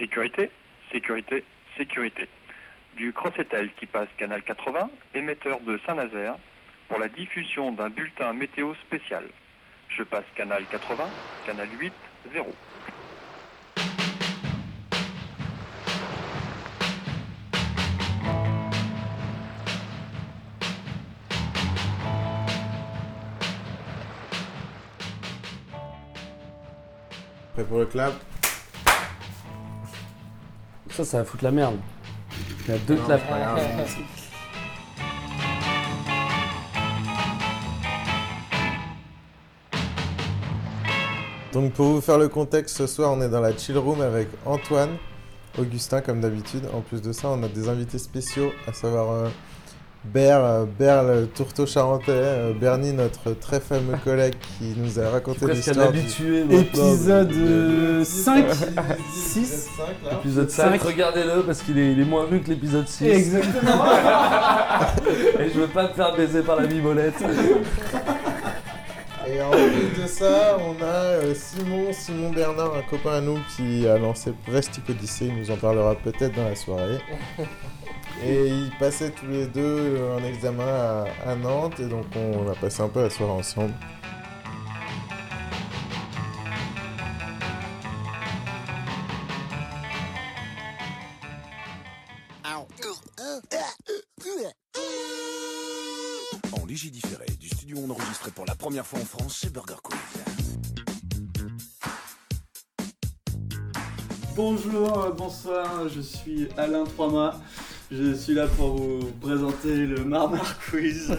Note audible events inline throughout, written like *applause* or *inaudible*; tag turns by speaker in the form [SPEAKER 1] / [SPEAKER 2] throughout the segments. [SPEAKER 1] Sécurité, sécurité, sécurité. Du Crossetel qui passe Canal 80, émetteur de Saint-Nazaire, pour la diffusion d'un bulletin météo spécial. Je passe Canal 80, Canal 8, 0.
[SPEAKER 2] Prêt pour le clap
[SPEAKER 3] Ça, ça va foutre la merde. Il y a deux
[SPEAKER 2] Non,
[SPEAKER 3] claps.
[SPEAKER 2] c'est pas
[SPEAKER 4] *laughs*
[SPEAKER 2] grave. Donc pour vous faire le contexte, ce soir on est dans la chill room avec Antoine, Augustin comme d'habitude. En plus de ça, on a des invités spéciaux, à savoir euh, Ber, euh, Ber, le tourteau charentais, euh, Bernie, notre très fameux collègue qui nous a
[SPEAKER 3] Je suis
[SPEAKER 2] raconté
[SPEAKER 3] presque un
[SPEAKER 2] l'histoire du
[SPEAKER 3] habitué. maintenant.
[SPEAKER 4] Épisode euh, 5
[SPEAKER 2] 6
[SPEAKER 3] Épisode
[SPEAKER 4] Cinq.
[SPEAKER 3] 5, regardez-le parce qu'il est, il est moins vu que l'épisode 6.
[SPEAKER 4] Exactement
[SPEAKER 3] Et je veux pas me faire baiser par la bimolette.
[SPEAKER 2] Et en plus de ça, on a euh, Simon, Simon Bernard, un copain à nous qui a lancé Prestic Odyssey, il nous en parlera peut-être dans la soirée.
[SPEAKER 3] *laughs*
[SPEAKER 2] Et ils passaient tous les deux euh, un examen à, à Nantes, et donc on a passé un peu la soirée ensemble.
[SPEAKER 5] En léger différé, du studio on enregistré pour la première fois en France chez Burger Quiz.
[SPEAKER 4] Bonjour, euh, bonsoir, je suis Alain Troima. Je suis là pour vous présenter le Marmar *laughs* Quiz.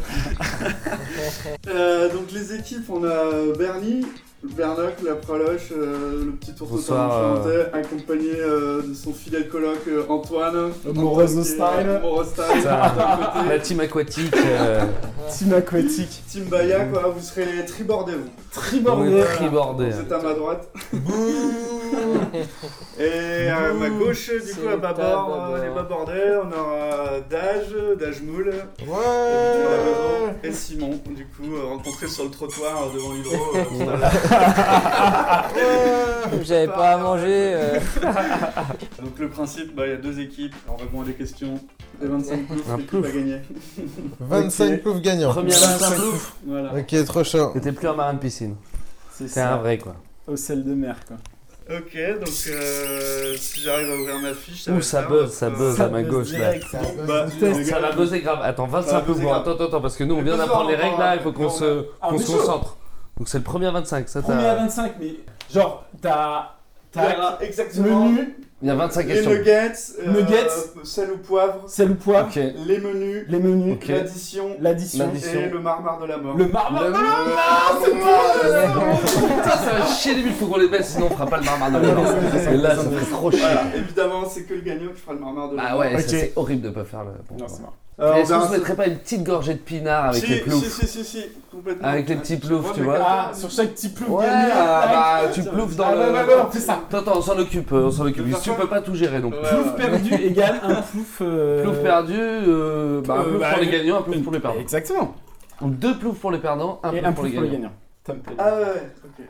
[SPEAKER 4] Euh, donc les équipes, on a Bernie, Bernoc, la Praloche, euh, le petit tour de
[SPEAKER 3] Bonsoir,
[SPEAKER 4] accompagné euh, de son fidèle coloc euh, Antoine.
[SPEAKER 6] Morose
[SPEAKER 4] Antoine qui est-
[SPEAKER 6] style.
[SPEAKER 4] Morose style.
[SPEAKER 3] Ça.
[SPEAKER 4] d'un
[SPEAKER 3] *laughs*
[SPEAKER 4] côté.
[SPEAKER 3] La *laughs* team aquatique. euh,
[SPEAKER 6] Team aquatique.
[SPEAKER 4] Team Baya, quoi, vous serez les tribordés, vous.
[SPEAKER 3] on
[SPEAKER 6] Tribordé.
[SPEAKER 3] est tribordé. hein.
[SPEAKER 4] Vous êtes à ma droite. *laughs* Et à ma gauche, du coup, à bâbord, euh, les bâbordés, on aura Dage, Dage Moule,
[SPEAKER 3] Euh.
[SPEAKER 2] Ouais
[SPEAKER 4] et Simon, du coup, euh, rencontré sur le trottoir euh, devant l'hydro. euh, tout à
[SPEAKER 3] *laughs*
[SPEAKER 4] l'heure.
[SPEAKER 7] Comme J'avais pas à manger. euh,
[SPEAKER 4] Donc le principe, bah, il y a deux équipes, on répond à des questions. Les 25 ploufs,
[SPEAKER 3] Un
[SPEAKER 4] l'équipe
[SPEAKER 3] plouf.
[SPEAKER 4] a gagné.
[SPEAKER 2] 25 ploufs gagnants.
[SPEAKER 3] Première main, plouf.
[SPEAKER 4] Voilà.
[SPEAKER 2] Ok, trop chaud.
[SPEAKER 3] T'étais plus un marin de piscine.
[SPEAKER 6] C'est
[SPEAKER 3] C'est un vrai quoi.
[SPEAKER 6] Au sel de mer, quoi.
[SPEAKER 4] Ok, donc euh, si j'arrive à ouvrir ma fiche.
[SPEAKER 3] Ouh,
[SPEAKER 4] va
[SPEAKER 3] ça
[SPEAKER 4] faire,
[SPEAKER 3] buzz, ça
[SPEAKER 4] euh,
[SPEAKER 3] buzz à ma gauche là.
[SPEAKER 6] direct, ça.
[SPEAKER 4] Bah, les
[SPEAKER 3] Ça
[SPEAKER 4] gars,
[SPEAKER 3] va buzzer grave. Attends,
[SPEAKER 4] Ça
[SPEAKER 3] 25
[SPEAKER 4] va
[SPEAKER 3] peu
[SPEAKER 4] buzzer
[SPEAKER 3] bon.
[SPEAKER 4] grave.
[SPEAKER 3] Attends, attends, attends, parce que nous on
[SPEAKER 4] Mais
[SPEAKER 3] vient
[SPEAKER 4] buzzer,
[SPEAKER 3] d'apprendre les
[SPEAKER 4] on
[SPEAKER 3] règles
[SPEAKER 4] va-
[SPEAKER 3] là, il faut qu'on
[SPEAKER 4] on
[SPEAKER 3] se,
[SPEAKER 6] Ah,
[SPEAKER 3] qu'on
[SPEAKER 6] mais
[SPEAKER 3] se
[SPEAKER 6] chaud.
[SPEAKER 3] concentre. Donc c'est le premier 25, ça
[SPEAKER 6] Premier à
[SPEAKER 3] t'as.
[SPEAKER 6] 25, mais genre, t'as. T'as.
[SPEAKER 4] Verra exactement.
[SPEAKER 6] Menu,
[SPEAKER 3] Il y a 25
[SPEAKER 4] Les
[SPEAKER 3] questions.
[SPEAKER 4] nuggets, euh,
[SPEAKER 6] Nuggets.
[SPEAKER 4] sel ou poivre,
[SPEAKER 6] sel ou poivre,
[SPEAKER 3] Ok.
[SPEAKER 4] les menus,
[SPEAKER 6] les menus,
[SPEAKER 3] Ok.
[SPEAKER 4] l'addition
[SPEAKER 6] l'addition,
[SPEAKER 3] L'addition.
[SPEAKER 4] et le marmar de la mort. Ah,
[SPEAKER 6] le marmar.
[SPEAKER 3] Le- Putain, ça va chier les bulles, faut qu'on les baisse, sinon on fera pas le marmar de la mort. Et là, ça fait trop chier.
[SPEAKER 4] Voilà, évidemment, c'est que le gagnant qui fera le marmar de la
[SPEAKER 3] Ah
[SPEAKER 4] mort.
[SPEAKER 3] ouais, ça,
[SPEAKER 6] Ok.
[SPEAKER 3] c'est horrible de pas faire le. bon.
[SPEAKER 6] Non, c'est mort.
[SPEAKER 4] Euh,
[SPEAKER 3] Est-ce qu'on
[SPEAKER 4] on verra
[SPEAKER 3] se
[SPEAKER 4] ça-
[SPEAKER 3] mettrait pas une petite gorgée de pinard avec
[SPEAKER 4] si,
[SPEAKER 3] les
[SPEAKER 4] si,
[SPEAKER 3] ploufs
[SPEAKER 4] si, si, si, complètement.
[SPEAKER 3] Avec les petits ploufs,
[SPEAKER 4] Ouais,
[SPEAKER 3] tu
[SPEAKER 4] mais
[SPEAKER 3] vois.
[SPEAKER 4] quand-
[SPEAKER 6] Ah, sur chaque petit plouf
[SPEAKER 3] Ouais,
[SPEAKER 6] gagné.
[SPEAKER 3] ah, bah
[SPEAKER 6] tac.
[SPEAKER 3] tu ploufs dans
[SPEAKER 6] Ah, ouais,
[SPEAKER 3] le.
[SPEAKER 6] ouais, ouais, on fait ça.
[SPEAKER 3] Attends, attends, on s'en occupe, euh, on s'en occupe. Tu peux pas tout gérer donc.
[SPEAKER 4] Ouais,
[SPEAKER 6] Plouf
[SPEAKER 4] ouais.
[SPEAKER 3] *laughs*
[SPEAKER 6] perdu égale un plouf. euh,
[SPEAKER 3] Plouf perdu, euh, bah, un
[SPEAKER 6] euh,
[SPEAKER 3] plouf
[SPEAKER 6] bah,
[SPEAKER 3] pour les
[SPEAKER 6] euh,
[SPEAKER 3] gagnants, un plouf pour les perdants.
[SPEAKER 6] Exactement.
[SPEAKER 3] Donc deux ploufs pour les perdants, un
[SPEAKER 6] Et
[SPEAKER 3] plouf
[SPEAKER 6] un
[SPEAKER 3] pour les
[SPEAKER 6] plouf pour les
[SPEAKER 3] gagnants.
[SPEAKER 6] gagnants. Ça me plaît.
[SPEAKER 4] Ah ouais, ok.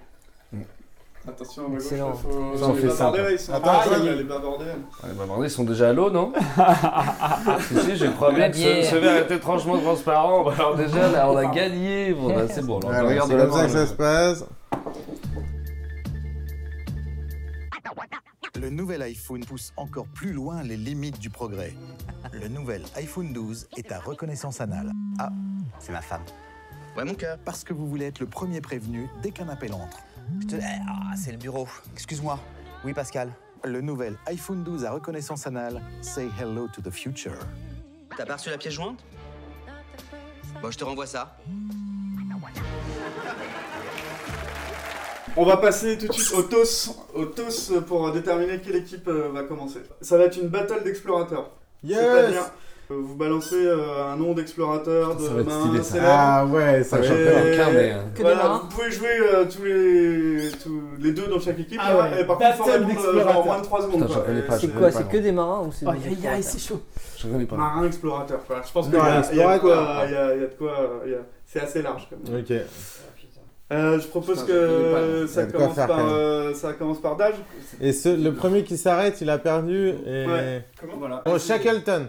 [SPEAKER 4] Attention, à ma gauche, là,
[SPEAKER 7] Excellent.
[SPEAKER 4] faut...
[SPEAKER 3] Ça, hein. on
[SPEAKER 4] les
[SPEAKER 3] fait ça.
[SPEAKER 4] bavardés, là, ils sont
[SPEAKER 2] Attends,
[SPEAKER 4] Ah,
[SPEAKER 2] attends,
[SPEAKER 4] il y a
[SPEAKER 2] attends.
[SPEAKER 4] les bavardés.
[SPEAKER 3] Les bavardés bah, sont déjà à l'eau, non Ah, Si, si, j'ai crois bien
[SPEAKER 7] La
[SPEAKER 3] que ce,
[SPEAKER 7] bière.
[SPEAKER 3] ce verre est étrangement transparent. Bah, alors déjà, là, on a gagné. Bon, bah, c'est bon, là, on
[SPEAKER 2] Voilà,
[SPEAKER 3] regarde
[SPEAKER 2] Ah c'est
[SPEAKER 3] la
[SPEAKER 2] comme ça que ça se passe.
[SPEAKER 5] Le nouvel iPhone pousse encore plus loin les limites du progrès. Le nouvel iPhone 12 est à reconnaissance anale. Ah, c'est ma femme. Ouais, mon cœur. Parce que vous voulez être le premier prévenu dès qu'un appel entre.
[SPEAKER 8] Je te- Eh, Ah, c'est le bureau. Excuse-moi. Oui, Pascal.
[SPEAKER 5] Le nouvel iPhone 12 à reconnaissance anale, say hello to the future.
[SPEAKER 8] T'as pas reçu la pièce jointe Bon, je te renvoie ça.
[SPEAKER 4] On va passer tout de suite au TOS, au TOS pour déterminer quelle équipe euh, va commencer. Ça va être une battle d'explorateurs. C'est-à-dire,
[SPEAKER 2] Yes
[SPEAKER 4] euh, vous balancez euh, un nom d'explorateur de
[SPEAKER 3] Ça va être
[SPEAKER 4] main
[SPEAKER 3] stylé, ça.
[SPEAKER 4] célèbre.
[SPEAKER 2] Ah ouais, ça va
[SPEAKER 3] Ouais, j'en
[SPEAKER 2] faire.
[SPEAKER 3] fais aucun, mais. euh,
[SPEAKER 7] Que
[SPEAKER 4] Voilà,
[SPEAKER 7] des mains.
[SPEAKER 4] vous pouvez jouer euh, tous les tous les deux dans chaque équipe.
[SPEAKER 6] Ah
[SPEAKER 4] là,
[SPEAKER 6] ouais,
[SPEAKER 4] Et par contre, faut
[SPEAKER 6] battle
[SPEAKER 4] répondre euh, genre, en
[SPEAKER 6] d'explorateurs.
[SPEAKER 4] moins de 3 secondes.
[SPEAKER 3] Putain, j'en connais pas,
[SPEAKER 4] Et-
[SPEAKER 3] je
[SPEAKER 7] C'est quoi
[SPEAKER 3] pas,
[SPEAKER 7] C'est que des marins ou c'est des
[SPEAKER 6] Aïe aïe aïe, c'est chaud.
[SPEAKER 3] Je connais pas.
[SPEAKER 4] Marin explorateur. Voilà, je pense qu'il y,
[SPEAKER 2] Marin
[SPEAKER 4] a- il y a de quoi,
[SPEAKER 2] explorateur.
[SPEAKER 4] il y a- il y a de quoi, euh, il y a- c'est assez large. Quand même.
[SPEAKER 2] Ok.
[SPEAKER 4] Euh, je propose
[SPEAKER 3] Putain, je connais
[SPEAKER 4] que
[SPEAKER 3] pas.
[SPEAKER 4] ça
[SPEAKER 2] Il y a de quoi
[SPEAKER 4] commence,
[SPEAKER 2] faire,
[SPEAKER 4] par,
[SPEAKER 2] quand même.
[SPEAKER 4] euh, ça commence par d'âge.
[SPEAKER 2] Et ce, le premier qui s'arrête, il a perdu. Et...
[SPEAKER 4] Ouais. Comment voilà.
[SPEAKER 2] Bon, Shackleton.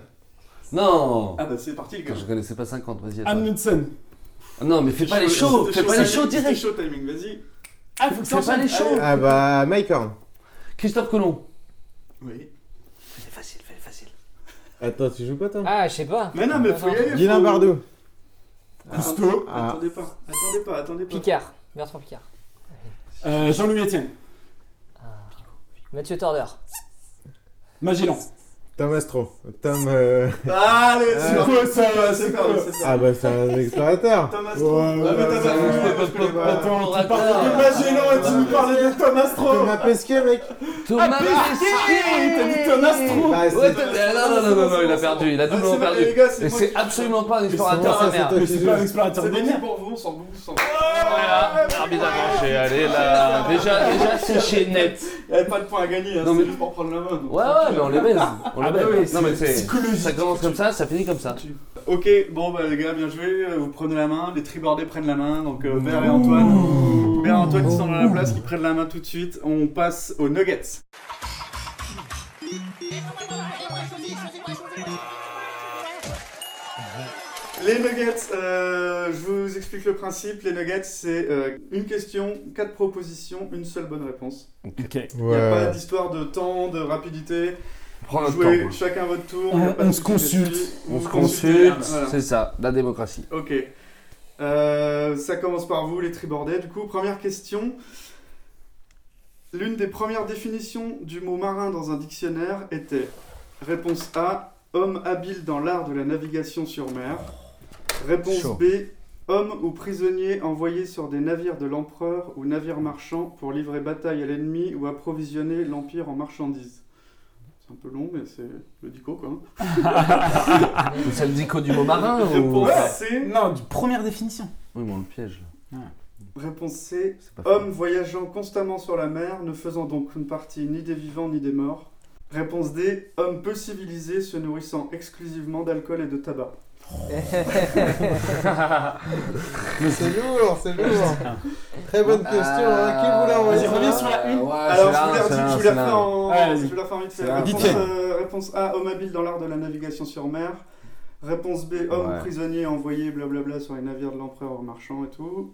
[SPEAKER 3] Non
[SPEAKER 4] Ah bah c'est parti les gars.
[SPEAKER 3] Putain, Je connaissais pas 50, vas-y. attends.
[SPEAKER 6] Amundsen.
[SPEAKER 3] Ah non, mais fais pas les shows Fais pas les shows
[SPEAKER 4] C'était
[SPEAKER 3] direct
[SPEAKER 4] chaud timing, vas-y.
[SPEAKER 6] Ah, faut que ça
[SPEAKER 3] Fais pas
[SPEAKER 6] enchaîne.
[SPEAKER 3] les shows
[SPEAKER 2] Ah bah, Mike Horn.
[SPEAKER 3] Christophe Colomb
[SPEAKER 4] Oui.
[SPEAKER 3] Fais facile, fais facile.
[SPEAKER 2] Attends, tu joues pas toi
[SPEAKER 7] Ah, je sais pas.
[SPEAKER 4] Mais non, mais faut y aller.
[SPEAKER 2] Guilain
[SPEAKER 4] faut-
[SPEAKER 2] Bardou.
[SPEAKER 4] Attends,
[SPEAKER 2] Ah.
[SPEAKER 4] Attendez pas, attendez pas, attendez pas.
[SPEAKER 7] Picard. Bertrand Picard.
[SPEAKER 6] Euh, Jean-Louis Etienne.
[SPEAKER 7] Mathieu Torder.
[SPEAKER 6] Magellan.
[SPEAKER 2] Tom Astro. Tom. euh,
[SPEAKER 4] Allez, c'est
[SPEAKER 2] Euh,
[SPEAKER 4] quoi ça C'est quoi c'est
[SPEAKER 2] Ah
[SPEAKER 4] ça
[SPEAKER 2] bah, c'est un explorateur.
[SPEAKER 4] Thomas Stroh.
[SPEAKER 2] Ouais, ouais,
[SPEAKER 4] Ah, mais
[SPEAKER 2] ouais,
[SPEAKER 4] Thomas
[SPEAKER 2] ouais.
[SPEAKER 4] Stroh, je connais pas.
[SPEAKER 6] Attends, tu
[SPEAKER 3] Orateur.
[SPEAKER 6] parles de Magellan et tu nous parles de Thomas Astro.
[SPEAKER 2] Thomas Pesquet, mec.
[SPEAKER 3] Thomas Pesquet
[SPEAKER 6] T'as dit Thomas Astro.
[SPEAKER 2] Bah, c'est-
[SPEAKER 3] Ouais, t'as- eh, non, non, non, non, non, il a perdu, il a
[SPEAKER 4] Ah,
[SPEAKER 3] doublement
[SPEAKER 4] c'est ma-
[SPEAKER 3] perdu.
[SPEAKER 4] les gars, c'est
[SPEAKER 3] Et
[SPEAKER 4] moi
[SPEAKER 3] c'est
[SPEAKER 4] qui-
[SPEAKER 3] absolument pas un
[SPEAKER 2] Comment
[SPEAKER 3] explorateur
[SPEAKER 2] ça,
[SPEAKER 3] à
[SPEAKER 2] c'est
[SPEAKER 3] merde.
[SPEAKER 2] toi
[SPEAKER 6] Mais
[SPEAKER 2] qui
[SPEAKER 6] c'est
[SPEAKER 2] joues
[SPEAKER 6] pas un explorateur
[SPEAKER 4] C'est
[SPEAKER 6] de
[SPEAKER 4] béni
[SPEAKER 6] mer.
[SPEAKER 4] pour vous, on s'en bouffe, on s'en
[SPEAKER 3] Voilà, arbitre avancé, allez là, déjà, déjà séché net.
[SPEAKER 4] Il n'y avait pas de point à gagner, hein,
[SPEAKER 3] Non,
[SPEAKER 4] c'est
[SPEAKER 3] mais-
[SPEAKER 4] juste pour prendre la main. donc.
[SPEAKER 3] Ouais, ouais, mais on les baise, on les
[SPEAKER 6] Ah bah oui,
[SPEAKER 3] baise.
[SPEAKER 6] c'est
[SPEAKER 3] Non mais c'est,
[SPEAKER 6] psychologique.
[SPEAKER 3] ça commence comme ça, ça finit comme ça.
[SPEAKER 4] Ok, bon bah les gars, bien joué, euh, vous prenez la main, les tribordés prennent la main, donc euh, Vert et Antoine. Vert et Antoine qui sont dans la place, qui prennent la main tout de suite. On passe aux Nuggets. Les Nuggets, euh, je vous explique le principe. Les Nuggets, c'est euh, une question, quatre propositions, une seule bonne réponse.
[SPEAKER 6] Ok.
[SPEAKER 4] Il n'y a pas
[SPEAKER 2] Ouais.
[SPEAKER 4] d'histoire de temps, de rapidité.
[SPEAKER 3] Prends notre temps.
[SPEAKER 4] Jouez
[SPEAKER 3] Paul.
[SPEAKER 4] chacun votre tour.
[SPEAKER 6] On-
[SPEAKER 4] y a pas de
[SPEAKER 6] on se
[SPEAKER 4] souci là-dessus.
[SPEAKER 6] consulte.
[SPEAKER 4] Vous
[SPEAKER 3] On se
[SPEAKER 4] vous consultez,
[SPEAKER 3] consulte,
[SPEAKER 4] voilà.
[SPEAKER 3] c'est ça, la démocratie.
[SPEAKER 4] Ok. Euh, ça commence par vous, les tribordais. Du coup, première question. L'une des premières définitions du mot marin dans un dictionnaire était réponse A, homme habile dans l'art de la navigation sur mer. Réponse
[SPEAKER 5] Chaud.
[SPEAKER 4] B, homme ou prisonnier envoyé sur des navires de l'empereur ou navires marchands pour livrer bataille à l'ennemi ou approvisionner l'empire en marchandises. C'est un peu long, mais c'est le dico quoi. hein.
[SPEAKER 3] C'est le dico du mot marin ou...
[SPEAKER 4] Réponse
[SPEAKER 3] Oui,
[SPEAKER 4] C,
[SPEAKER 6] Non, du- première définition.
[SPEAKER 3] mais on le piège. là.
[SPEAKER 4] réponse C,
[SPEAKER 3] C'est pas
[SPEAKER 4] Homme voyageant constamment sur la mer, ne faisant donc une partie ni des vivants ni des morts. Réponse D. Homme peu civilisé, se nourrissant exclusivement d'alcool et de tabac.
[SPEAKER 2] C'est lourd, c'est lourd. Très bonne question. hein. Qui vous l'a envoyé
[SPEAKER 6] Vas-y, reviens sur la une.
[SPEAKER 3] Ouais,
[SPEAKER 4] Alors,
[SPEAKER 3] Ah, c'est
[SPEAKER 4] je vous
[SPEAKER 3] là,
[SPEAKER 4] l'ai
[SPEAKER 3] c'est là, c'est
[SPEAKER 4] redit, je vous l'ai
[SPEAKER 3] là.
[SPEAKER 4] refait en-
[SPEAKER 6] Ouais, vas-y.
[SPEAKER 4] je vous l'ai refait en vite fait.
[SPEAKER 6] C'est là.
[SPEAKER 4] Réponse,
[SPEAKER 6] Dites-le.
[SPEAKER 4] euh, réponse A. Homme habile dans l'art de la navigation sur mer. Réponse B. Homme
[SPEAKER 3] Ouais.
[SPEAKER 4] prisonnier envoyé blablabla sur les navires de l'empereur marchand et
[SPEAKER 6] *laughs*
[SPEAKER 4] tout.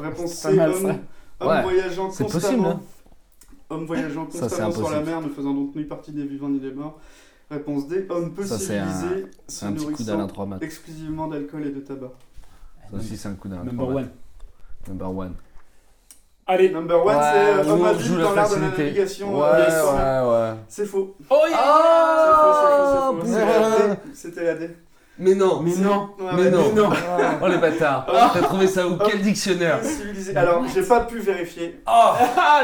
[SPEAKER 4] Réponse
[SPEAKER 6] C'est
[SPEAKER 4] C.
[SPEAKER 6] pas mal,
[SPEAKER 4] homme
[SPEAKER 6] ça.
[SPEAKER 4] homme
[SPEAKER 3] Ouais.
[SPEAKER 4] voyageant
[SPEAKER 3] C'est
[SPEAKER 4] constamment.
[SPEAKER 3] possible, hein.
[SPEAKER 4] Homme voyageant
[SPEAKER 3] Ça, c'est
[SPEAKER 4] constamment sur la
[SPEAKER 3] impossible.
[SPEAKER 4] mer, ne faisant donc ni partie des vivants ni des morts. Réponse D. Homme peu
[SPEAKER 3] Ça, c'est un-
[SPEAKER 4] civilisé, se
[SPEAKER 3] C'est un petit coup d'Alain
[SPEAKER 4] nourrissant
[SPEAKER 3] 3 mat.
[SPEAKER 4] exclusivement d'alcool et de tabac.
[SPEAKER 3] Ça aussi, c'est un coup d'Alain 3
[SPEAKER 6] Number one.
[SPEAKER 3] Number one.
[SPEAKER 6] Allez.
[SPEAKER 4] Number one,
[SPEAKER 3] Ouais,
[SPEAKER 4] c'est euh,
[SPEAKER 3] nous,
[SPEAKER 4] homme
[SPEAKER 3] on
[SPEAKER 4] habile
[SPEAKER 3] joue la
[SPEAKER 4] dans l'art de la
[SPEAKER 3] facilité.
[SPEAKER 4] navigation.
[SPEAKER 3] Ouais,
[SPEAKER 4] euh, sur mer.
[SPEAKER 3] ouais, ouais.
[SPEAKER 4] C'est faux.
[SPEAKER 6] Oh
[SPEAKER 4] Ah, C'est faux, c'est faux, c'est faux.
[SPEAKER 2] boulard.
[SPEAKER 4] C'était la D. C'était la D.
[SPEAKER 3] Ah, Mais non
[SPEAKER 6] Mais non.
[SPEAKER 4] Ouais, Ah.
[SPEAKER 3] Mais
[SPEAKER 4] ouais.
[SPEAKER 3] non
[SPEAKER 6] non.
[SPEAKER 3] Oh les bâtards T'as trouvé ça où Quel dictionnaire
[SPEAKER 4] Civilisé. Alors, j'ai pas pu vérifier.
[SPEAKER 3] Oh
[SPEAKER 4] Ah,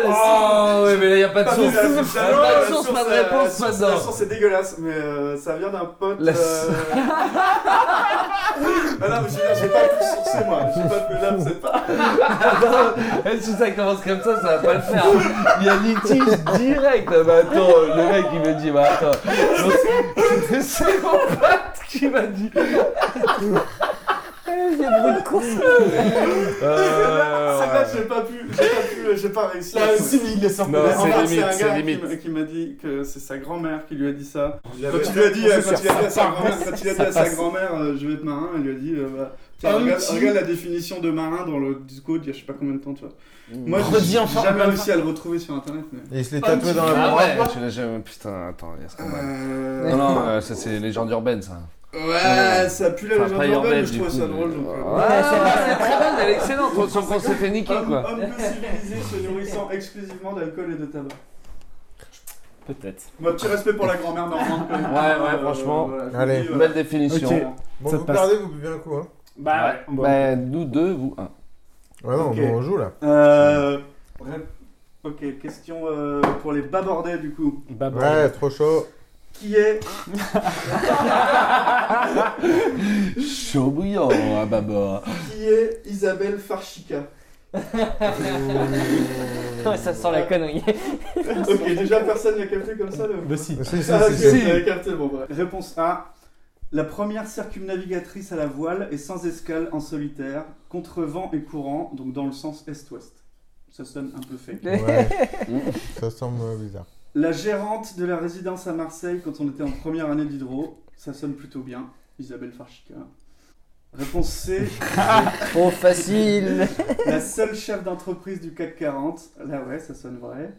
[SPEAKER 3] Oh ouais, mais là, y a pas de
[SPEAKER 4] Pas
[SPEAKER 3] source
[SPEAKER 4] vu la source.
[SPEAKER 3] Ah, Pas de
[SPEAKER 4] La
[SPEAKER 3] source, pas de
[SPEAKER 4] euh,
[SPEAKER 3] réponse, pas
[SPEAKER 4] source-
[SPEAKER 3] de
[SPEAKER 4] La
[SPEAKER 3] d'or
[SPEAKER 4] source est dégueulasse, mais euh, ça vient d'un pote.
[SPEAKER 3] La-
[SPEAKER 4] euh, *laughs* Ah non, mais je veux dire, j'ai pas pu sourcer moi. J'ai pas pu là, c'est pas.
[SPEAKER 3] Eh, Si ça commence comme ça, ça va pas le faire Il y a litige direct Ah, Bah attends, euh, le mec il me dit, bah attends donc, c'est- C'est mon pote qui m'a dit Euh,
[SPEAKER 4] C'est pas,
[SPEAKER 3] ouais.
[SPEAKER 4] j'ai pas pu, j'ai pas pu, euh, j'ai pas réussi. à
[SPEAKER 6] Là
[SPEAKER 4] sourcer.
[SPEAKER 6] aussi, il est sorti.
[SPEAKER 3] Non,
[SPEAKER 4] Mais en
[SPEAKER 3] c'est
[SPEAKER 4] fait,
[SPEAKER 3] limite,
[SPEAKER 4] un
[SPEAKER 3] c'est
[SPEAKER 4] gars qui
[SPEAKER 3] limite.
[SPEAKER 4] m'a- qui m'a dit que c'est sa grand-mère qui lui a dit ça.
[SPEAKER 2] avait-
[SPEAKER 4] Quand il lui a dit, euh, quand il a dit à sa
[SPEAKER 6] Ça
[SPEAKER 4] grand-mère, quand il a dit
[SPEAKER 6] ça
[SPEAKER 4] à sa
[SPEAKER 6] passe.
[SPEAKER 4] grand-mère, euh, je vais être marin, elle lui a dit, euh, bah, tiens,
[SPEAKER 6] Ah,
[SPEAKER 4] regarde,
[SPEAKER 6] oui.
[SPEAKER 4] regarde la définition de marin dans le disco d'il y a je sais pas combien de temps, tu vois.
[SPEAKER 3] Mmh.
[SPEAKER 4] Moi,
[SPEAKER 6] Redis
[SPEAKER 4] j'ai
[SPEAKER 6] enfin,
[SPEAKER 4] jamais
[SPEAKER 6] encore une
[SPEAKER 4] réussi à le retrouver sur internet, mais.
[SPEAKER 2] Et je l'ai tatoué dans la
[SPEAKER 3] Ah
[SPEAKER 2] main.
[SPEAKER 3] ouais, je l'ai jamais... Putain, attends, il y a ce combat.
[SPEAKER 4] Euh,
[SPEAKER 3] Non, non, euh, ça c'est légende urbaine ça.
[SPEAKER 4] Ouais, ça pue la
[SPEAKER 3] Enfin,
[SPEAKER 4] légende
[SPEAKER 3] pas
[SPEAKER 4] urbaine, mais
[SPEAKER 3] urbaine,
[SPEAKER 4] je
[SPEAKER 3] du
[SPEAKER 4] trouvais
[SPEAKER 3] coup,
[SPEAKER 4] ça
[SPEAKER 3] mais-
[SPEAKER 4] drôle. donc, euh,
[SPEAKER 3] Ouais, c'est très bonne, elle est excellente, sauf qu'on s'est fait niquer
[SPEAKER 4] Homme,
[SPEAKER 3] quoi.
[SPEAKER 4] homme peu civilisé se nourrissant exclusivement d'alcool et de tabac.
[SPEAKER 6] Peut-être.
[SPEAKER 4] Bon, petit respect pour la grand-mère normande. quand même.
[SPEAKER 3] Ouais, ouais, franchement.
[SPEAKER 4] voilà, je
[SPEAKER 2] Allez.
[SPEAKER 4] vous dis, euh,
[SPEAKER 3] Une
[SPEAKER 4] voilà.
[SPEAKER 3] belle définition.
[SPEAKER 6] Ok.
[SPEAKER 2] Bon,
[SPEAKER 6] Ça
[SPEAKER 2] vous
[SPEAKER 6] passe.
[SPEAKER 2] perdez, vous buvez un coup. Hein.
[SPEAKER 6] Bah,
[SPEAKER 3] Ouais.
[SPEAKER 6] bon.
[SPEAKER 3] Bah, nous deux, vous un.
[SPEAKER 2] Ouais, non,
[SPEAKER 4] Ok.
[SPEAKER 2] bon, on joue là.
[SPEAKER 4] Euh, ok, question euh, pour les bas-bordais du coup.
[SPEAKER 6] Bah, bon.
[SPEAKER 2] Ouais, trop chaud.
[SPEAKER 4] Qui est
[SPEAKER 3] Chaud bouillant, ah bah bah.
[SPEAKER 4] qui est Isabelle Farchika *laughs*
[SPEAKER 7] ça sent la connerie.
[SPEAKER 4] Ok, déjà personne l'a capté comme ça. Le...
[SPEAKER 6] Bah, si.
[SPEAKER 2] Si, si,
[SPEAKER 4] Ah, ok,
[SPEAKER 2] si, si.
[SPEAKER 4] vous avez capté, bon, bref. Réponse A. La première circumnavigatrice à la voile et sans escale en solitaire, contre vent et courant, donc dans le sens est-ouest. Ça sonne un peu fake.
[SPEAKER 2] Ouais. ça semble bizarre.
[SPEAKER 4] La gérante de la résidence à Marseille quand on était en première année d'hydro, ça sonne plutôt bien. Isabelle Farchika. Réponse C,
[SPEAKER 3] *laughs*
[SPEAKER 7] Trop facile
[SPEAKER 4] la seule chef d'entreprise du CAC 40. Là ouais, ça sonne vrai.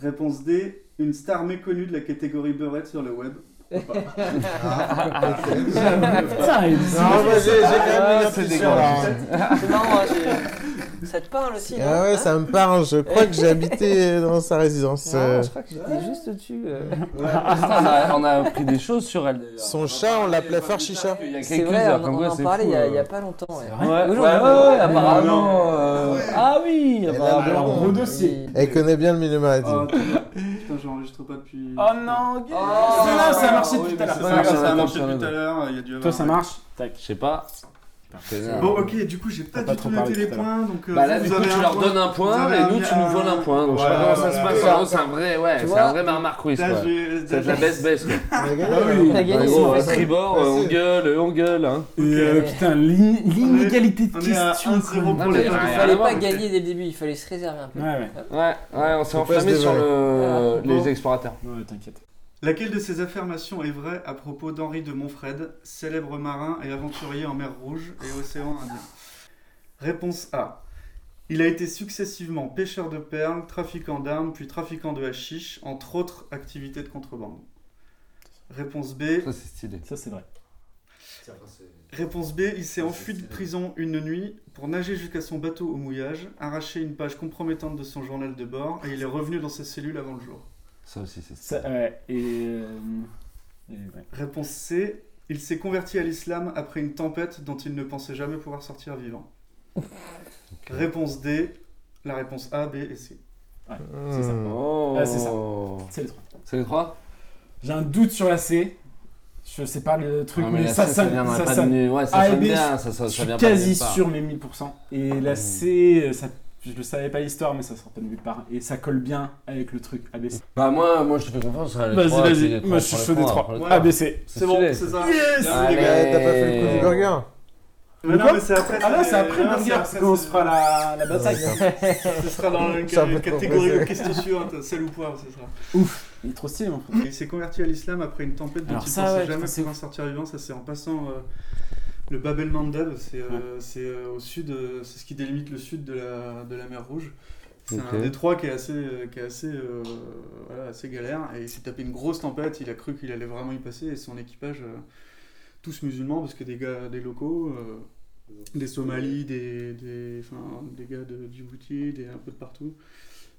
[SPEAKER 4] Réponse D, une star méconnue de la catégorie beurette sur le web. Pourquoi pas
[SPEAKER 6] Putain, il
[SPEAKER 2] Non, moi, j'ai j'ai quand même
[SPEAKER 3] Ah,
[SPEAKER 2] une
[SPEAKER 3] c'est
[SPEAKER 2] intuition, là.
[SPEAKER 3] dégueulasse.
[SPEAKER 7] *laughs* C'est marrant, hein, j'ai- ça te parle aussi. non
[SPEAKER 2] Ah ouais,
[SPEAKER 7] Hein
[SPEAKER 2] ça me parle. Je crois que j'ai habité dans sa résidence.
[SPEAKER 7] Ah,
[SPEAKER 2] euh.
[SPEAKER 7] Je crois que j'étais juste dessus. euh.
[SPEAKER 3] on, a, Ah, on a appris des choses sur elle. d'ailleurs.
[SPEAKER 2] Son chat, on l'appelait Far Chicha.
[SPEAKER 3] Il y a
[SPEAKER 7] C'est
[SPEAKER 3] quelques
[SPEAKER 7] vrai,
[SPEAKER 3] heures,
[SPEAKER 7] on,
[SPEAKER 3] comme
[SPEAKER 7] on
[SPEAKER 3] quoi,
[SPEAKER 7] en
[SPEAKER 3] c'est
[SPEAKER 7] parlait
[SPEAKER 3] fou,
[SPEAKER 7] il y, a- il y a
[SPEAKER 3] euh.
[SPEAKER 7] pas longtemps. ouais.
[SPEAKER 3] Ouais, ouais, ouais,
[SPEAKER 7] Bonjour, bonjour.
[SPEAKER 3] ouais, apparemment. euh, Ah oui,
[SPEAKER 2] Elle a
[SPEAKER 3] apparemment.
[SPEAKER 2] un
[SPEAKER 6] gros dossier.
[SPEAKER 2] Elle connaît bien le milieu
[SPEAKER 4] Oh,
[SPEAKER 2] maritime.
[SPEAKER 4] Putain, j'enregistre pas depuis.
[SPEAKER 6] Oh non,
[SPEAKER 7] Oh,
[SPEAKER 6] Ça, Ah, là, ça a marché
[SPEAKER 4] Ah Oui,
[SPEAKER 6] depuis tout à
[SPEAKER 4] mais c'est
[SPEAKER 3] Ouais,
[SPEAKER 4] pas
[SPEAKER 6] l'heure.
[SPEAKER 4] grave,
[SPEAKER 3] ça
[SPEAKER 4] ça a
[SPEAKER 3] va,
[SPEAKER 4] marché
[SPEAKER 3] ça va.
[SPEAKER 4] depuis tout à l'heure, il y a dû avoir
[SPEAKER 6] Toi, ça
[SPEAKER 4] un-
[SPEAKER 6] marche Tac.
[SPEAKER 3] Je sais pas. Connard.
[SPEAKER 4] Bon, ok, du coup, j'ai pas
[SPEAKER 6] T'as pas
[SPEAKER 4] du
[SPEAKER 6] trop
[SPEAKER 4] tout
[SPEAKER 6] parlé
[SPEAKER 4] noté les
[SPEAKER 6] tout à l'heure.
[SPEAKER 4] points, donc. euh,
[SPEAKER 3] Bah là,
[SPEAKER 4] vous
[SPEAKER 3] du coup,
[SPEAKER 4] avez
[SPEAKER 3] tu
[SPEAKER 4] un
[SPEAKER 3] leur
[SPEAKER 4] point.
[SPEAKER 3] donnes un point
[SPEAKER 4] Vous avez
[SPEAKER 3] et nous,
[SPEAKER 4] un-
[SPEAKER 3] tu nous voles un point. Donc, Ah, je sais
[SPEAKER 4] Voilà,
[SPEAKER 3] pas comment ça se
[SPEAKER 4] voilà.
[SPEAKER 3] passe. Arnaud, C'est un vrai, ouais,
[SPEAKER 7] Tu
[SPEAKER 3] c'est
[SPEAKER 7] vois
[SPEAKER 3] un vrai Marmar Quiz.
[SPEAKER 4] Là,
[SPEAKER 3] quoi.
[SPEAKER 4] je vais-
[SPEAKER 3] C'est de la best base quoi.
[SPEAKER 2] Elle a gagné,
[SPEAKER 6] Ah oui.
[SPEAKER 2] alors.
[SPEAKER 7] T'as
[SPEAKER 3] Ouais,
[SPEAKER 7] gagné,
[SPEAKER 3] gros,
[SPEAKER 7] c'est
[SPEAKER 3] à
[SPEAKER 7] facile.
[SPEAKER 3] tribord, euh, on
[SPEAKER 2] Facile.
[SPEAKER 3] gueule, euh, on gueule. Hein.
[SPEAKER 6] Et euh, putain, l'in- l'inégalité de
[SPEAKER 4] On est à
[SPEAKER 6] questions.
[SPEAKER 4] 1-0
[SPEAKER 6] quoi.
[SPEAKER 4] pour
[SPEAKER 3] mais
[SPEAKER 4] les
[SPEAKER 3] rien
[SPEAKER 4] points.
[SPEAKER 7] Il
[SPEAKER 3] à
[SPEAKER 7] fallait
[SPEAKER 3] voir,
[SPEAKER 7] pas
[SPEAKER 3] mais-
[SPEAKER 7] gagner dès le début, il fallait se réserver un peu. Euh,
[SPEAKER 6] Ouais, ouais.
[SPEAKER 3] Ouais, ouais, on s'est
[SPEAKER 2] Faut pas se
[SPEAKER 3] enflammé sur
[SPEAKER 2] dévaler.
[SPEAKER 3] le...
[SPEAKER 4] Ah. Bon.
[SPEAKER 3] les explorateurs.
[SPEAKER 6] Ouais, t'inquiète.
[SPEAKER 4] Laquelle de ces affirmations est vraie à propos d'Henri de Montfred, célèbre marin et aventurier en mer Rouge et océan Indien Réponse A. Il a été successivement pêcheur de perles, trafiquant d'armes, puis trafiquant de hashish, entre autres activités de contrebande. Réponse B.
[SPEAKER 3] Ça, c'est stylé.
[SPEAKER 6] Ça, c'est vrai.
[SPEAKER 4] Réponse B, il s'est enfui de prison une nuit pour nager jusqu'à son bateau au mouillage, arracher une page compromettante de son journal de bord et il est revenu dans sa cellule avant le jour.
[SPEAKER 3] Ça aussi, c'est stylé.
[SPEAKER 6] Ça, ouais, et. euh, et ouais.
[SPEAKER 4] Réponse C, il s'est converti à l'islam après une tempête dont il ne pensait jamais pouvoir sortir vivant. Réponse D, la réponse A, B et C.
[SPEAKER 6] C'est ça.
[SPEAKER 2] Hmm.
[SPEAKER 3] Oh.
[SPEAKER 6] Ah, c'est ça. C'est les trois.
[SPEAKER 3] C'est les trois
[SPEAKER 6] J'ai un doute sur la C. Je sais pas le truc,
[SPEAKER 3] Ah,
[SPEAKER 6] mais,
[SPEAKER 3] la
[SPEAKER 6] ça,
[SPEAKER 3] C,
[SPEAKER 6] ça,
[SPEAKER 3] vient dans la
[SPEAKER 6] ça,
[SPEAKER 3] panne
[SPEAKER 6] ça-
[SPEAKER 3] nulle. Ouais, ça
[SPEAKER 6] A et
[SPEAKER 3] sonne
[SPEAKER 6] B,
[SPEAKER 3] bien. Ça, ça,
[SPEAKER 6] Je
[SPEAKER 3] ça vient
[SPEAKER 6] suis
[SPEAKER 3] pas de
[SPEAKER 6] quasi
[SPEAKER 3] nulle part.
[SPEAKER 6] sûr, mais 1000%. Et la
[SPEAKER 3] Mm.
[SPEAKER 6] C, euh, ça, je le savais pas l'histoire, mais ça sort pas de nulle part. Et ça colle bien avec le truc ABC.
[SPEAKER 3] Bah, moi, moi, je te fais confiance. hein, les
[SPEAKER 6] Vas-y,
[SPEAKER 3] trois, c'est les
[SPEAKER 6] vas-y,
[SPEAKER 3] trois,
[SPEAKER 6] moi je suis
[SPEAKER 3] prends les
[SPEAKER 6] chaud des
[SPEAKER 3] trois,
[SPEAKER 6] trois.
[SPEAKER 3] prends les
[SPEAKER 4] Ouais.
[SPEAKER 3] trois.
[SPEAKER 6] ABC.
[SPEAKER 4] C'est bon,
[SPEAKER 3] stylé.
[SPEAKER 4] c'est ça.
[SPEAKER 6] Yes
[SPEAKER 4] Bien vu, les
[SPEAKER 2] Eh,
[SPEAKER 4] gars.
[SPEAKER 3] Allez.
[SPEAKER 2] T'as pas fait le coup du burger
[SPEAKER 4] Mais
[SPEAKER 6] Quoi
[SPEAKER 4] non, mais c'est après.
[SPEAKER 6] Ah là, c'est
[SPEAKER 4] euh,
[SPEAKER 6] après le
[SPEAKER 4] non,
[SPEAKER 6] burger,
[SPEAKER 4] c'est
[SPEAKER 6] parce
[SPEAKER 4] après,
[SPEAKER 6] qu'on
[SPEAKER 4] c'est-
[SPEAKER 6] se fera la, la bataille.
[SPEAKER 4] *laughs* Ce sera dans la
[SPEAKER 2] C'est un peu trop
[SPEAKER 4] catégorie
[SPEAKER 2] facile.
[SPEAKER 4] de questions suivantes, sel ou poivre, ce sera.
[SPEAKER 6] Il est trop stylé, mon frère.
[SPEAKER 4] Il s'est converti à l'islam après une tempête dont
[SPEAKER 6] Alors
[SPEAKER 4] il
[SPEAKER 6] ça,
[SPEAKER 4] pensait
[SPEAKER 6] ouais,
[SPEAKER 4] jamais
[SPEAKER 6] putain, c'est
[SPEAKER 4] pouvoir sortir vivant. Ça, c'est en passant euh, le Bab el Mandeb, c'est euh, c'est, euh, au sud, euh, c'est ce qui délimite le sud de la, de la mer Rouge. C'est
[SPEAKER 3] Ok.
[SPEAKER 4] un détroit qui est assez, euh, qui est assez, euh, voilà, assez galère. Et il s'est tapé une grosse tempête, il a cru qu'il allait vraiment y passer. Et son équipage, euh, tous musulmans, parce que des gars, des locaux, euh, des Somalis, des, des, enfin, des gars de Djibouti, des, un peu de partout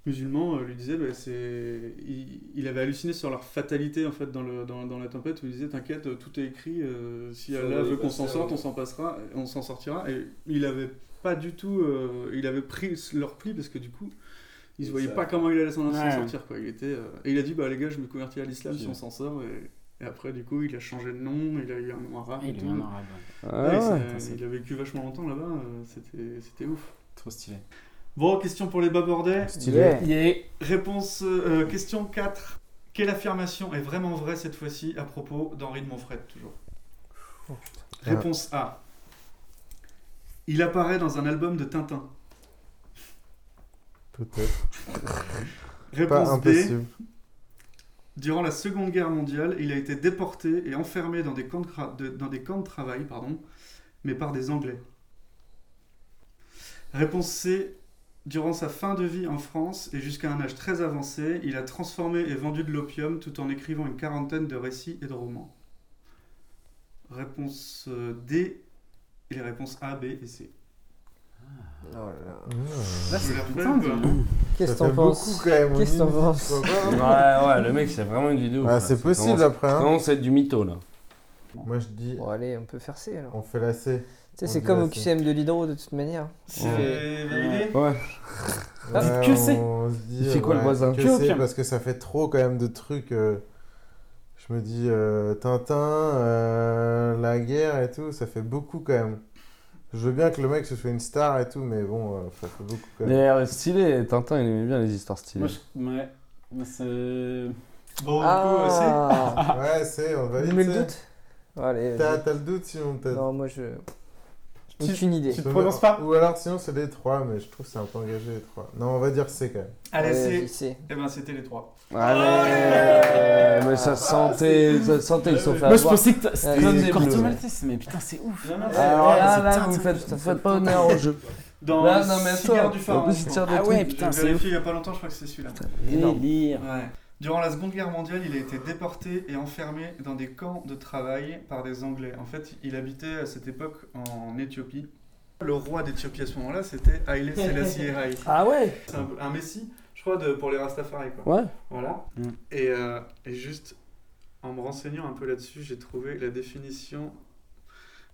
[SPEAKER 4] musulmans euh, lui disaient, bah, c'est... Il, il avait halluciné sur leur fatalité en fait dans, le, dans, dans la tempête où il disait t'inquiète euh, tout est écrit euh, si
[SPEAKER 3] Ça
[SPEAKER 4] Allah
[SPEAKER 3] va y
[SPEAKER 4] veut qu'on s'en
[SPEAKER 3] passer,
[SPEAKER 4] sorte
[SPEAKER 3] ouais.
[SPEAKER 4] on s'en passera on s'en sortira et il avait pas du tout euh, il avait pris leur pli parce que du coup ils se
[SPEAKER 3] Et
[SPEAKER 4] voyaient
[SPEAKER 3] ça-
[SPEAKER 4] pas comment il allait s'en s'en
[SPEAKER 6] Ouais.
[SPEAKER 4] sortir quoi il était euh, et il a dit bah les gars je me convertis à l'islam si
[SPEAKER 6] Ouais.
[SPEAKER 4] on s'en sort et, et après du coup il a changé de nom il a eu un nom arabe et
[SPEAKER 6] Il est
[SPEAKER 4] tout.
[SPEAKER 6] bien arabe.
[SPEAKER 3] Ah,
[SPEAKER 4] Ouais, ça-
[SPEAKER 3] ouais.
[SPEAKER 6] Putain, c'est-
[SPEAKER 4] il a vécu vachement longtemps là-bas euh, c'était c'était ouf
[SPEAKER 6] Trop stylé.
[SPEAKER 4] bon question pour les babordais
[SPEAKER 2] Stylé.
[SPEAKER 6] Yeah.
[SPEAKER 4] Réponse, euh, question 4. Quelle affirmation est vraiment vraie cette fois-ci à propos d'Henri de Montfred, toujours
[SPEAKER 2] Ah.
[SPEAKER 4] Réponse A. Il apparaît dans un album de Tintin.
[SPEAKER 2] Peut-être. Pas
[SPEAKER 4] Réponse B.
[SPEAKER 2] impossible.
[SPEAKER 4] Durant la Seconde Guerre mondiale, il a été déporté et enfermé dans des camps de, cra- de- dans des camps de travail, pardon, mais par des Anglais. Réponse C. Durant sa fin de vie en France et jusqu'à un âge très avancé, il a transformé et vendu de l'opium tout en écrivant une quarantaine de récits et de romans. Réponse euh, D. Et les réponses A, B et C.
[SPEAKER 6] Là,
[SPEAKER 4] Je
[SPEAKER 6] Ah, c'est
[SPEAKER 4] leur fais
[SPEAKER 6] putain
[SPEAKER 4] ou
[SPEAKER 6] de.
[SPEAKER 4] pas hein
[SPEAKER 7] Qu'est-ce
[SPEAKER 2] Hmm. Ça
[SPEAKER 7] que t'en
[SPEAKER 2] fait beaucoup
[SPEAKER 7] penses
[SPEAKER 2] quand même.
[SPEAKER 7] Qu'est-ce que t'en
[SPEAKER 2] Une
[SPEAKER 7] penses
[SPEAKER 2] minute, quoi.
[SPEAKER 3] Ouais, ouais, le mec, c'est vraiment une vidéo.
[SPEAKER 2] Ah, c'est possible après. hein.
[SPEAKER 3] Non, c'est du mytho là.
[SPEAKER 2] Moi je dis,
[SPEAKER 7] Bon, allez, on peut faire C alors.
[SPEAKER 2] on fait la C.
[SPEAKER 7] Tu sais,
[SPEAKER 2] on
[SPEAKER 7] c'est
[SPEAKER 2] dit
[SPEAKER 7] comme
[SPEAKER 2] là,
[SPEAKER 7] au QCM de l'hydro de toute manière.
[SPEAKER 4] C'est validé
[SPEAKER 3] Ouais.
[SPEAKER 6] Ah, que c'est
[SPEAKER 2] on se dit,
[SPEAKER 3] C'est
[SPEAKER 2] euh,
[SPEAKER 3] quoi le
[SPEAKER 2] ouais,
[SPEAKER 3] voisin
[SPEAKER 2] Que
[SPEAKER 6] Que
[SPEAKER 2] c'est
[SPEAKER 6] opium.
[SPEAKER 2] parce que ça fait trop quand même de trucs. euh, Je me dis euh, Tintin, euh, la guerre et tout, ça fait beaucoup quand même. Je veux bien que le mec se soit une star et tout, mais bon, euh, ça fait beaucoup quand même.
[SPEAKER 3] D'ailleurs, stylé, Tintin, il aimait bien les histoires stylées.
[SPEAKER 6] Moi, je. Ouais. Moi, c'est.
[SPEAKER 4] Bon, du coup, euh,
[SPEAKER 7] Ah *laughs*
[SPEAKER 2] Ouais, c'est, on valide.
[SPEAKER 7] Mais Ah. le
[SPEAKER 2] c'est.
[SPEAKER 7] doute Allez,
[SPEAKER 2] T'as
[SPEAKER 7] vas-y.
[SPEAKER 2] t'as le doute sinon peut-être.
[SPEAKER 7] Non, moi je.
[SPEAKER 2] Tu-
[SPEAKER 7] Aucune idée.
[SPEAKER 6] tu te prononces pas
[SPEAKER 2] Ou alors sinon c'est les trois, mais je trouve que c'est un peu engagé les trois. Non, on va dire c'est quand même.
[SPEAKER 4] Allez, c'est.
[SPEAKER 7] c'est.
[SPEAKER 4] Eh ben, c'était les trois.
[SPEAKER 3] Allez Mais ça sentait, ça sentait qu'ils sont fait
[SPEAKER 6] Moi, je
[SPEAKER 3] avoir.
[SPEAKER 6] pensais que
[SPEAKER 3] Comme
[SPEAKER 7] Ouais,
[SPEAKER 3] Ah,
[SPEAKER 6] c'était
[SPEAKER 3] des
[SPEAKER 6] des
[SPEAKER 3] bleus.
[SPEAKER 6] Corto Maltese, mais putain, c'est ouf. Ah.
[SPEAKER 4] Non, non, c'est-
[SPEAKER 7] Alors là,
[SPEAKER 6] c'est
[SPEAKER 7] là,
[SPEAKER 6] putain,
[SPEAKER 7] vous
[SPEAKER 6] ça,
[SPEAKER 7] faites,
[SPEAKER 6] putain,
[SPEAKER 7] vous faites pas honneur au jeu.
[SPEAKER 4] Dans
[SPEAKER 7] Là, non, mais
[SPEAKER 4] Cigare
[SPEAKER 7] attends.
[SPEAKER 4] du
[SPEAKER 7] En
[SPEAKER 4] Pharaon.
[SPEAKER 7] plus, il tire des
[SPEAKER 6] Ah ouais,
[SPEAKER 7] trucs.
[SPEAKER 6] putain,
[SPEAKER 4] J'ai
[SPEAKER 6] c'est ouf.
[SPEAKER 4] vérifié il y a pas longtemps, je crois que c'est celui-là.
[SPEAKER 7] Énorme.
[SPEAKER 6] Délire.
[SPEAKER 4] Ouais. Durant la Seconde Guerre mondiale, il a été déporté et enfermé dans des camps de travail par des Anglais. En fait, il habitait à cette époque en Éthiopie. Le roi d'Éthiopie à ce moment-là, c'était Haile Selassie Haile.
[SPEAKER 3] Ah ouais
[SPEAKER 4] C'est un, un messie, je crois, de, pour les Rastafari. Quoi.
[SPEAKER 3] Ouais.
[SPEAKER 4] Voilà.
[SPEAKER 6] Mm.
[SPEAKER 4] Et, euh, et juste en me renseignant un peu là-dessus, j'ai trouvé la définition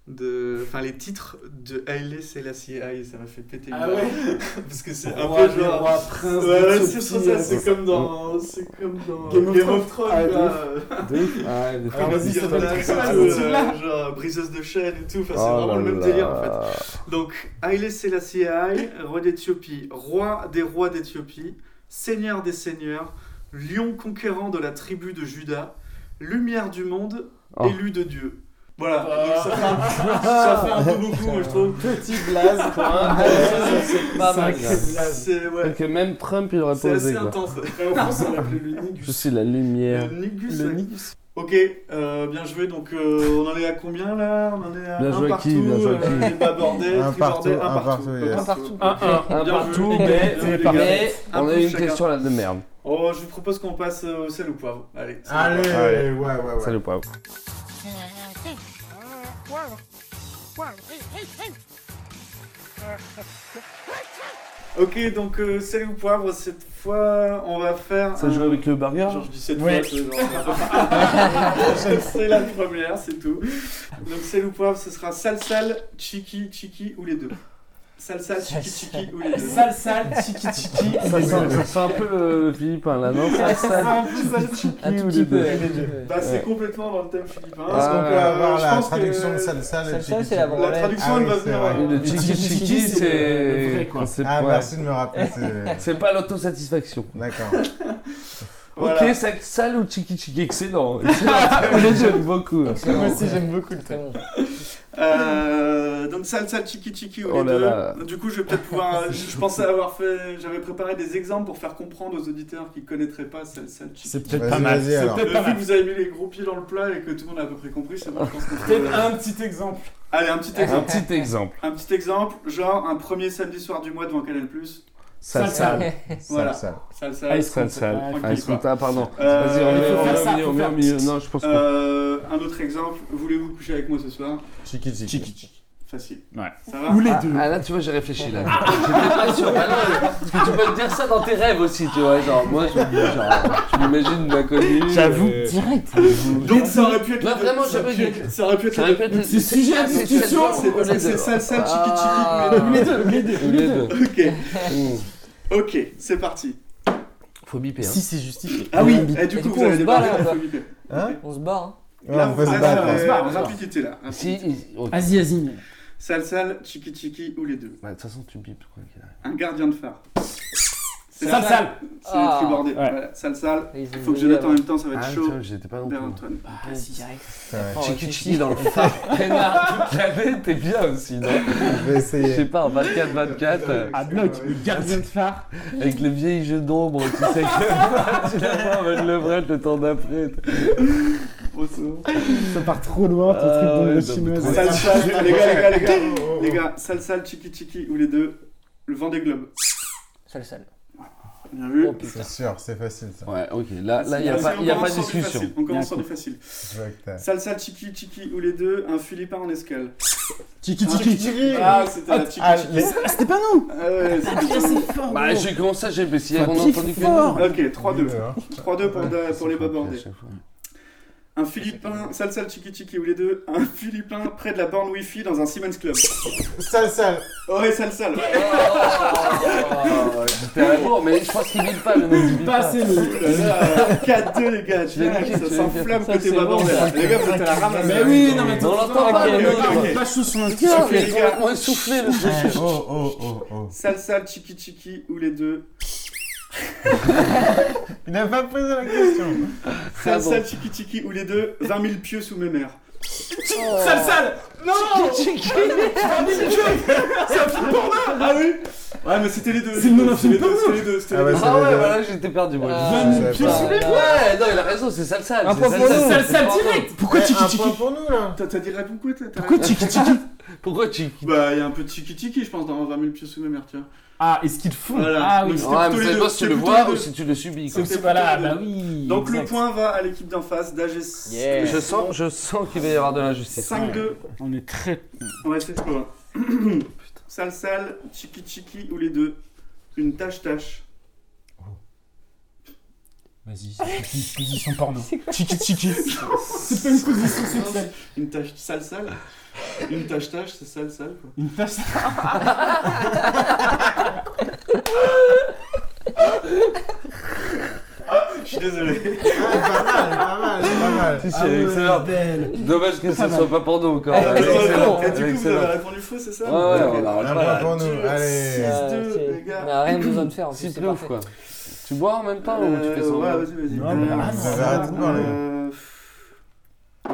[SPEAKER 4] de. Enfin, les titres de Haile Selassie Haile. Ça m'a fait péter
[SPEAKER 6] Ah
[SPEAKER 4] une
[SPEAKER 6] ouais
[SPEAKER 4] barre. *laughs* Parce que c'est un
[SPEAKER 6] Roi,
[SPEAKER 4] peu
[SPEAKER 6] des
[SPEAKER 4] genre.
[SPEAKER 6] rois, prince,
[SPEAKER 4] Ouais, ouais,
[SPEAKER 6] des
[SPEAKER 4] c'est ça,
[SPEAKER 6] soupers.
[SPEAKER 4] ça, c'est comme dans. C'est comme dans.
[SPEAKER 3] euh, Game of
[SPEAKER 4] Thrones,
[SPEAKER 3] Ah, de
[SPEAKER 4] quoi.
[SPEAKER 3] De ouf. Ah, de
[SPEAKER 4] Comme
[SPEAKER 6] Alors,
[SPEAKER 4] Game
[SPEAKER 6] vas-y,
[SPEAKER 4] of
[SPEAKER 6] c'est
[SPEAKER 4] Thrones,
[SPEAKER 6] toi,
[SPEAKER 4] quoi,
[SPEAKER 6] c'est
[SPEAKER 4] euh,
[SPEAKER 6] toi.
[SPEAKER 4] genre briseuse de chaînes et tout,
[SPEAKER 3] Oh
[SPEAKER 4] enfin, c'est vraiment le même délire en fait. Donc, Haile Selassie Haile, roi d'Éthiopie, roi des rois d'Éthiopie, seigneur des seigneurs, lion conquérant de la tribu de Juda, lumière du monde,
[SPEAKER 3] Oh.
[SPEAKER 4] élu de Dieu. Voilà, donc ça, fait un, ça fait un peu beaucoup, moi, je
[SPEAKER 3] *laughs*
[SPEAKER 4] trouve.
[SPEAKER 3] Petit blaze, quoi.
[SPEAKER 7] C'est pas mal.
[SPEAKER 6] Sacré blaze.
[SPEAKER 4] C'est ouais,
[SPEAKER 3] Que même Trump, il aurait
[SPEAKER 4] c'est
[SPEAKER 3] pas osé,
[SPEAKER 4] assez
[SPEAKER 3] quoi.
[SPEAKER 4] intense.
[SPEAKER 3] Je suis la lumière.
[SPEAKER 4] Le Nigus.
[SPEAKER 6] euh, Le
[SPEAKER 4] ouais.
[SPEAKER 6] Nigus.
[SPEAKER 4] Ok, euh, bien joué. Donc, euh, on en est à combien là On en est à
[SPEAKER 3] Bien
[SPEAKER 4] un
[SPEAKER 3] joué
[SPEAKER 4] partout.
[SPEAKER 3] qui Bien joué
[SPEAKER 4] euh,
[SPEAKER 3] qui
[SPEAKER 4] débat bordel,
[SPEAKER 2] Un
[SPEAKER 4] tri bordel,
[SPEAKER 2] partout,
[SPEAKER 4] un
[SPEAKER 2] un
[SPEAKER 4] partout.
[SPEAKER 2] partout, yes.
[SPEAKER 4] Un partout.
[SPEAKER 6] Un, un.
[SPEAKER 3] Un
[SPEAKER 4] Bien
[SPEAKER 3] partout,
[SPEAKER 4] joué.
[SPEAKER 3] mais
[SPEAKER 4] Les
[SPEAKER 3] c'est
[SPEAKER 4] gars,
[SPEAKER 3] parfait.
[SPEAKER 4] un
[SPEAKER 3] On a
[SPEAKER 4] pouce
[SPEAKER 3] eu une
[SPEAKER 4] chacun.
[SPEAKER 3] question là de merde.
[SPEAKER 4] Oh, je vous propose qu'on passe euh, au sel ou poivre. Allez. c'est
[SPEAKER 2] Allez,
[SPEAKER 4] bon.
[SPEAKER 2] ouais, ouais, ouais.
[SPEAKER 3] Salut, poivre.
[SPEAKER 4] Ok, donc euh, sel ou poivre, cette fois, on va faire.
[SPEAKER 3] Ça
[SPEAKER 4] un-
[SPEAKER 3] joue avec le burger
[SPEAKER 4] Genre, je dis cette
[SPEAKER 6] Ouais.
[SPEAKER 4] fois, c'est genre- *laughs* c'est la première, c'est tout. Donc, sel ou poivre, ce sera salsal, chiki, chiki ou les deux. Salsal, chiki, chiki ou les deux.
[SPEAKER 6] Sale, sale, tiki tiki.
[SPEAKER 3] Ça sent, ça sent un peu euh, Philippin là, non Ça sent un
[SPEAKER 7] Un tout
[SPEAKER 3] ou
[SPEAKER 7] petit
[SPEAKER 3] les
[SPEAKER 7] peu.
[SPEAKER 3] deux
[SPEAKER 7] un petit peu.
[SPEAKER 4] Bah, c'est
[SPEAKER 3] Ouais.
[SPEAKER 4] complètement dans le thème philippin. Euh,
[SPEAKER 2] Est-ce qu'on
[SPEAKER 3] Ah,
[SPEAKER 2] peut avoir
[SPEAKER 4] je
[SPEAKER 2] la
[SPEAKER 4] pense que-
[SPEAKER 2] traduction de salsa
[SPEAKER 7] Salsa,
[SPEAKER 2] le chiqui
[SPEAKER 7] c'est la
[SPEAKER 2] chiqui
[SPEAKER 4] La
[SPEAKER 7] Ouais.
[SPEAKER 4] traduction,
[SPEAKER 2] Ah
[SPEAKER 4] elle
[SPEAKER 2] oui,
[SPEAKER 4] va
[SPEAKER 2] c'est
[SPEAKER 4] venir.
[SPEAKER 2] vrai.
[SPEAKER 4] ouais.
[SPEAKER 3] Le tchiki tchiki,
[SPEAKER 6] le vrai,
[SPEAKER 3] c'est.
[SPEAKER 6] quoi.
[SPEAKER 3] c'est-
[SPEAKER 2] Ah,
[SPEAKER 3] ouais.
[SPEAKER 2] merci de me rappeler.
[SPEAKER 3] *laughs*
[SPEAKER 2] c'est-
[SPEAKER 3] C'est pas l'autosatisfaction.
[SPEAKER 2] D'accord.
[SPEAKER 4] Voilà.
[SPEAKER 3] Ok, ça, sale ou tchiki tchiki,
[SPEAKER 4] *laughs*
[SPEAKER 3] excellent. Excellent, j'aime beaucoup.
[SPEAKER 7] Moi
[SPEAKER 2] aussi, j'aime beaucoup le
[SPEAKER 7] Très bon.
[SPEAKER 4] Euh, donc salsa chiki chiki ou
[SPEAKER 3] Oh
[SPEAKER 4] les
[SPEAKER 3] là
[SPEAKER 4] deux.
[SPEAKER 3] là.
[SPEAKER 4] Du coup, je vais peut-être
[SPEAKER 2] *laughs*
[SPEAKER 4] pouvoir. je, je pensais avoir fait. J'avais préparé des exemples pour faire comprendre aux auditeurs qui connaîtraient pas salsa chiki.
[SPEAKER 6] C'est peut-être
[SPEAKER 2] Vas-y,
[SPEAKER 6] pas mal.
[SPEAKER 2] vas-y,
[SPEAKER 6] C'est
[SPEAKER 2] alors.
[SPEAKER 6] peut-être
[SPEAKER 4] Le
[SPEAKER 6] pas
[SPEAKER 4] vu que
[SPEAKER 6] mal.
[SPEAKER 4] vous avez mis les gros pieds dans le plat et que tout le monde a à peu près compris, c'est bon, je pense qu'on peut-
[SPEAKER 6] Peut-être un Ah. petit exemple.
[SPEAKER 4] Allez, un petit
[SPEAKER 3] Un
[SPEAKER 4] exemple.
[SPEAKER 3] petit exemple.
[SPEAKER 4] Un petit exemple, genre un premier samedi soir du mois devant Canal+.
[SPEAKER 3] Sale,
[SPEAKER 6] Sale.
[SPEAKER 3] sale.
[SPEAKER 4] Voilà.
[SPEAKER 2] Salsa.
[SPEAKER 4] Salsa.
[SPEAKER 3] Ice sale, sale.
[SPEAKER 4] tranquille,
[SPEAKER 3] Ice
[SPEAKER 4] quoi.
[SPEAKER 3] compta, pardon.
[SPEAKER 4] Euh,
[SPEAKER 3] Vas-y, on met
[SPEAKER 6] faut
[SPEAKER 3] on
[SPEAKER 6] faire
[SPEAKER 3] met
[SPEAKER 6] ça,
[SPEAKER 3] au milieu,
[SPEAKER 6] faut
[SPEAKER 3] on met au
[SPEAKER 6] faire
[SPEAKER 3] milieu.
[SPEAKER 6] p'tit.
[SPEAKER 3] Non, je pense pas.
[SPEAKER 4] Euh, un autre exemple, voulez-vous coucher avec moi ce soir
[SPEAKER 2] Chiqui chiqui.
[SPEAKER 6] Tchiki tchiki.
[SPEAKER 4] Facile.
[SPEAKER 6] Ouais.
[SPEAKER 4] Ça va
[SPEAKER 6] Ou les
[SPEAKER 3] Ah,
[SPEAKER 6] deux.
[SPEAKER 3] ah, là, tu vois, j'ai réfléchi là. *laughs* J'étais pas sûr. Ah, non, parce que tu peux te dire ça dans tes rêves aussi, tu vois. Genre, moi, je me dis, genre, je m'imagine ma connue.
[SPEAKER 6] J'avoue,
[SPEAKER 3] euh,
[SPEAKER 6] direct.
[SPEAKER 4] Donc ça aurait pu être.
[SPEAKER 3] Là,
[SPEAKER 4] les deux.
[SPEAKER 3] Bah, vraiment,
[SPEAKER 4] ça aurait
[SPEAKER 3] j'avais
[SPEAKER 4] pu être- ça aurait pu être.
[SPEAKER 3] Ça
[SPEAKER 4] les deux.
[SPEAKER 3] répète le
[SPEAKER 6] C'est sujet à
[SPEAKER 3] Ah, c'est
[SPEAKER 6] discussion,
[SPEAKER 3] celle-là,
[SPEAKER 4] c'est parce
[SPEAKER 3] les
[SPEAKER 4] que c'est
[SPEAKER 3] deux.
[SPEAKER 4] salsa,
[SPEAKER 3] Ah.
[SPEAKER 4] tchiki,
[SPEAKER 6] Les deux, les deux,
[SPEAKER 3] Ou les deux.
[SPEAKER 4] Ok.
[SPEAKER 3] Mmh.
[SPEAKER 4] Ok, c'est parti.
[SPEAKER 3] Faut biper. Hein.
[SPEAKER 6] Si c'est justifié.
[SPEAKER 4] Ah oui,
[SPEAKER 7] Et
[SPEAKER 4] et du
[SPEAKER 7] du
[SPEAKER 4] coup,
[SPEAKER 7] coup,
[SPEAKER 4] vous
[SPEAKER 7] on
[SPEAKER 4] allez
[SPEAKER 7] se barre,
[SPEAKER 4] débarquer
[SPEAKER 7] là,
[SPEAKER 4] la
[SPEAKER 7] on va.
[SPEAKER 4] famille.
[SPEAKER 2] Hein
[SPEAKER 7] On se barre. hein.
[SPEAKER 2] Ouais,
[SPEAKER 4] Là,
[SPEAKER 2] Ah, On
[SPEAKER 4] vous
[SPEAKER 2] peut se
[SPEAKER 4] allez
[SPEAKER 2] battre. hein.
[SPEAKER 4] faire,
[SPEAKER 6] on se barre, on
[SPEAKER 4] euh,
[SPEAKER 6] se barre.
[SPEAKER 4] Rapidité là.
[SPEAKER 3] Si, il- ok.
[SPEAKER 6] Vas-y, vas-y.
[SPEAKER 4] Sal sal, chiki chiki ou les deux.
[SPEAKER 3] Bah, De toute façon, tu bipes quoi qu'il arrive.
[SPEAKER 4] Un gardien de phare. C'est
[SPEAKER 6] Sale,
[SPEAKER 4] la-
[SPEAKER 6] sale.
[SPEAKER 4] C'est le
[SPEAKER 7] Ah.
[SPEAKER 4] tribordé.
[SPEAKER 6] Ouais.
[SPEAKER 4] Voilà, sale sale.
[SPEAKER 7] Ils ont
[SPEAKER 4] Faut que je
[SPEAKER 7] brillé,
[SPEAKER 4] note en
[SPEAKER 7] là.
[SPEAKER 4] même temps, ça va
[SPEAKER 3] Ah,
[SPEAKER 4] être
[SPEAKER 3] tu
[SPEAKER 4] chaud.
[SPEAKER 3] vois, j'étais pas non
[SPEAKER 4] Père
[SPEAKER 3] plus. Oh,
[SPEAKER 4] Antoine.
[SPEAKER 6] Ah, si, direct.
[SPEAKER 2] Ouais,
[SPEAKER 3] Tchiki tchiki dans le *laughs* phare. Connard, toute l'année, t'es bien aussi, non
[SPEAKER 2] Je vais
[SPEAKER 3] Je sais
[SPEAKER 2] essayer.
[SPEAKER 3] pas, en 24-24, euh,
[SPEAKER 6] À bloc, le gardien de phare.
[SPEAKER 3] avec les vieilles jeux d'ombre, tu sais que *laughs* tu vas pas en mode levrette le temps d'après.
[SPEAKER 4] Au secours.
[SPEAKER 6] Ça part trop loin, ton
[SPEAKER 3] Ah
[SPEAKER 6] truc
[SPEAKER 3] ouais,
[SPEAKER 6] d'ombre
[SPEAKER 3] non, mais
[SPEAKER 6] chinoise.
[SPEAKER 4] Sale sale, les gars, les gars, les gars. Les gars, sale sale, chiki chiki ou les deux. Le vent des globes.
[SPEAKER 7] Sale, sale.
[SPEAKER 4] Bien
[SPEAKER 6] Ah,
[SPEAKER 4] vu.
[SPEAKER 7] Oh putain.
[SPEAKER 2] C'est sûr, c'est facile ça.
[SPEAKER 3] Ouais, ok, là, là, y a
[SPEAKER 4] Vas-y,
[SPEAKER 3] pas,
[SPEAKER 4] on
[SPEAKER 3] y a pas
[SPEAKER 4] commence
[SPEAKER 3] de
[SPEAKER 4] sur du
[SPEAKER 3] discussion.
[SPEAKER 4] facile, On commence sur du facile.
[SPEAKER 2] Je vois que t'as-
[SPEAKER 4] Sale sale, chiki chiki ou les deux. Un Philippin en escale.
[SPEAKER 6] Tchiki
[SPEAKER 4] Un
[SPEAKER 6] tchiki.
[SPEAKER 4] tiki-tiki. Ah, c'était la
[SPEAKER 2] Ah,
[SPEAKER 4] tiki-tiki.
[SPEAKER 2] les-
[SPEAKER 6] C'était pas nous.
[SPEAKER 4] Ah ouais, c'était bon.
[SPEAKER 3] Bah, je comment ça, j'ai essayé,
[SPEAKER 6] Enfin,
[SPEAKER 3] on a
[SPEAKER 6] pif
[SPEAKER 3] entendu que
[SPEAKER 6] fort.
[SPEAKER 3] nous.
[SPEAKER 4] Ok, 3-2.
[SPEAKER 2] hein.
[SPEAKER 4] 3-2 pour, da- pour les
[SPEAKER 3] C'est
[SPEAKER 4] babordés.
[SPEAKER 3] à chaque fois.
[SPEAKER 4] Un Philippin, sale sale tiki tiki ou les deux, un Philippin près de la borne wifi dans un Siemens Club.
[SPEAKER 2] Sale, sale.
[SPEAKER 4] Oh ouais, sale sale.
[SPEAKER 3] Oh, J'étais à la bourre, mais je pense qu'il bip pas le mec. il bip
[SPEAKER 6] Pas assez le.
[SPEAKER 4] Ouh là là, 4-2 les gars, tu
[SPEAKER 3] Tu l'as
[SPEAKER 4] vois,
[SPEAKER 3] niqué,
[SPEAKER 4] ça
[SPEAKER 3] tu l'as
[SPEAKER 4] s'enflamme
[SPEAKER 3] niqué.
[SPEAKER 4] côté
[SPEAKER 3] Ça,
[SPEAKER 4] bas
[SPEAKER 3] c'est
[SPEAKER 4] bordel. Les gars, vous êtes à la ramasse.
[SPEAKER 6] Mais oui, non, mais
[SPEAKER 3] On l'entend pas,
[SPEAKER 4] Ok,
[SPEAKER 3] le
[SPEAKER 4] ok,
[SPEAKER 3] mec.
[SPEAKER 4] ok.
[SPEAKER 6] Pas chaud sur l'instant.
[SPEAKER 3] Putain,
[SPEAKER 4] les gars.
[SPEAKER 3] mais on est soufflé le truc.
[SPEAKER 2] Oh, oh, oh, oh.
[SPEAKER 4] Sale sale tiki tiki ou les deux,
[SPEAKER 2] Il n'a pas posé la question.
[SPEAKER 4] sale
[SPEAKER 3] bon.
[SPEAKER 4] sale tiki tiki ou les deux, 20 000 pieux sous mes mères.
[SPEAKER 6] Sale sale Non
[SPEAKER 4] *laughs*
[SPEAKER 6] C'est un film porno Ah oui
[SPEAKER 4] Ouais, mais c'était les deux.
[SPEAKER 6] C'est le nom d'un film
[SPEAKER 4] C'était les deux,
[SPEAKER 6] porno.
[SPEAKER 4] C'était les deux, c'était
[SPEAKER 2] Ah
[SPEAKER 4] les
[SPEAKER 2] ouais,
[SPEAKER 4] deux.
[SPEAKER 2] ça
[SPEAKER 3] Ah
[SPEAKER 2] veut
[SPEAKER 3] ouais,
[SPEAKER 2] dire-
[SPEAKER 3] voilà, j'étais perdu moi.
[SPEAKER 7] Ah,
[SPEAKER 2] je savais
[SPEAKER 6] 20 000 pieds
[SPEAKER 2] pas.
[SPEAKER 6] sous les doigts
[SPEAKER 3] Ouais, non, il a raison, c'est sale sale.
[SPEAKER 7] Un
[SPEAKER 3] c'est
[SPEAKER 7] point
[SPEAKER 3] sale,
[SPEAKER 7] pour
[SPEAKER 3] sale,
[SPEAKER 7] nous.
[SPEAKER 3] sale,
[SPEAKER 6] Sale sale
[SPEAKER 3] c'est
[SPEAKER 6] direct Pourquoi
[SPEAKER 2] Eh,
[SPEAKER 6] tiki
[SPEAKER 2] un point
[SPEAKER 6] tiki
[SPEAKER 2] pour nous là
[SPEAKER 4] T'as t'as dit réponds quoi toi t'as-
[SPEAKER 6] Pourquoi tiki tiki
[SPEAKER 4] *laughs*
[SPEAKER 3] important. Pourquoi tu.
[SPEAKER 4] Bah, il y a un peu de tiki-tiki, je pense, dans 20 000 pieds sous ma mère, tu vois.
[SPEAKER 6] Ah, et ce qu'ils font
[SPEAKER 4] Voilà.
[SPEAKER 6] Ah oui
[SPEAKER 4] C'était
[SPEAKER 3] Ouais, mais
[SPEAKER 4] plutôt les
[SPEAKER 3] ça
[SPEAKER 4] deux,
[SPEAKER 3] dépend si tu
[SPEAKER 4] c'était
[SPEAKER 3] le
[SPEAKER 4] plutôt
[SPEAKER 3] vois
[SPEAKER 4] les
[SPEAKER 3] ou
[SPEAKER 4] deux.
[SPEAKER 3] si tu le subis.
[SPEAKER 6] C'est
[SPEAKER 3] quoi.
[SPEAKER 6] aussi,
[SPEAKER 4] plutôt
[SPEAKER 6] voilà,
[SPEAKER 4] les
[SPEAKER 6] bah
[SPEAKER 4] deux.
[SPEAKER 6] oui
[SPEAKER 4] Donc le
[SPEAKER 6] exact.
[SPEAKER 4] point va à l'équipe d'en face, d'AGC.
[SPEAKER 7] Yeah.
[SPEAKER 3] Je sens, je sens qu'il va y avoir de l'injustice.
[SPEAKER 4] 5-2.
[SPEAKER 6] On est très...
[SPEAKER 4] Ouais, c'est quoi Sale sale, chiki chiki ou les deux. Une tâche tâche.
[SPEAKER 6] Oh. Vas-y, c'est
[SPEAKER 3] *laughs*
[SPEAKER 6] une position porno. Tiki
[SPEAKER 4] *laughs*
[SPEAKER 6] tiki C'est pas une position sexuelle
[SPEAKER 4] Une tâche sale sale. Une tâche tâche, c'est sale sale quoi.
[SPEAKER 6] Une place...
[SPEAKER 4] Je suis désolé.
[SPEAKER 2] Ah, Pas mal, pas mal, pas mal.
[SPEAKER 3] Si, si,
[SPEAKER 2] Ah ouais,
[SPEAKER 3] excellent.
[SPEAKER 2] belle.
[SPEAKER 3] Dommage que ça soit pas pour nous
[SPEAKER 6] Ah,
[SPEAKER 3] encore.
[SPEAKER 7] Eh,
[SPEAKER 4] Et du
[SPEAKER 3] Excellent,
[SPEAKER 4] coup, vous
[SPEAKER 3] excellent.
[SPEAKER 4] avez répondu faux, c'est ça
[SPEAKER 3] Ouais, ouais,
[SPEAKER 4] Ok.
[SPEAKER 6] Oh,
[SPEAKER 3] on a
[SPEAKER 2] Un point pour nous, allez.
[SPEAKER 4] Euh,
[SPEAKER 7] Euh,
[SPEAKER 4] deux,
[SPEAKER 7] c'est-
[SPEAKER 4] les gars.
[SPEAKER 7] On a rien besoin de faire en plus,
[SPEAKER 3] Si
[SPEAKER 7] c'est
[SPEAKER 3] de ouf
[SPEAKER 4] Ah,
[SPEAKER 7] parfait.
[SPEAKER 3] quoi. Tu bois en même temps ou tu
[SPEAKER 4] Euh,
[SPEAKER 3] fais semblant
[SPEAKER 4] Ouais, vas-y, vas-y.
[SPEAKER 6] Non, mais arrête,
[SPEAKER 2] vous avez arrêté de parler.
[SPEAKER 4] euh, pff, euh,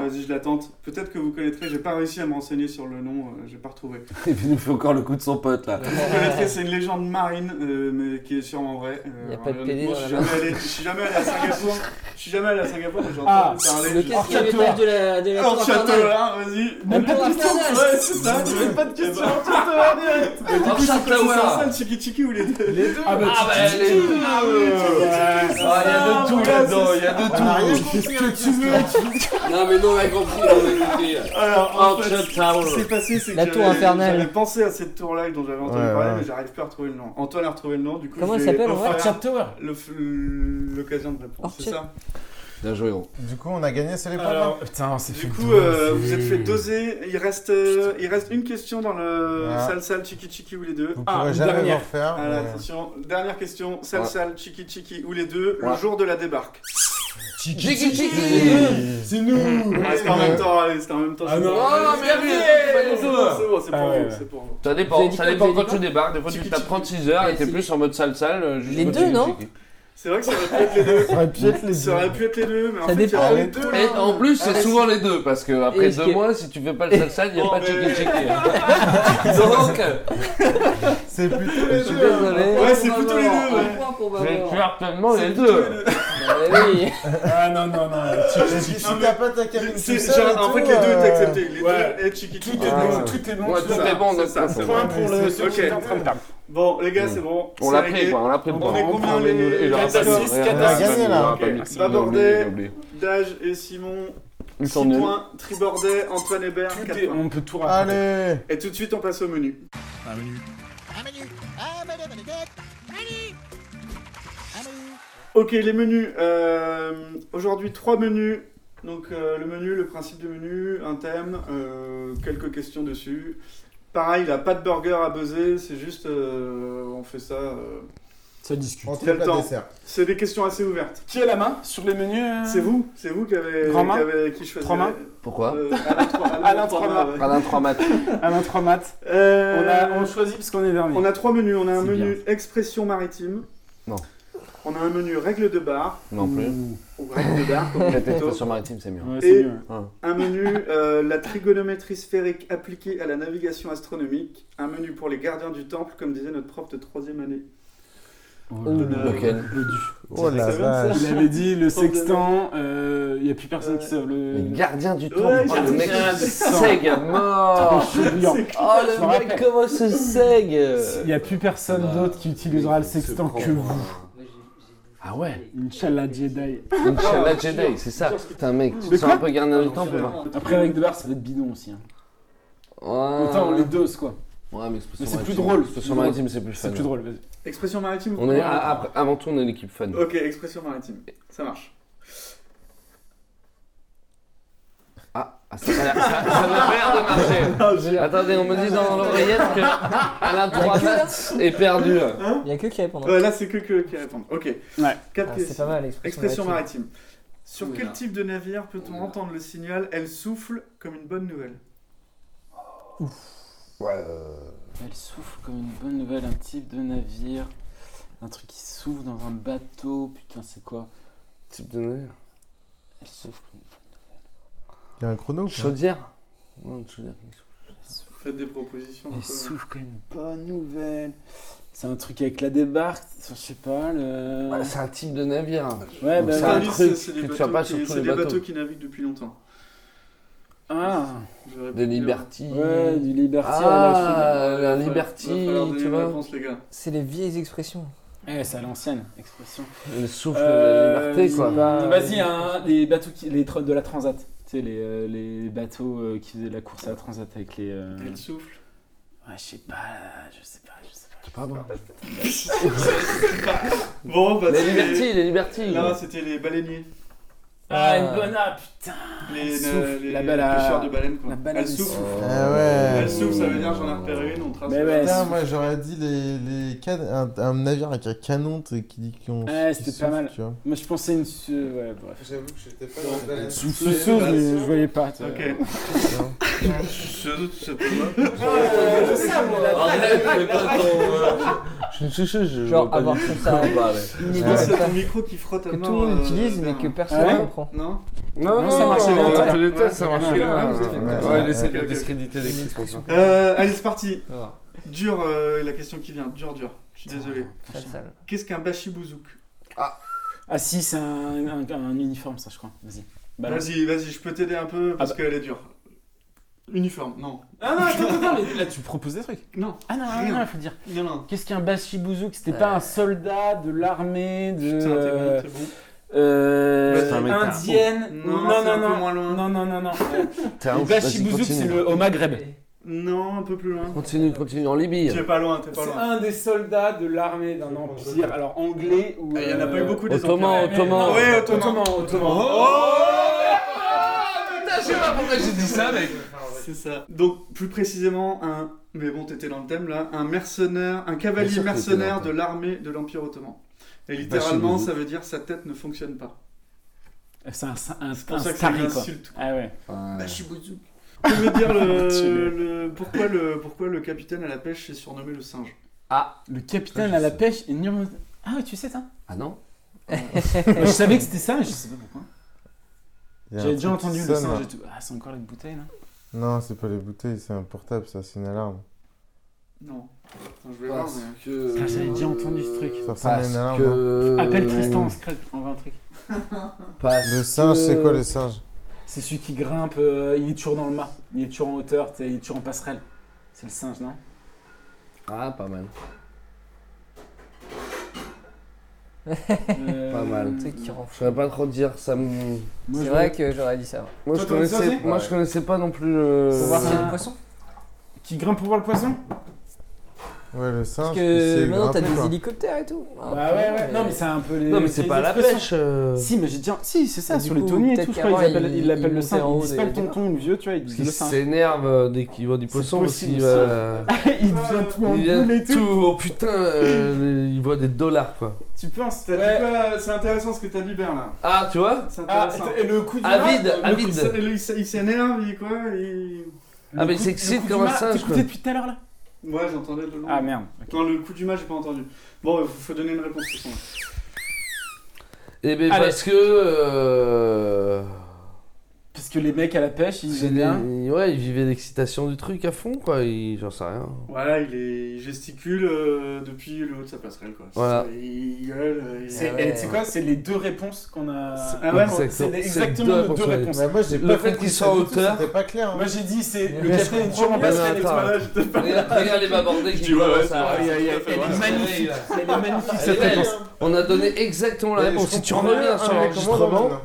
[SPEAKER 4] Vas-y, je l'attente. Peut-être que vous connaîtrez, j'ai pas réussi à me renseigner sur le nom, euh, j'ai pas retrouvé.
[SPEAKER 3] Et puis il nous fait encore le coup de son pote là.
[SPEAKER 4] Vous connaîtrez, c'est une légende marine, euh, mais qui est sûrement vraie. Euh,
[SPEAKER 7] Y a pas de
[SPEAKER 4] honnêtement,
[SPEAKER 7] PD dans
[SPEAKER 4] je suis
[SPEAKER 7] la
[SPEAKER 4] jamais allé- Je suis jamais allé à Singapour. Je suis jamais allé à Singapour, mais j'ai entendu
[SPEAKER 6] Ah,
[SPEAKER 4] parler.
[SPEAKER 7] Le
[SPEAKER 4] je-
[SPEAKER 7] qu'est-ce qu'il y a
[SPEAKER 6] Hors
[SPEAKER 7] l'étage de la, de la
[SPEAKER 4] Hors
[SPEAKER 7] tour
[SPEAKER 4] château,
[SPEAKER 7] infernale
[SPEAKER 4] hein, vas-y.
[SPEAKER 7] Même pour l'infernal.
[SPEAKER 4] Ouais, c'est ça, même pas de question. Hors château, hein, direct. Et du
[SPEAKER 3] Hors
[SPEAKER 4] coup, c'est quoi,
[SPEAKER 3] château,
[SPEAKER 4] c'est
[SPEAKER 3] hein.
[SPEAKER 4] ça, le Chiki Chiki ou les deux
[SPEAKER 6] Les deux Ah bah
[SPEAKER 3] Ah bah les deux
[SPEAKER 4] Ah oui, le Chiki Chiki, c'est
[SPEAKER 3] Ah, y a
[SPEAKER 4] ça,
[SPEAKER 3] de tout
[SPEAKER 4] voilà,
[SPEAKER 3] là-dedans,
[SPEAKER 4] c'est
[SPEAKER 3] y
[SPEAKER 2] On a rien
[SPEAKER 3] a de tout.
[SPEAKER 2] compris
[SPEAKER 4] hein,
[SPEAKER 2] à l'histoire.
[SPEAKER 3] Non mais euh, non, on a compris,
[SPEAKER 4] *laughs*
[SPEAKER 3] on a compris.
[SPEAKER 4] Alors, en
[SPEAKER 3] Hors
[SPEAKER 4] fait, Ce qui
[SPEAKER 3] château.
[SPEAKER 4] s'est passé, c'est que
[SPEAKER 7] La tour
[SPEAKER 4] j'avais-
[SPEAKER 7] infernale.
[SPEAKER 4] J'avais pensé à cette tour-là dont j'avais entendu
[SPEAKER 2] Ouais,
[SPEAKER 4] parler,
[SPEAKER 2] ouais.
[SPEAKER 4] mais j'arrive plus à retrouver le nom. Antoine a retrouvé le nom, du coup.
[SPEAKER 7] Comment
[SPEAKER 4] je
[SPEAKER 7] elle
[SPEAKER 4] lui ai
[SPEAKER 7] s'appelle, en
[SPEAKER 4] offert
[SPEAKER 7] vrai
[SPEAKER 6] Tower
[SPEAKER 4] le f- L'occasion de répondre, c'est
[SPEAKER 7] Orchard.
[SPEAKER 4] ça.
[SPEAKER 3] Bien joué, gros.
[SPEAKER 2] Du coup, on a gagné, c'est les points.
[SPEAKER 4] Alors,
[SPEAKER 6] Putain, on s'est fait
[SPEAKER 4] Du coup,
[SPEAKER 6] doser.
[SPEAKER 4] euh, vous êtes fait doser. Il reste, euh, il reste une question dans le
[SPEAKER 2] Ah.
[SPEAKER 4] sale sale chiki chiki ou les deux.
[SPEAKER 2] Vous
[SPEAKER 4] Ah,
[SPEAKER 2] pourrez
[SPEAKER 4] une
[SPEAKER 2] jamais m'en
[SPEAKER 4] dernière.
[SPEAKER 2] refaire.
[SPEAKER 4] Ah, là,
[SPEAKER 2] mais-
[SPEAKER 4] attention, dernière question, sale
[SPEAKER 3] Ouais.
[SPEAKER 4] sale chiki chiki ou les deux. Le
[SPEAKER 3] Ouais.
[SPEAKER 4] jour de la débarque.
[SPEAKER 3] Tiki
[SPEAKER 2] C'est nous Euh,
[SPEAKER 4] Ah, c'était en même temps, allez, c'était en même temps.
[SPEAKER 6] Ah
[SPEAKER 4] c'est
[SPEAKER 6] non.
[SPEAKER 4] bon.
[SPEAKER 6] Oh,
[SPEAKER 3] mais arrête, pas du
[SPEAKER 4] C'est
[SPEAKER 3] tout.
[SPEAKER 4] bon, c'est bon, c'est
[SPEAKER 6] Ah,
[SPEAKER 4] pour
[SPEAKER 6] ouais,
[SPEAKER 4] vous,
[SPEAKER 6] ouais.
[SPEAKER 4] c'est pour vous.
[SPEAKER 3] Ça
[SPEAKER 7] Vous
[SPEAKER 3] dépend,
[SPEAKER 7] avez dit
[SPEAKER 3] ça
[SPEAKER 7] quoi,
[SPEAKER 3] dépend
[SPEAKER 7] vous avez
[SPEAKER 3] quand
[SPEAKER 7] dit
[SPEAKER 3] tu
[SPEAKER 7] quoi
[SPEAKER 3] débarques. Des fois, tu
[SPEAKER 4] Tiki,
[SPEAKER 3] t'apprends
[SPEAKER 4] tiki.
[SPEAKER 3] 6 heures et t'es
[SPEAKER 7] Tiki.
[SPEAKER 3] plus en mode sale sale. euh,
[SPEAKER 7] Les
[SPEAKER 3] jusqu'au
[SPEAKER 7] deux,
[SPEAKER 3] tiki,
[SPEAKER 7] non
[SPEAKER 3] tiki.
[SPEAKER 4] C'est vrai que ça aurait pu être les deux.
[SPEAKER 2] On aurait pu être les
[SPEAKER 4] Ça aurait pu être les deux, hein. mais en
[SPEAKER 7] Ça
[SPEAKER 4] fait, il y
[SPEAKER 7] dépend.
[SPEAKER 4] avait-
[SPEAKER 2] les deux
[SPEAKER 3] Et en plus,
[SPEAKER 7] Ah,
[SPEAKER 3] c'est
[SPEAKER 7] mais
[SPEAKER 3] souvent les deux parce que après
[SPEAKER 7] Et ce qui
[SPEAKER 3] deux
[SPEAKER 7] est-
[SPEAKER 3] mois, si tu fais pas le sale sale, y a
[SPEAKER 4] Oh,
[SPEAKER 3] pas de
[SPEAKER 4] mais-
[SPEAKER 3] tiki tiki. *laughs* Donc, euh,
[SPEAKER 2] C'est plutôt
[SPEAKER 3] je
[SPEAKER 2] les
[SPEAKER 3] suis
[SPEAKER 2] deux
[SPEAKER 3] désolé.
[SPEAKER 4] Ouais, c'est plutôt les deux, ouais.
[SPEAKER 7] Un point pour
[SPEAKER 3] C'est
[SPEAKER 7] Bavard.
[SPEAKER 3] certainement
[SPEAKER 4] C'est
[SPEAKER 3] les
[SPEAKER 4] plutôt
[SPEAKER 3] deux.
[SPEAKER 7] Bah oui.
[SPEAKER 6] Ah non, non, non
[SPEAKER 2] Parce que si
[SPEAKER 4] Non, mais-
[SPEAKER 2] t'as pas ta cabine tout
[SPEAKER 4] C'est-
[SPEAKER 2] seul et
[SPEAKER 4] genre, en fait,
[SPEAKER 2] tout,
[SPEAKER 4] les deux
[SPEAKER 2] euh,
[SPEAKER 4] étaient acceptés. Les
[SPEAKER 6] ouais.
[SPEAKER 4] deux et Chiki Chiki.
[SPEAKER 6] Tout
[SPEAKER 3] est
[SPEAKER 4] Ah.
[SPEAKER 3] bon,
[SPEAKER 6] tout est bon,
[SPEAKER 3] Moi,
[SPEAKER 6] tout
[SPEAKER 3] tout
[SPEAKER 4] ça,
[SPEAKER 3] est bon,
[SPEAKER 4] c'est
[SPEAKER 3] notre
[SPEAKER 4] ça,
[SPEAKER 3] point.
[SPEAKER 4] c'est
[SPEAKER 6] Point
[SPEAKER 4] bon.
[SPEAKER 6] pour le celui
[SPEAKER 4] Ok.
[SPEAKER 6] qui est en train de perdre.
[SPEAKER 4] Bon, les gars,
[SPEAKER 3] Mm.
[SPEAKER 4] c'est bon.
[SPEAKER 3] On
[SPEAKER 4] c'est
[SPEAKER 3] l'a
[SPEAKER 4] réglé.
[SPEAKER 3] pris, quoi, on l'a pris.
[SPEAKER 4] On
[SPEAKER 3] bon,
[SPEAKER 4] est
[SPEAKER 3] prend
[SPEAKER 4] combien,
[SPEAKER 3] les
[SPEAKER 4] les-
[SPEAKER 3] nuls et
[SPEAKER 4] les
[SPEAKER 3] on l'a pas mis.
[SPEAKER 4] 14,
[SPEAKER 3] Ouais, on l'a
[SPEAKER 2] 14.
[SPEAKER 3] pas mis,
[SPEAKER 2] Gagné,
[SPEAKER 3] on
[SPEAKER 2] là.
[SPEAKER 3] l'a pas mis.
[SPEAKER 4] Pas
[SPEAKER 3] On l'a
[SPEAKER 4] bordé.
[SPEAKER 3] oublié, on l'a oublié.
[SPEAKER 4] Dage et Simon,
[SPEAKER 3] Ils
[SPEAKER 4] 6
[SPEAKER 3] sont nuls.
[SPEAKER 4] points. Tribordet, Antoine Hébert, 4 points.
[SPEAKER 6] On peut tout raconter.
[SPEAKER 2] Allez
[SPEAKER 4] Et tout de suite, on passe au menu.
[SPEAKER 5] Un menu.
[SPEAKER 4] Ok, les menus. euh, Aujourd'hui, trois menus. Donc, euh, le menu, le principe du menu, un thème, euh, quelques questions dessus. Pareil, la pas de burger à buzzer, c'est juste. euh, on fait ça. euh,
[SPEAKER 6] Ça discute.
[SPEAKER 2] On
[SPEAKER 4] Quel
[SPEAKER 2] triple la
[SPEAKER 4] temps
[SPEAKER 2] dessert.
[SPEAKER 4] C'est des questions assez ouvertes.
[SPEAKER 6] Qui a la main sur les menus euh,
[SPEAKER 4] C'est vous, c'est vous qui avez,
[SPEAKER 6] Grand main
[SPEAKER 4] qui, avez, qui choisissez.
[SPEAKER 6] Trois mains
[SPEAKER 3] Pourquoi
[SPEAKER 4] Euh, Alain,
[SPEAKER 6] *laughs*
[SPEAKER 4] trois, Alain,
[SPEAKER 6] Alain,
[SPEAKER 4] trois
[SPEAKER 6] trois
[SPEAKER 4] mains,
[SPEAKER 6] mains.
[SPEAKER 4] ouais.
[SPEAKER 3] Alain 3 maths.
[SPEAKER 6] Alain 3 maths. On, a,
[SPEAKER 4] Euh,
[SPEAKER 6] on choisit parce qu'on est dernier.
[SPEAKER 4] on a trois menus. On a un
[SPEAKER 6] C'est
[SPEAKER 4] menu expression maritime.
[SPEAKER 3] Non.
[SPEAKER 4] On a un menu règle de bar.
[SPEAKER 3] Non plus.
[SPEAKER 4] Ou règle de bar,
[SPEAKER 3] *laughs*
[SPEAKER 4] comme on dit
[SPEAKER 3] Peut-être
[SPEAKER 4] plutôt.
[SPEAKER 3] sur maritime, c'est mieux.
[SPEAKER 6] Ouais, c'est
[SPEAKER 4] Et-
[SPEAKER 6] mieux. hein.
[SPEAKER 4] Un menu euh, la trigonométrie sphérique appliquée à la navigation astronomique. Un menu pour les gardiens du temple, comme disait notre prof de troisième année.
[SPEAKER 6] Le-
[SPEAKER 3] Lequel
[SPEAKER 6] le du-
[SPEAKER 2] Oh la
[SPEAKER 4] Ça vient de
[SPEAKER 2] vache
[SPEAKER 6] Il avait dit Oh, le sextant, euh, il n'y a plus personne qui sauve
[SPEAKER 3] Les
[SPEAKER 6] le.
[SPEAKER 3] gardiens du temps.
[SPEAKER 4] Ouais,
[SPEAKER 3] Oh, le
[SPEAKER 4] j'ai
[SPEAKER 3] mec,
[SPEAKER 4] dit
[SPEAKER 6] ça.
[SPEAKER 3] seg à mort.
[SPEAKER 6] Ah, Brillant.
[SPEAKER 3] *laughs* Oh,
[SPEAKER 6] Je
[SPEAKER 3] le
[SPEAKER 6] me
[SPEAKER 3] mec,
[SPEAKER 6] rappelle.
[SPEAKER 3] comment se
[SPEAKER 6] Il
[SPEAKER 3] seg
[SPEAKER 6] n'y a plus personne
[SPEAKER 3] Bah,
[SPEAKER 6] d'autre qui utilisera le sextant que vous.
[SPEAKER 3] Ah ouais
[SPEAKER 6] Inch'Allah Jedi.
[SPEAKER 3] Inch'Allah Jedi, c'est ça. Putain, mec, tu te
[SPEAKER 6] Mais
[SPEAKER 3] sens un
[SPEAKER 6] quoi
[SPEAKER 3] peu gardien du temple. là.
[SPEAKER 6] Après, avec de l'art, ça va être bidon aussi. Hein.
[SPEAKER 3] Ouais.
[SPEAKER 6] Autant on les dose quoi.
[SPEAKER 3] Ouais, mais c'est
[SPEAKER 6] Mais c'est plus
[SPEAKER 3] maritime.
[SPEAKER 6] drôle.
[SPEAKER 3] Expression maritime, c'est plus fun.
[SPEAKER 6] C'est plus drôle, vas-y.
[SPEAKER 4] Expression maritime
[SPEAKER 3] On est, ah, après- avant tout, on est l'équipe fun.
[SPEAKER 4] Ok, expression maritime. Ça marche.
[SPEAKER 3] Ah, ah, ça m'a l'air ça- ça m'a l'air de marcher. Attendez, on me dit dans l'oreillette que Alain 3 maths est perdu.
[SPEAKER 7] Il y a que qui répond.
[SPEAKER 4] Ouais, Euh, là, c'est que, que qui répondent. Ok.
[SPEAKER 6] Ouais.
[SPEAKER 4] Quatre
[SPEAKER 7] Ah,
[SPEAKER 4] questions.
[SPEAKER 7] c'est pas mal l'expression.
[SPEAKER 4] Expression
[SPEAKER 7] maritime.
[SPEAKER 4] maritime. Sur
[SPEAKER 3] On est
[SPEAKER 4] quel
[SPEAKER 3] là.
[SPEAKER 4] type de navire peut-on
[SPEAKER 3] On est là.
[SPEAKER 4] entendre le signal Elle souffle comme une bonne nouvelle.
[SPEAKER 6] Elle souffle comme une bonne nouvelle, un type de navire, un truc qui s'ouvre dans un bateau, putain c'est quoi
[SPEAKER 3] Type de nerf.
[SPEAKER 6] Elle souffle comme une bonne
[SPEAKER 2] Il y a un chrono ou pas
[SPEAKER 3] Chaudière Non, une chaudière.
[SPEAKER 4] Faites des propositions.
[SPEAKER 6] Il
[SPEAKER 4] quoi.
[SPEAKER 6] souffre quand même pas une nouvelle. C'est un truc avec la débarque, je sais pas, le.
[SPEAKER 3] Ouais, c'est un type de navire. hein.
[SPEAKER 6] Ouais,
[SPEAKER 3] C'est
[SPEAKER 4] C'est
[SPEAKER 3] un
[SPEAKER 4] un
[SPEAKER 6] bah,
[SPEAKER 3] Salut.
[SPEAKER 4] liste,
[SPEAKER 3] truc
[SPEAKER 4] c'est
[SPEAKER 3] que
[SPEAKER 4] des
[SPEAKER 3] tu as
[SPEAKER 4] bateaux
[SPEAKER 3] pas
[SPEAKER 4] qui-
[SPEAKER 3] sur tous
[SPEAKER 4] c'est
[SPEAKER 3] les
[SPEAKER 4] des
[SPEAKER 3] bateaux.
[SPEAKER 4] bateaux qui naviguent depuis longtemps.
[SPEAKER 6] ah,
[SPEAKER 3] Des
[SPEAKER 4] J'aurais pu dire-
[SPEAKER 3] Liberty.
[SPEAKER 6] ouais, du Liberty.
[SPEAKER 3] Ah,
[SPEAKER 6] à la
[SPEAKER 3] la
[SPEAKER 4] Va-
[SPEAKER 3] Liberty,
[SPEAKER 4] va falloir donner
[SPEAKER 3] tu
[SPEAKER 4] une
[SPEAKER 3] vois.
[SPEAKER 4] réponse, les gars.
[SPEAKER 7] C'est les vieilles expressions.
[SPEAKER 6] cheville. Eh, c'est à l'ancienne expression.
[SPEAKER 3] Le souffle de la
[SPEAKER 6] Euh,
[SPEAKER 3] liberté, quoi.
[SPEAKER 7] pas-
[SPEAKER 6] Vas-y, hein, les bateaux qui- les tr- de la Transat. Tu sais, les, euh, les bateaux euh, qui faisaient la course à la Transat avec les. euh,
[SPEAKER 3] Mm.
[SPEAKER 4] Il souffle.
[SPEAKER 6] Ouais, je sais pas, là, je sais pas, je sais pas.
[SPEAKER 3] C'est pas bon.
[SPEAKER 4] Bon, bah
[SPEAKER 3] Les
[SPEAKER 4] c'était-
[SPEAKER 3] Liberty, les Liberty.
[SPEAKER 4] Là, c'était les baleiniers.
[SPEAKER 6] Ah,
[SPEAKER 3] Ah.
[SPEAKER 6] une bonne app, putain
[SPEAKER 4] Les,
[SPEAKER 6] souffle,
[SPEAKER 4] euh, les-
[SPEAKER 6] la balle
[SPEAKER 4] les
[SPEAKER 6] à-
[SPEAKER 4] pêcheurs de baleines, quoi.
[SPEAKER 6] la balle à
[SPEAKER 4] Elle souffle.
[SPEAKER 6] souffle. Euh,
[SPEAKER 2] Ah ouais.
[SPEAKER 4] Elle souffle, ça veut dire j'en ai repéré une, on trace.
[SPEAKER 6] Mais
[SPEAKER 4] le-
[SPEAKER 6] ouais.
[SPEAKER 2] Putain, moi j'aurais dit les, les can- un, un navire avec un canon tu sais, qui dit qu'on.
[SPEAKER 6] Ouais,
[SPEAKER 2] qui
[SPEAKER 6] Eh, c'était
[SPEAKER 2] souffle,
[SPEAKER 6] pas mal.
[SPEAKER 2] tu vois.
[SPEAKER 6] Moi, je pensais une. euh, Ouais, bref.
[SPEAKER 2] J'avoue que j'étais pas
[SPEAKER 4] dans les
[SPEAKER 2] dans
[SPEAKER 6] Sous euh, sous
[SPEAKER 4] souffle,
[SPEAKER 6] sous,
[SPEAKER 4] la
[SPEAKER 6] mais je
[SPEAKER 4] souffle.
[SPEAKER 6] voyais pas. tu vois.
[SPEAKER 4] Ok. Je sais pas.
[SPEAKER 3] Je suis une choucheuse, je
[SPEAKER 7] Genre
[SPEAKER 3] vois pas
[SPEAKER 7] avoir
[SPEAKER 3] du tout
[SPEAKER 7] fait ça.
[SPEAKER 3] comment on parle.
[SPEAKER 7] Une idée
[SPEAKER 4] Je pense que
[SPEAKER 7] comme
[SPEAKER 4] C'est
[SPEAKER 7] ça,
[SPEAKER 4] ton micro qui frotte à
[SPEAKER 7] que
[SPEAKER 4] mort,
[SPEAKER 7] tout le monde
[SPEAKER 4] euh,
[SPEAKER 7] utilise mais
[SPEAKER 4] derrière.
[SPEAKER 7] que personne
[SPEAKER 6] Ah ouais
[SPEAKER 7] ne comprend.
[SPEAKER 4] Non Euh,
[SPEAKER 3] Non,
[SPEAKER 6] Non, ça marchait bien.
[SPEAKER 3] dans le test,
[SPEAKER 4] Ouais,
[SPEAKER 3] ça
[SPEAKER 4] ça
[SPEAKER 3] marchait
[SPEAKER 4] marchait
[SPEAKER 3] bien.
[SPEAKER 4] bien, vous avez
[SPEAKER 2] fait
[SPEAKER 3] Ouais,
[SPEAKER 2] ça.
[SPEAKER 3] ouais, il essaie
[SPEAKER 4] Ok,
[SPEAKER 3] de
[SPEAKER 4] ok.
[SPEAKER 3] discréditer l'équipe.
[SPEAKER 4] Euh, Allez, c'est parti.
[SPEAKER 7] Oh.
[SPEAKER 3] Ça va.
[SPEAKER 4] Dur, euh, la question qui vient. Dur, dur. Je suis désolé.
[SPEAKER 7] Ah, Très sale.
[SPEAKER 4] Qu'est-ce qu'un bachibouzouk
[SPEAKER 6] Ah si, c'est un, un- un uniforme, ça, je crois. Vas-y. Balance.
[SPEAKER 4] Vas-y, vas-y, je peux t'aider un peu parce
[SPEAKER 6] Ah
[SPEAKER 4] qu'elle est dure. Uniforme, non.
[SPEAKER 6] Ah non, attends, attends, mais là, tu proposes des trucs.
[SPEAKER 4] Non,
[SPEAKER 6] Ah non, non, non, il faut le dire.
[SPEAKER 4] non, non.
[SPEAKER 6] Qu'est-ce qu'un Bashibouzouk C'était pas un
[SPEAKER 3] Euh.
[SPEAKER 6] soldat de l'armée de...
[SPEAKER 4] Putain, t'es bon, t'es bon.
[SPEAKER 6] Euh,
[SPEAKER 4] Putain,
[SPEAKER 3] mais t'as-
[SPEAKER 6] indienne.
[SPEAKER 4] Non, c'est un peu moins loin.
[SPEAKER 6] Non, non, non, non.
[SPEAKER 3] *laughs* T'es un
[SPEAKER 6] Le
[SPEAKER 3] ouf, vas-y,
[SPEAKER 6] Bashibouzouk,
[SPEAKER 3] continue.
[SPEAKER 6] c'est le au Maghreb.
[SPEAKER 4] Non, un peu plus loin.
[SPEAKER 3] Continue, continue, en Libye.
[SPEAKER 4] Tu es pas loin, t'es pas
[SPEAKER 6] C'est
[SPEAKER 4] loin.
[SPEAKER 6] un des soldats de l'armée d'un empire, alors anglais ou.
[SPEAKER 4] Euh,
[SPEAKER 6] euh,
[SPEAKER 4] Il Eh, y en a pas eu beaucoup des
[SPEAKER 3] Ottoman,
[SPEAKER 4] empires.
[SPEAKER 3] Ottoman.
[SPEAKER 6] Ottoman.
[SPEAKER 4] Ouais, Ottoman. Oh,
[SPEAKER 6] Ottoman. Oh
[SPEAKER 3] Putain, je sais pas pourquoi j'ai dit ça, mec.
[SPEAKER 4] C'est ça. Donc, plus précisément, un. Mais bon, t'étais dans le thème là. Un mercenaire, un
[SPEAKER 3] Bien
[SPEAKER 4] cavalier
[SPEAKER 3] sûr que t'étais dans
[SPEAKER 4] mercenaire
[SPEAKER 3] le
[SPEAKER 4] de
[SPEAKER 3] thème.
[SPEAKER 4] l'armée de l'Empire Ottoman. Et
[SPEAKER 3] chez
[SPEAKER 4] littéralement,
[SPEAKER 3] nous.
[SPEAKER 4] ça veut dire sa tête ne fonctionne pas.
[SPEAKER 6] C'est un, un, un
[SPEAKER 4] C'est pour ça que c'est une
[SPEAKER 6] starry, quoi.
[SPEAKER 4] insulte.
[SPEAKER 6] Ah ouais.
[SPEAKER 4] Bachibouzouk. Que veut dire le, le- pourquoi le pourquoi le capitaine à la pêche est surnommé le singe
[SPEAKER 6] Le capitaine
[SPEAKER 3] Ah,
[SPEAKER 6] à
[SPEAKER 3] je
[SPEAKER 6] la
[SPEAKER 3] sais.
[SPEAKER 6] pêche est Nurmos. Ah ouais, tu sais ça
[SPEAKER 3] Ah non
[SPEAKER 6] Moi, Je savais que c'était ça, mais je sais pas pourquoi.
[SPEAKER 2] Il y a un
[SPEAKER 6] J'avais déjà
[SPEAKER 2] truc qui
[SPEAKER 6] entendu le
[SPEAKER 2] sonne, là.
[SPEAKER 6] singe et tout. Ah, c'est encore les bouteilles là
[SPEAKER 2] Non, c'est pas les bouteilles, c'est un portable, ça, c'est une alarme.
[SPEAKER 4] Non. Attends, je vais voir. mais-
[SPEAKER 3] que.
[SPEAKER 6] Putain, j'avais déjà entendu ce truc.
[SPEAKER 2] Ça ressemble à
[SPEAKER 3] Parce
[SPEAKER 2] une alarme, hein.
[SPEAKER 3] que.
[SPEAKER 6] Appelle Tristan en secret, on va un truc.
[SPEAKER 3] Parce
[SPEAKER 2] Le singe, c'est quoi
[SPEAKER 3] que-
[SPEAKER 2] le singe
[SPEAKER 6] C'est celui qui grimpe, euh, il est toujours dans le mât, il est toujours en hauteur, t'sais, il est toujours en passerelle. C'est le singe, non
[SPEAKER 3] Ah, pas mal.
[SPEAKER 6] Euh,
[SPEAKER 3] Pas mal.
[SPEAKER 7] Un truc qui rend
[SPEAKER 3] Je
[SPEAKER 7] fou.
[SPEAKER 3] saurais pas trop dire, ça me.
[SPEAKER 6] Moi,
[SPEAKER 7] C'est
[SPEAKER 6] je
[SPEAKER 7] vrai
[SPEAKER 6] vois
[SPEAKER 7] que j'aurais dit ça.
[SPEAKER 3] Moi,
[SPEAKER 6] Toi,
[SPEAKER 3] je
[SPEAKER 6] t'as vu ça
[SPEAKER 3] connaissais,
[SPEAKER 6] aussi
[SPEAKER 3] moi je connaissais pas non plus euh, le.
[SPEAKER 6] Faut voir
[SPEAKER 7] C'est
[SPEAKER 6] un-
[SPEAKER 7] le poisson
[SPEAKER 6] Qui grimpe pour voir le poisson
[SPEAKER 2] Ouais, le singe.
[SPEAKER 7] Parce
[SPEAKER 2] il
[SPEAKER 7] que
[SPEAKER 2] sait
[SPEAKER 7] maintenant t'as
[SPEAKER 2] grimper, quoi.
[SPEAKER 7] des hélicoptères et tout. Ah,
[SPEAKER 6] Bah ouais, ouais.
[SPEAKER 7] mais-
[SPEAKER 6] Non, mais c'est un peu les.
[SPEAKER 3] Non, mais c'est
[SPEAKER 6] les
[SPEAKER 3] pas à la
[SPEAKER 6] expressions.
[SPEAKER 3] pêche. euh.
[SPEAKER 6] Si, mais j'ai dit. Si, c'est ça,
[SPEAKER 7] Et du
[SPEAKER 6] sur les
[SPEAKER 7] coup,
[SPEAKER 6] tonniers et
[SPEAKER 7] peut-être
[SPEAKER 6] tout, je crois. Ils
[SPEAKER 7] qu'avant,
[SPEAKER 6] l'appellent-
[SPEAKER 7] ils-
[SPEAKER 6] ils l'appellent
[SPEAKER 7] ils
[SPEAKER 6] le
[SPEAKER 7] montaient
[SPEAKER 6] singe.
[SPEAKER 7] en
[SPEAKER 6] Ils
[SPEAKER 7] haut
[SPEAKER 6] disent
[SPEAKER 7] des-
[SPEAKER 6] pas le
[SPEAKER 7] des
[SPEAKER 6] tonton ou le vieux, tu vois, ils disent
[SPEAKER 3] Qui
[SPEAKER 6] le singe.
[SPEAKER 3] s'énerve euh, dès qu'il voit du
[SPEAKER 6] C'est
[SPEAKER 3] poisson aussi.
[SPEAKER 6] possible, ça.
[SPEAKER 3] euh,
[SPEAKER 6] *laughs* Il devient tout en
[SPEAKER 3] il vient
[SPEAKER 6] boule et tout.
[SPEAKER 3] tout. Oh putain, euh, il voit des dollars quoi.
[SPEAKER 4] Tu penses t'as
[SPEAKER 6] Ouais.
[SPEAKER 4] dit quoi C'est intéressant ce que t'as dit Berlin.
[SPEAKER 3] Ah, tu vois
[SPEAKER 4] C'est
[SPEAKER 6] Ah,
[SPEAKER 4] intéressant.
[SPEAKER 6] et le coup du
[SPEAKER 3] Ah,
[SPEAKER 6] mât,
[SPEAKER 3] vide,
[SPEAKER 6] le
[SPEAKER 3] ah,
[SPEAKER 6] coup-
[SPEAKER 3] vide.
[SPEAKER 4] Il s'est- il s'est- il s'énerve, il quoi il...
[SPEAKER 3] Ah, mais
[SPEAKER 6] le
[SPEAKER 3] il
[SPEAKER 6] coup-
[SPEAKER 3] s'excite
[SPEAKER 6] le coup
[SPEAKER 3] comme
[SPEAKER 6] du
[SPEAKER 3] un
[SPEAKER 6] mât,
[SPEAKER 3] singe,
[SPEAKER 6] t'écoutais
[SPEAKER 3] quoi.
[SPEAKER 6] depuis tout à l'heure là
[SPEAKER 4] Ouais, j'entendais le nom.
[SPEAKER 6] Ah merde.
[SPEAKER 4] Dans le coup du match, j'ai pas entendu. Bon, il faut donner une réponse. de toute façon.
[SPEAKER 3] Eh ben
[SPEAKER 6] Allez.
[SPEAKER 3] parce que. euh,
[SPEAKER 6] Parce que les mecs à la pêche, ils
[SPEAKER 3] c'est
[SPEAKER 6] aiment
[SPEAKER 3] des-
[SPEAKER 6] bien.
[SPEAKER 3] Ouais, il vivait l'excitation du truc à fond quoi. Il... J'en sais rien.
[SPEAKER 4] Voilà, il, est... il gesticule euh, depuis le haut de sa passerelle, quoi. C'est
[SPEAKER 3] Voilà.
[SPEAKER 4] ça, Il gueule. euh, il-
[SPEAKER 6] C'est
[SPEAKER 7] Ah ouais.
[SPEAKER 6] et tu sais quoi C'est les deux réponses qu'on a.
[SPEAKER 4] Ah ouais,
[SPEAKER 3] Exactement.
[SPEAKER 6] c'est
[SPEAKER 3] C'est
[SPEAKER 6] exactement nos deux
[SPEAKER 3] ouais.
[SPEAKER 6] réponses.
[SPEAKER 2] Bah, moi, j'ai
[SPEAKER 3] Le
[SPEAKER 2] pas
[SPEAKER 3] fait
[SPEAKER 2] compris
[SPEAKER 3] qu'il
[SPEAKER 2] ça
[SPEAKER 3] soit en
[SPEAKER 2] du tout,
[SPEAKER 3] hauteur.
[SPEAKER 2] C'était pas clair. hein.
[SPEAKER 6] Moi j'ai dit, c'est le
[SPEAKER 7] Mais je
[SPEAKER 6] capitaine est toujours en
[SPEAKER 3] comprends
[SPEAKER 6] passerelle
[SPEAKER 3] bien.
[SPEAKER 6] et tout.
[SPEAKER 3] Attends.
[SPEAKER 4] Voilà, je te parle.
[SPEAKER 3] Regarde, regarde les babordés
[SPEAKER 4] Je
[SPEAKER 3] qui
[SPEAKER 4] dis, ouais, ouais,
[SPEAKER 3] commencent
[SPEAKER 4] c'est
[SPEAKER 3] à.
[SPEAKER 4] vrai,
[SPEAKER 6] aïe, aïe, aïe,
[SPEAKER 4] c'est tout à
[SPEAKER 6] elle
[SPEAKER 4] fait
[SPEAKER 6] est
[SPEAKER 4] vrai.
[SPEAKER 6] magnifique. Elle est magnifique
[SPEAKER 3] Elle est
[SPEAKER 6] cette
[SPEAKER 3] belle.
[SPEAKER 6] réponse.
[SPEAKER 3] On a donné exactement la
[SPEAKER 2] Et
[SPEAKER 3] réponse.
[SPEAKER 2] je
[SPEAKER 3] Si tu
[SPEAKER 2] comprends
[SPEAKER 3] reviens
[SPEAKER 2] mieux un
[SPEAKER 3] sur
[SPEAKER 2] de mes commandes,
[SPEAKER 3] l'enregistrement.
[SPEAKER 2] maintenant.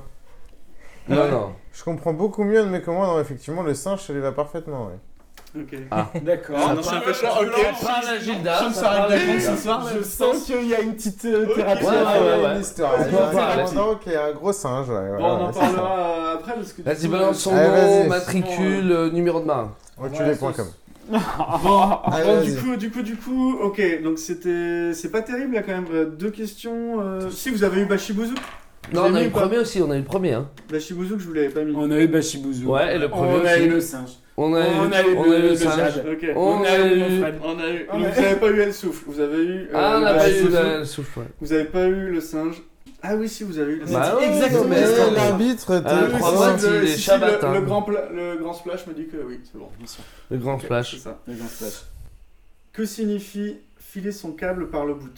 [SPEAKER 3] Non, non.
[SPEAKER 2] Je comprends beaucoup mieux de mes commandes. Effectivement, le singe, il va parfaitement. ouais.
[SPEAKER 4] ah, Ok.
[SPEAKER 6] D'accord.
[SPEAKER 4] Ah, non, c'est un peu cher, ok.
[SPEAKER 3] Parle à Gilda.
[SPEAKER 4] Je me
[SPEAKER 3] ça
[SPEAKER 4] sers
[SPEAKER 3] parle à
[SPEAKER 4] avec
[SPEAKER 3] Gilda.
[SPEAKER 4] ce soir.
[SPEAKER 6] Je sens qu'il y a une petite euh, thérapie.
[SPEAKER 3] Ouais, ouais, ouais,
[SPEAKER 2] Il y a
[SPEAKER 3] ouais.
[SPEAKER 2] une histoire.
[SPEAKER 3] On
[SPEAKER 2] Il y
[SPEAKER 3] peut
[SPEAKER 2] a
[SPEAKER 3] en
[SPEAKER 2] un
[SPEAKER 3] parler.
[SPEAKER 2] commandant qui est un gros singe. ouais, ouais,
[SPEAKER 4] Bon, on en
[SPEAKER 2] ouais, c'est ça.
[SPEAKER 4] parlera après parce que. du
[SPEAKER 3] Vas-y,
[SPEAKER 4] coup, euh,
[SPEAKER 3] balance son
[SPEAKER 2] Allez, vas-y,
[SPEAKER 3] nom,
[SPEAKER 2] vas-y.
[SPEAKER 3] matricule, euh, numéro de main.
[SPEAKER 2] Enculé point com.
[SPEAKER 3] Ah,
[SPEAKER 4] Bon,
[SPEAKER 2] Allez,
[SPEAKER 4] du
[SPEAKER 2] vas-y.
[SPEAKER 4] coup, du coup, du coup, ok, donc c'était. C'est pas terrible là quand même. Euh, Deux questions. euh, Si vous avez eu Bashibouzouk
[SPEAKER 3] Non, on
[SPEAKER 4] Vous
[SPEAKER 3] a
[SPEAKER 4] aimez
[SPEAKER 3] eu le
[SPEAKER 4] ou pas
[SPEAKER 3] premier aussi, on a eu le premier. Hein.
[SPEAKER 4] Bashibouzouk, je vous l'avais pas mis.
[SPEAKER 6] On a eu Bashibouzu.
[SPEAKER 3] Ouais, et le premier
[SPEAKER 6] On a
[SPEAKER 3] aussi.
[SPEAKER 6] eu le singe.
[SPEAKER 3] On a, eu,
[SPEAKER 6] On a eu
[SPEAKER 3] on
[SPEAKER 6] le-
[SPEAKER 3] a eu le
[SPEAKER 6] le
[SPEAKER 3] singe.
[SPEAKER 6] jade.
[SPEAKER 4] Ok.
[SPEAKER 3] On a eu-
[SPEAKER 6] mon Fred.
[SPEAKER 4] On a eu. Donc
[SPEAKER 6] On a-
[SPEAKER 4] vous avez pas eu El Souffle, vous avez eu. euh,
[SPEAKER 3] Ah, on
[SPEAKER 4] le
[SPEAKER 3] a pas eu
[SPEAKER 4] Bashibouzouk,
[SPEAKER 3] le souffle. ouais.
[SPEAKER 4] Vous avez pas eu le singe. Ah oui, si vous avez eu la
[SPEAKER 3] Bah ouais,
[SPEAKER 4] Exactement.
[SPEAKER 3] non, mais attends,
[SPEAKER 4] la-
[SPEAKER 2] l'arbitre,
[SPEAKER 3] Ah,
[SPEAKER 4] Oui,
[SPEAKER 2] t'es
[SPEAKER 4] oui,
[SPEAKER 3] crois
[SPEAKER 4] si,
[SPEAKER 3] pas
[SPEAKER 4] si,
[SPEAKER 3] qu'il
[SPEAKER 4] le-
[SPEAKER 3] est
[SPEAKER 4] si, si,
[SPEAKER 3] Shabbat,
[SPEAKER 4] le-
[SPEAKER 3] hein.
[SPEAKER 4] le grand pla- le grand splash me dit que oui, c'est bon.
[SPEAKER 3] Le grand
[SPEAKER 4] Ok,
[SPEAKER 3] flash.
[SPEAKER 4] c'est ça.
[SPEAKER 6] Les gens flashent.
[SPEAKER 4] Que signifie filer son câble par le bout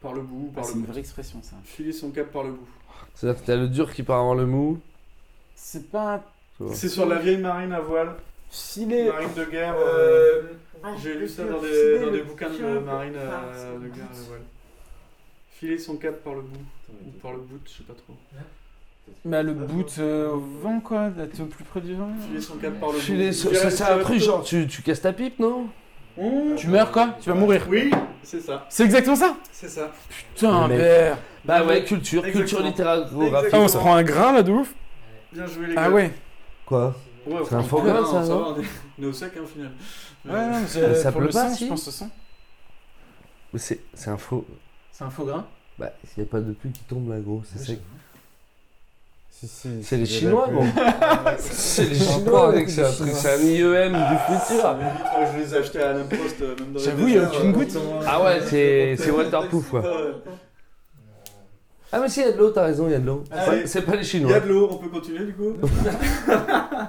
[SPEAKER 4] Par le bout,
[SPEAKER 6] Ah,
[SPEAKER 4] par
[SPEAKER 6] c'est
[SPEAKER 4] le
[SPEAKER 6] une
[SPEAKER 4] bout.
[SPEAKER 6] vraie expression ça.
[SPEAKER 4] Filer son câble par le bout.
[SPEAKER 3] C'est-à-dire que t'as le dur qui part avant le mou.
[SPEAKER 6] C'est pas un
[SPEAKER 4] C'est sur la vieille marine à voile,
[SPEAKER 6] filet.
[SPEAKER 4] marine de guerre. euh,
[SPEAKER 6] Euh,
[SPEAKER 4] J'ai lu ça dans des, dans des bouquins de marine euh, de guerre à voile. Filer son câble par le bout. Ou par le bout, je sais pas trop.
[SPEAKER 6] Bah le boot euh, au vent quoi, d'être au plus près du vent.
[SPEAKER 4] Filer son câble par le bout.
[SPEAKER 3] Filer,
[SPEAKER 4] Je
[SPEAKER 3] ça-
[SPEAKER 4] dirais-
[SPEAKER 3] ça-
[SPEAKER 4] je
[SPEAKER 3] c'est un
[SPEAKER 4] dirais
[SPEAKER 3] truc
[SPEAKER 4] plutôt-
[SPEAKER 3] genre tu, tu casses ta pipe, non
[SPEAKER 4] Mmh.
[SPEAKER 6] Tu meurs quoi Tu vas mourir.
[SPEAKER 4] Oui, c'est ça,
[SPEAKER 6] C'est exactement ça
[SPEAKER 4] c'est ça.
[SPEAKER 6] Putain,
[SPEAKER 3] Le mec.
[SPEAKER 6] père.
[SPEAKER 3] Bah ouais, culture, culture
[SPEAKER 4] Exactement.
[SPEAKER 3] littéraire.
[SPEAKER 4] Exactement.
[SPEAKER 6] Ah, on se prend un grain là de ouf.
[SPEAKER 4] Bien joué les gars.
[SPEAKER 6] Ah ouais.
[SPEAKER 3] Quoi
[SPEAKER 4] Ouais,
[SPEAKER 3] C'est un
[SPEAKER 4] franchement,
[SPEAKER 3] faux gars,
[SPEAKER 4] non,
[SPEAKER 3] ça, non
[SPEAKER 4] va, on est- on est au sec hein, au final. Mais-
[SPEAKER 6] Ouais, non,
[SPEAKER 3] Mais
[SPEAKER 6] c'est
[SPEAKER 3] ça
[SPEAKER 6] pour
[SPEAKER 3] pleut
[SPEAKER 6] le
[SPEAKER 3] pas,
[SPEAKER 6] sang,
[SPEAKER 3] si
[SPEAKER 6] je pense au sang.
[SPEAKER 3] Mais c'est c'est un faux.
[SPEAKER 6] C'est un faux grain.
[SPEAKER 3] Bah, s'il n'y a pas de pluie qui tombe là, gros, c'est sec.
[SPEAKER 2] Si, si,
[SPEAKER 3] C'est les
[SPEAKER 2] il y a
[SPEAKER 3] Chinois,
[SPEAKER 2] la
[SPEAKER 3] gros. *laughs* Ah,
[SPEAKER 2] pluie.
[SPEAKER 3] C'est les
[SPEAKER 7] Encore
[SPEAKER 3] Chinois, mec,
[SPEAKER 7] des
[SPEAKER 3] c'est un
[SPEAKER 7] Chinois.
[SPEAKER 3] truc, c'est un IEM du futur.
[SPEAKER 4] Ouais, Euh, Je les ai achetés à la poste, euh, même dans les
[SPEAKER 6] J'avoue, il y a
[SPEAKER 4] déserts,
[SPEAKER 6] aucune
[SPEAKER 4] euh,
[SPEAKER 6] goutte.
[SPEAKER 4] autant, euh,
[SPEAKER 3] Ah ouais, c'est c'est waterproof, quoi.
[SPEAKER 4] euh,
[SPEAKER 3] Ah, mais si, il y a de l'eau, t'as raison, il y a de l'eau.
[SPEAKER 6] Ah,
[SPEAKER 3] C'est
[SPEAKER 4] Allez.
[SPEAKER 3] pas- C'est pas les
[SPEAKER 4] Il y a
[SPEAKER 3] Chinois.
[SPEAKER 4] de l'eau, on peut continuer du coup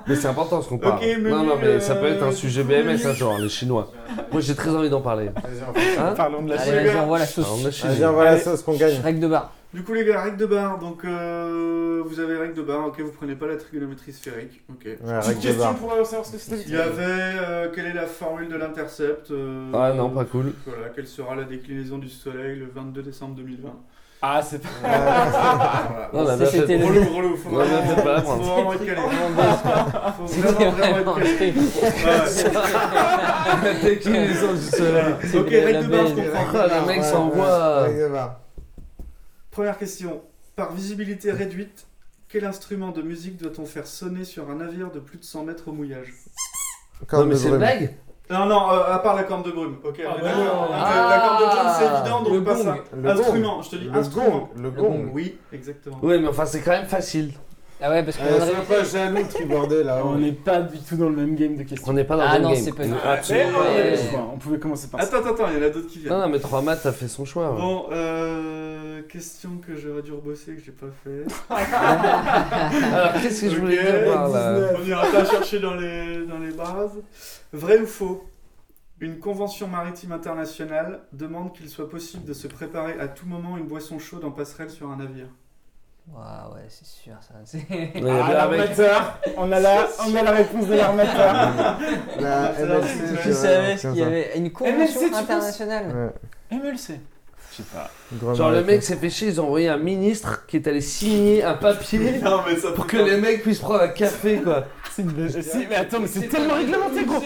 [SPEAKER 3] Mais c'est important ce qu'on parle.
[SPEAKER 4] menu,
[SPEAKER 3] non, non, mais ça peut être un
[SPEAKER 4] euh,
[SPEAKER 3] sujet
[SPEAKER 4] menu.
[SPEAKER 3] BMS, hein, genre les Chinois. Moi, j'ai très envie d'en parler.
[SPEAKER 2] Vas-y, on fait ça.
[SPEAKER 3] Hein
[SPEAKER 6] Parlons de la
[SPEAKER 7] Allez, vas-y,
[SPEAKER 4] gars.
[SPEAKER 7] on voit la
[SPEAKER 3] Ah,
[SPEAKER 7] sauce.
[SPEAKER 3] on a chez
[SPEAKER 2] Vas-y, on voit la
[SPEAKER 6] Allez.
[SPEAKER 2] sauce qu'on gagne.
[SPEAKER 7] Règle de barre.
[SPEAKER 4] Du coup les gars, règle de barre, donc euh, vous avez règle de barre, ok, vous prenez pas la trigonométrie sphérique, ok.
[SPEAKER 2] Ouais, règle de barre.
[SPEAKER 6] pour savoir ce que c'était.
[SPEAKER 4] Il y avait, euh, quelle est la formule de l'intercept euh,
[SPEAKER 3] Ah non, pas cool.
[SPEAKER 4] Voilà, quelle sera la déclinaison du soleil le 22 décembre 2020
[SPEAKER 6] Ah, c'est pas.
[SPEAKER 4] Voilà.
[SPEAKER 3] Non, Ah, la
[SPEAKER 7] Ça,
[SPEAKER 3] meuf, elle-
[SPEAKER 7] c'était le-
[SPEAKER 4] Relou, relou, faut
[SPEAKER 3] Ouais, mais c'est pas
[SPEAKER 4] vraiment, faut
[SPEAKER 3] grave.
[SPEAKER 4] vraiment être calé. Faut
[SPEAKER 7] *laughs*
[SPEAKER 4] vraiment, vraiment être calé.
[SPEAKER 3] *laughs*
[SPEAKER 4] Ouais.
[SPEAKER 3] T'es qui les anges du soleil
[SPEAKER 4] Ok, règle de base, je comprends.
[SPEAKER 3] Ah, le mec s'envoie.
[SPEAKER 2] Règle de barre.
[SPEAKER 4] Première question. Par visibilité réduite, quel instrument de musique doit-on faire sonner sur un navire de plus de 100 mètres au mouillage
[SPEAKER 3] Non,
[SPEAKER 2] Corne
[SPEAKER 3] mais
[SPEAKER 2] de
[SPEAKER 3] c'est une
[SPEAKER 2] brume.
[SPEAKER 3] blague
[SPEAKER 4] Non, non, euh, à part la corne de brume. Ok, on est
[SPEAKER 6] bah
[SPEAKER 4] Ah, d'accord.
[SPEAKER 6] non.
[SPEAKER 4] La- la corne de brume, c'est
[SPEAKER 3] Ah,
[SPEAKER 4] évident, donc
[SPEAKER 3] le
[SPEAKER 4] pas
[SPEAKER 3] gong.
[SPEAKER 4] ça.
[SPEAKER 2] Le
[SPEAKER 4] instrument,
[SPEAKER 2] gong.
[SPEAKER 4] je te dis
[SPEAKER 2] Le
[SPEAKER 4] instrument.
[SPEAKER 2] gong, le gong.
[SPEAKER 4] Oui, exactement.
[SPEAKER 3] Oui, mais enfin, c'est quand même facile.
[SPEAKER 7] Ah ouais, parce qu'on
[SPEAKER 2] Euh,
[SPEAKER 7] a
[SPEAKER 2] Sois pas jaloux, tribordé, là.
[SPEAKER 6] On
[SPEAKER 2] haut
[SPEAKER 6] n'est pas du tout dans le même game de questions.
[SPEAKER 3] On n'est pas dans
[SPEAKER 7] Ah
[SPEAKER 3] le
[SPEAKER 7] non,
[SPEAKER 3] même
[SPEAKER 7] c'est
[SPEAKER 3] game.
[SPEAKER 7] pas-
[SPEAKER 3] Non,
[SPEAKER 7] Ah,
[SPEAKER 3] absolument.
[SPEAKER 7] mais-
[SPEAKER 6] Ouais,
[SPEAKER 7] Ouais.
[SPEAKER 6] je vois, On pouvait commencer par ça.
[SPEAKER 4] Attends, attends, attends, il y en a d'autres qui viennent.
[SPEAKER 3] Non, non, mais 3 maths, t'as fait son choix. ouais.
[SPEAKER 4] Bon, euh, question que j'aurais dû rebosser que j'ai pas fait.
[SPEAKER 3] Alors, qu'est-ce que je voulais
[SPEAKER 4] Ok,
[SPEAKER 3] dire par là
[SPEAKER 4] 19. On n'ira pas chercher dans les, dans les bases. Vrai ou faux Une convention maritime internationale demande qu'il soit possible de se préparer à tout moment une boisson chaude en passerelle sur un navire.
[SPEAKER 7] Ah ouais, c'est sûr ça. *laughs* C'est-
[SPEAKER 3] Ouais,
[SPEAKER 4] Ah,
[SPEAKER 3] là, mec,
[SPEAKER 6] on a la, on a la réponse de l'armateur.
[SPEAKER 2] La MLC,
[SPEAKER 4] C'est vrai,
[SPEAKER 2] tu
[SPEAKER 7] Je
[SPEAKER 2] vois,
[SPEAKER 7] savais
[SPEAKER 2] tiens
[SPEAKER 7] qu'il y
[SPEAKER 2] euh, ça. Eh,
[SPEAKER 7] avait une
[SPEAKER 6] MLC, tu
[SPEAKER 7] convention
[SPEAKER 6] penses
[SPEAKER 7] internationale.
[SPEAKER 2] Ouais.
[SPEAKER 6] MLC. Je sais pas.
[SPEAKER 2] Gros
[SPEAKER 3] Genre, le
[SPEAKER 2] marathon.
[SPEAKER 3] mec s'est fait chier, ils ont envoyé un ministre qui est allé signer un papier
[SPEAKER 4] Non, mais ça *laughs*
[SPEAKER 3] pour que les mecs puissent prendre un café, quoi.
[SPEAKER 6] C'est une blague. Si, mais attends, mais c'est tellement réglementé, gros.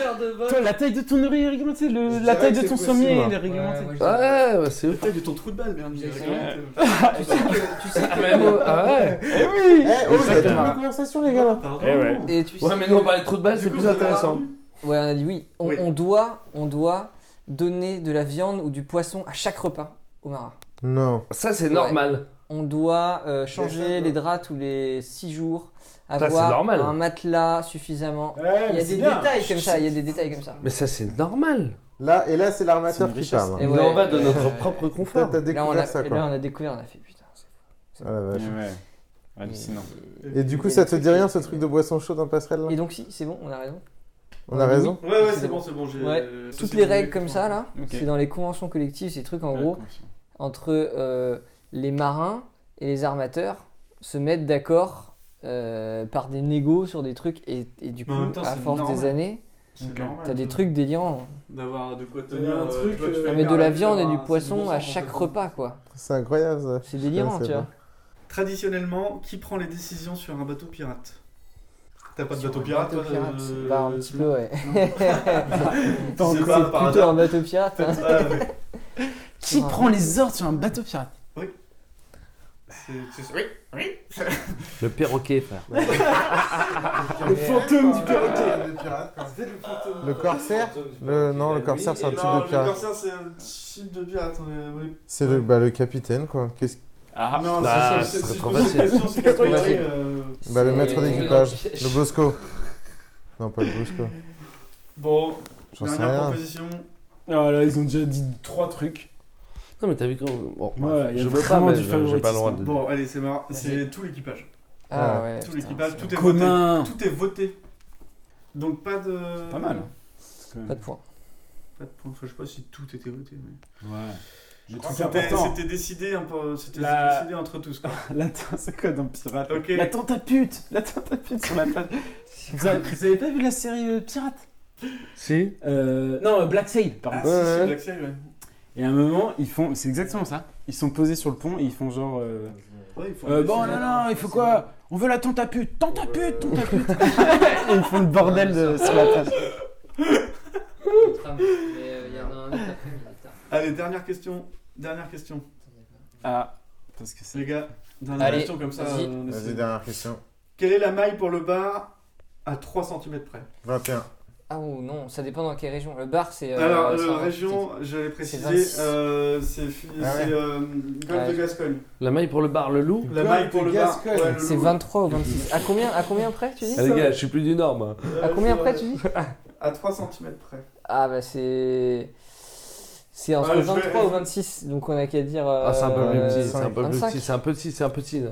[SPEAKER 6] Toi, la taille de ton riz est réglementée, le-
[SPEAKER 2] Je
[SPEAKER 6] la
[SPEAKER 2] dirais
[SPEAKER 6] taille
[SPEAKER 2] que
[SPEAKER 6] de
[SPEAKER 2] c'est
[SPEAKER 6] ton
[SPEAKER 2] possible,
[SPEAKER 6] sommier
[SPEAKER 2] hein.
[SPEAKER 6] il est réglementé.
[SPEAKER 3] Ouais, ouais, c'est ouf.
[SPEAKER 4] Peut-être de ton trou de balle, bien Tu
[SPEAKER 3] Ah, mais non, ah ouais.
[SPEAKER 6] Eh oui
[SPEAKER 2] Eh, oh, il y a
[SPEAKER 3] Exactement.
[SPEAKER 2] double conversation, les gars. là.
[SPEAKER 6] ouais.
[SPEAKER 7] *laughs* Et tu
[SPEAKER 3] Ouais,
[SPEAKER 7] sais-
[SPEAKER 3] mais nous, on parlait de trous de
[SPEAKER 4] Ah,
[SPEAKER 3] balle, c'est plus intéressant.
[SPEAKER 7] Ouais, on a dit oui. On,
[SPEAKER 4] Oui.
[SPEAKER 7] on doit, on doit donner de la viande ou du poisson à chaque repas au marin.
[SPEAKER 2] Non.
[SPEAKER 3] Ça, c'est normal.
[SPEAKER 7] On doit euh,
[SPEAKER 2] Les
[SPEAKER 7] changer
[SPEAKER 2] sables.
[SPEAKER 7] les draps tous les 6 jours,
[SPEAKER 3] c'est
[SPEAKER 7] avoir
[SPEAKER 3] normal.
[SPEAKER 7] un matelas suffisamment.
[SPEAKER 2] Eh,
[SPEAKER 7] Il y a des détails comme ça, il y a des détails comme ça.
[SPEAKER 3] Mais ça, c'est normal.
[SPEAKER 2] Là, et là, c'est
[SPEAKER 6] C'est
[SPEAKER 2] l'armateur
[SPEAKER 6] une
[SPEAKER 2] qui
[SPEAKER 6] richesse.
[SPEAKER 2] parle.
[SPEAKER 7] Et
[SPEAKER 3] On
[SPEAKER 7] ouais.
[SPEAKER 3] en va de notre
[SPEAKER 7] Euh,
[SPEAKER 3] propre confort.
[SPEAKER 2] Toi, t'as
[SPEAKER 7] Là on, a,
[SPEAKER 2] découvert ça,
[SPEAKER 7] et là,
[SPEAKER 2] quoi.
[SPEAKER 7] on a découvert, on a fait putain. c'est fou.
[SPEAKER 2] Ah, la vache.
[SPEAKER 6] Ouais. Hallucinant.
[SPEAKER 2] Et du coup, ça te dit rien, ce truc de boisson chaude en passerelle, là
[SPEAKER 7] Et donc, si, c'est bon, on a raison.
[SPEAKER 2] On a raison
[SPEAKER 4] Ouais, ouais, c'est bon, c'est bon. j'ai-
[SPEAKER 7] Ouais.
[SPEAKER 4] euh, ça,
[SPEAKER 7] Toutes
[SPEAKER 4] c'est
[SPEAKER 7] les
[SPEAKER 4] bon,
[SPEAKER 7] règles
[SPEAKER 4] j'ai-
[SPEAKER 7] comme ça, là,
[SPEAKER 6] Ok.
[SPEAKER 7] c'est dans les conventions collectives, ces trucs en gros, entre euh, les marins et les armateurs se mettent d'accord euh, par des négos sur des trucs, et, et
[SPEAKER 4] Mais
[SPEAKER 7] du coup,
[SPEAKER 4] en même temps,
[SPEAKER 7] à
[SPEAKER 4] c'est
[SPEAKER 7] force
[SPEAKER 4] normal.
[SPEAKER 7] des années,
[SPEAKER 4] C'est
[SPEAKER 6] Ok.
[SPEAKER 4] normal,
[SPEAKER 7] t'as des
[SPEAKER 4] ça.
[SPEAKER 7] trucs délirants.
[SPEAKER 4] D'avoir de quoi
[SPEAKER 6] Il y
[SPEAKER 4] tenir
[SPEAKER 6] a un
[SPEAKER 4] euh,
[SPEAKER 6] truc,
[SPEAKER 4] toi, tu
[SPEAKER 6] euh,
[SPEAKER 4] fais
[SPEAKER 6] Mais
[SPEAKER 7] Mais
[SPEAKER 4] faire
[SPEAKER 7] de la
[SPEAKER 4] avec,
[SPEAKER 7] viande et
[SPEAKER 4] euh,
[SPEAKER 7] du
[SPEAKER 4] un-
[SPEAKER 7] poisson
[SPEAKER 4] bon
[SPEAKER 7] à
[SPEAKER 4] sens, en
[SPEAKER 7] chaque
[SPEAKER 4] fait.
[SPEAKER 7] repas, quoi.
[SPEAKER 2] C'est incroyable, ça.
[SPEAKER 7] C'est délirant,
[SPEAKER 2] c'est
[SPEAKER 7] tu vois.
[SPEAKER 4] Traditionnellement, qui prend les décisions sur un bateau pirate T'as pas de bateau pirate,
[SPEAKER 7] Bateau
[SPEAKER 4] toi,
[SPEAKER 7] pirate,
[SPEAKER 4] euh,
[SPEAKER 7] bah, un petit peu, ouais.
[SPEAKER 4] *laughs* tu
[SPEAKER 7] Donc,
[SPEAKER 4] sais
[SPEAKER 7] c'est
[SPEAKER 4] pas, par
[SPEAKER 7] plutôt
[SPEAKER 4] hasard.
[SPEAKER 7] un bateau pirate. hein.
[SPEAKER 4] Ah, *laughs* ouais.
[SPEAKER 6] Qui prend les ordres sur un bateau pirate
[SPEAKER 4] C'est- c'est- Oui, oui.
[SPEAKER 3] Le perroquet, frère.
[SPEAKER 4] Le fantôme du perroquet.
[SPEAKER 2] Le corsaire le... Non, le corsaire, c'est un type
[SPEAKER 4] Non,
[SPEAKER 2] de pirate.
[SPEAKER 4] corsaire, c'est un type de pirate. on est- oui.
[SPEAKER 2] C'est le, bah, le capitaine, quoi. Qu'est-ce-
[SPEAKER 6] Ah,
[SPEAKER 4] Non,
[SPEAKER 3] bah,
[SPEAKER 4] c'est- c'est-
[SPEAKER 3] ce
[SPEAKER 4] c'est-
[SPEAKER 3] serait trop
[SPEAKER 4] c'est-
[SPEAKER 3] facile.
[SPEAKER 4] c'est- c'est- c'est- c'est-
[SPEAKER 7] Trop
[SPEAKER 4] c'est-
[SPEAKER 7] facile.
[SPEAKER 4] euh,
[SPEAKER 2] Bah, le
[SPEAKER 7] C'est-
[SPEAKER 2] maître d'équipage. Le Bosco. Non, pas le Bosco.
[SPEAKER 4] Bon,
[SPEAKER 2] J'en sais
[SPEAKER 4] dernière
[SPEAKER 2] rien.
[SPEAKER 4] proposition.
[SPEAKER 6] Ah là, ils ont déjà dit trois trucs.
[SPEAKER 9] Non, mais t'as vu comment. Bon,
[SPEAKER 6] Ouais,
[SPEAKER 9] bref,
[SPEAKER 6] il y a
[SPEAKER 9] Oh, je veux pas,
[SPEAKER 6] vraiment
[SPEAKER 9] mais
[SPEAKER 6] du
[SPEAKER 9] je- j'ai pas le droit
[SPEAKER 6] favoritisme.
[SPEAKER 9] de.
[SPEAKER 4] Bon, allez, c'est marrant. C'est tout l'équipage.
[SPEAKER 7] Ah ouais.
[SPEAKER 4] tout
[SPEAKER 7] putain,
[SPEAKER 4] l'équipage,
[SPEAKER 7] c'est
[SPEAKER 4] tout est
[SPEAKER 6] Commun.
[SPEAKER 4] voté. Tout est voté. Donc pas de.
[SPEAKER 6] Pas mal. hein. C'est quand même-
[SPEAKER 7] Pas de points.
[SPEAKER 4] Pas de points. Enfin, je sais pas si tout était voté. mais- Ah,
[SPEAKER 6] Ouais. Je trouve ça
[SPEAKER 4] C'était
[SPEAKER 6] *laughs* important.
[SPEAKER 4] c'était décidé, un peu- c'était
[SPEAKER 6] La-
[SPEAKER 4] décidé entre tous. Quoi.
[SPEAKER 6] La tente, c'est quoi dans Pirate
[SPEAKER 4] Ok.
[SPEAKER 6] La tente à pute La tente à pute sur la plage. vous, avez, vous avez pas vu la série euh, Pirate
[SPEAKER 9] Si
[SPEAKER 6] Euh, Non, euh, Black Sail, pardon.
[SPEAKER 4] Ah, *laughs* si,
[SPEAKER 9] Ouais,
[SPEAKER 4] si,
[SPEAKER 9] ouais.
[SPEAKER 4] Black Sail, ouais.
[SPEAKER 6] Et à un moment, ils font. C'est exactement ça. Ils sont posés sur le pont et ils font genre. euh,
[SPEAKER 4] Ouais, il faut
[SPEAKER 6] euh,
[SPEAKER 4] laisser-
[SPEAKER 6] bon, non, non, il faut quoi On veut la tente à pute Tente à pute Tente à pute Et ils font le bordel de, sur la plage.
[SPEAKER 4] Allez, dernière question. Dernière question.
[SPEAKER 6] Ah, parce que c'est.
[SPEAKER 4] Les gars, dernière
[SPEAKER 7] Allez,
[SPEAKER 4] question comme ça.
[SPEAKER 7] vas-y.
[SPEAKER 4] on essaie.
[SPEAKER 2] Vas-y, dernière question.
[SPEAKER 4] Quelle est la maille pour le bar à 3 cm près
[SPEAKER 2] 21.
[SPEAKER 7] Ah ou non, ça dépend dans quelle région. Le bar, c'est. euh,
[SPEAKER 4] Alors,
[SPEAKER 7] c'est
[SPEAKER 4] euh,
[SPEAKER 7] un-
[SPEAKER 4] région, j'allais préciser,
[SPEAKER 7] 26.
[SPEAKER 4] euh, c'est fi-
[SPEAKER 2] Ah ouais.
[SPEAKER 4] c'est, euh, Golfe
[SPEAKER 7] Ouais.
[SPEAKER 4] de Gascogne.
[SPEAKER 9] La maille pour le bar, le loup
[SPEAKER 4] La
[SPEAKER 2] Golfe
[SPEAKER 4] maille
[SPEAKER 2] de
[SPEAKER 4] pour le bar.
[SPEAKER 2] Gascogne.
[SPEAKER 4] ouais, le
[SPEAKER 7] C'est
[SPEAKER 4] loup.
[SPEAKER 7] 23 ou 26. À combien, à combien près, tu dis
[SPEAKER 9] Ah, Les gars, je suis plus du Nord, moi.
[SPEAKER 4] Euh,
[SPEAKER 7] À combien
[SPEAKER 4] je- *laughs*
[SPEAKER 7] près, tu dis
[SPEAKER 4] À 3 cm près.
[SPEAKER 7] Ah bah c'est. C'est entre
[SPEAKER 4] Ah, je vais-
[SPEAKER 7] 23 ou 26, donc on a qu'à dire. euh,
[SPEAKER 9] Ah, c'est un peu plus petit, c'est un
[SPEAKER 7] 25.
[SPEAKER 9] peu plus petit, c'est un petit, c'est un petit. là.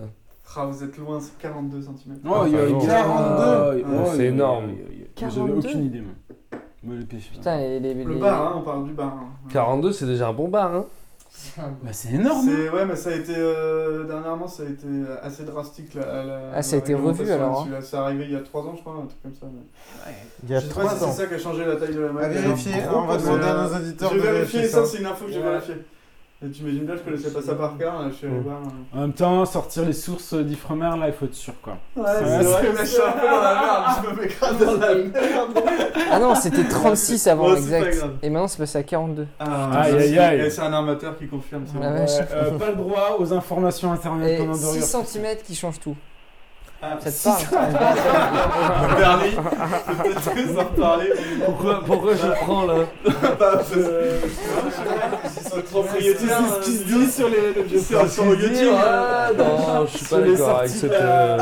[SPEAKER 4] Ah, vous êtes loin, c'est 42 cm.
[SPEAKER 6] Oh, il y a
[SPEAKER 9] pardon.
[SPEAKER 2] Ah,
[SPEAKER 6] 42
[SPEAKER 4] Oh,
[SPEAKER 9] c'est énorme.
[SPEAKER 6] J'avais
[SPEAKER 7] 42.
[SPEAKER 6] aucune idée, moi. Moi, le pêche.
[SPEAKER 7] Putain, les. les,
[SPEAKER 4] Le
[SPEAKER 7] les-
[SPEAKER 4] bar, hein, on parle du bar. hein.
[SPEAKER 9] 42, c'est déjà un bon bar, hein.
[SPEAKER 6] Bah, c'est énorme
[SPEAKER 4] C'est- Ouais, mais ça a été. euh, dernièrement, ça a été assez drastique. Là, à la-
[SPEAKER 7] Ah, ça a
[SPEAKER 4] la
[SPEAKER 7] été revu,
[SPEAKER 4] réglementation
[SPEAKER 7] alors, hein.
[SPEAKER 4] là-dessus, là. C'est arrivé il y a 3 ans, je crois, un truc comme ça. mais-
[SPEAKER 2] Il y a
[SPEAKER 4] Je sais pas si
[SPEAKER 2] 3
[SPEAKER 4] c'est
[SPEAKER 2] ans.
[SPEAKER 4] ça qui a changé la taille de la
[SPEAKER 2] À
[SPEAKER 4] maille.
[SPEAKER 2] vérifier,
[SPEAKER 4] Mais, euh,
[SPEAKER 2] on va
[SPEAKER 4] mais,
[SPEAKER 2] demander à
[SPEAKER 4] euh,
[SPEAKER 2] nos auditeurs
[SPEAKER 4] Je
[SPEAKER 2] de
[SPEAKER 4] vais
[SPEAKER 2] vérifier
[SPEAKER 4] vérifier ça,
[SPEAKER 2] ça.
[SPEAKER 4] c'est une info que j'ai vérifiée. Et tu imagines bien, je connaissais pas ça par cœur, là, je suis allé
[SPEAKER 9] Ouais.
[SPEAKER 4] voir. euh.
[SPEAKER 6] En même temps, sortir les sources d'Ifremer, là, il faut être sûr, quoi.
[SPEAKER 4] Ouais,
[SPEAKER 6] c'est
[SPEAKER 4] vrai, *laughs* je suis un peu dans la merde, je me mets grave dans la merde.
[SPEAKER 7] Ah non, c'était 36 *laughs* avant,
[SPEAKER 4] Bon, Oh, c'est pas
[SPEAKER 7] exact.
[SPEAKER 4] grave.
[SPEAKER 7] Et maintenant, c'est passé à 42.
[SPEAKER 4] Ah,
[SPEAKER 6] Aïe, aïe, aïe.
[SPEAKER 4] Et C'est un armateur qui confirme, c'est
[SPEAKER 7] La
[SPEAKER 4] bon.
[SPEAKER 7] vache.
[SPEAKER 9] *laughs*
[SPEAKER 6] euh, pas le droit aux informations internet
[SPEAKER 7] Et
[SPEAKER 6] pendant deux
[SPEAKER 7] 6
[SPEAKER 6] heures.
[SPEAKER 7] cm qui change tout.
[SPEAKER 4] Ah,
[SPEAKER 7] Ça te
[SPEAKER 4] si,
[SPEAKER 7] parle *laughs*
[SPEAKER 4] Bernie, je peux peut-être vous en parler.
[SPEAKER 9] Pourquoi, pourquoi je prends
[SPEAKER 6] *laughs*
[SPEAKER 9] là
[SPEAKER 4] Bah, parce que-
[SPEAKER 6] Euh,
[SPEAKER 4] Ils sont propriétaires.
[SPEAKER 6] C'est ce qui se dit sur les le vieux
[SPEAKER 4] C'est un sur
[SPEAKER 6] père.
[SPEAKER 4] YouTube. hein.
[SPEAKER 9] Ah non, je suis
[SPEAKER 6] Sur
[SPEAKER 9] pas
[SPEAKER 6] les
[SPEAKER 9] d'accord avec
[SPEAKER 6] sorties.
[SPEAKER 9] cette. euh,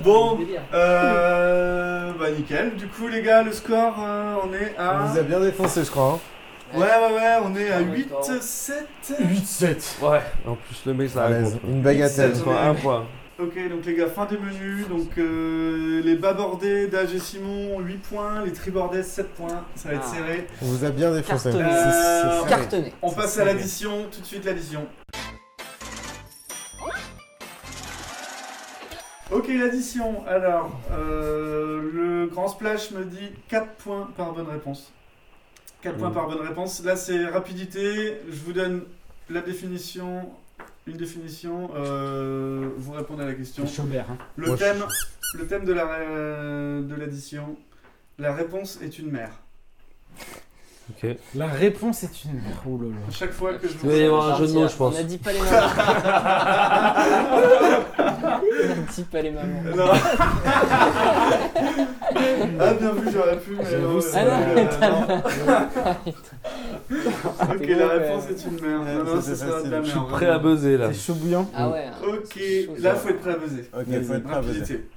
[SPEAKER 4] Bon, euh, bah nickel. Du coup, les gars, le score, euh, on est
[SPEAKER 2] On
[SPEAKER 4] à.
[SPEAKER 2] vous a bien défoncé, je crois. hein.
[SPEAKER 4] Ouais, ouais, ouais, on est à
[SPEAKER 6] Ah,
[SPEAKER 7] En même temps.
[SPEAKER 4] 8-7.
[SPEAKER 9] 8-7 Ouais, en plus le mec ça
[SPEAKER 2] À l'aise.
[SPEAKER 9] raconte.
[SPEAKER 2] Une bagatelle.
[SPEAKER 9] Quoi, un point.
[SPEAKER 4] Ok, donc les gars, fin des menus. Donc euh, les bas bordés d'Age et Simon, 8 points. Les tribordés, 7 points. Ça va être
[SPEAKER 7] Ah.
[SPEAKER 4] serré.
[SPEAKER 2] On vous a bien défoncé.
[SPEAKER 7] Cartonné.
[SPEAKER 2] C'est- c'est serré.
[SPEAKER 7] Cartonné.
[SPEAKER 4] On passe à l'addition, tout de suite l'addition. Ok, l'addition. Alors, euh, le grand splash me dit 4 points par bonne réponse. 4
[SPEAKER 6] Mmh.
[SPEAKER 4] points
[SPEAKER 9] Mm.
[SPEAKER 4] par bonne réponse. Là, c'est rapidité. Je vous donne la définition. Une définition. euh, vous répondez à la question.
[SPEAKER 6] Chaubert, hein.
[SPEAKER 4] Le
[SPEAKER 2] Moi, je-
[SPEAKER 4] thème, le thème de la euh, de l'addition. La réponse est une mère.
[SPEAKER 9] Ok.
[SPEAKER 6] La réponse est une merde. Oh là là.
[SPEAKER 4] À chaque fois que je
[SPEAKER 9] Il va y
[SPEAKER 4] vous
[SPEAKER 9] avoir un jeu de mots, je pense.
[SPEAKER 7] On a dit pas
[SPEAKER 4] *laughs*
[SPEAKER 7] les mamans. on a dit pas
[SPEAKER 4] *laughs*
[SPEAKER 7] les mamans.
[SPEAKER 4] Non. ah bien vu, j'aurais pu. Mais
[SPEAKER 9] J'avoue,
[SPEAKER 4] non,
[SPEAKER 9] c'est-
[SPEAKER 4] euh,
[SPEAKER 7] Ah non,
[SPEAKER 4] euh, non. Ok,
[SPEAKER 7] C'était
[SPEAKER 4] la
[SPEAKER 7] bon,
[SPEAKER 4] réponse
[SPEAKER 7] ouais.
[SPEAKER 4] est une merde.
[SPEAKER 2] Ouais,
[SPEAKER 4] Non, non,
[SPEAKER 2] c'était
[SPEAKER 4] c'est ça, de
[SPEAKER 2] facile.
[SPEAKER 4] la
[SPEAKER 9] Je
[SPEAKER 4] merde.
[SPEAKER 9] suis prêt à buzzer là.
[SPEAKER 6] C'est chaud bouillant.
[SPEAKER 7] Ah ouais. hein.
[SPEAKER 4] Ok,
[SPEAKER 7] C'est chaud,
[SPEAKER 4] là
[SPEAKER 7] ça.
[SPEAKER 4] faut être prêt à buzzer.
[SPEAKER 2] Ok, faut être prêt à buzzer.
[SPEAKER 4] Rapidité.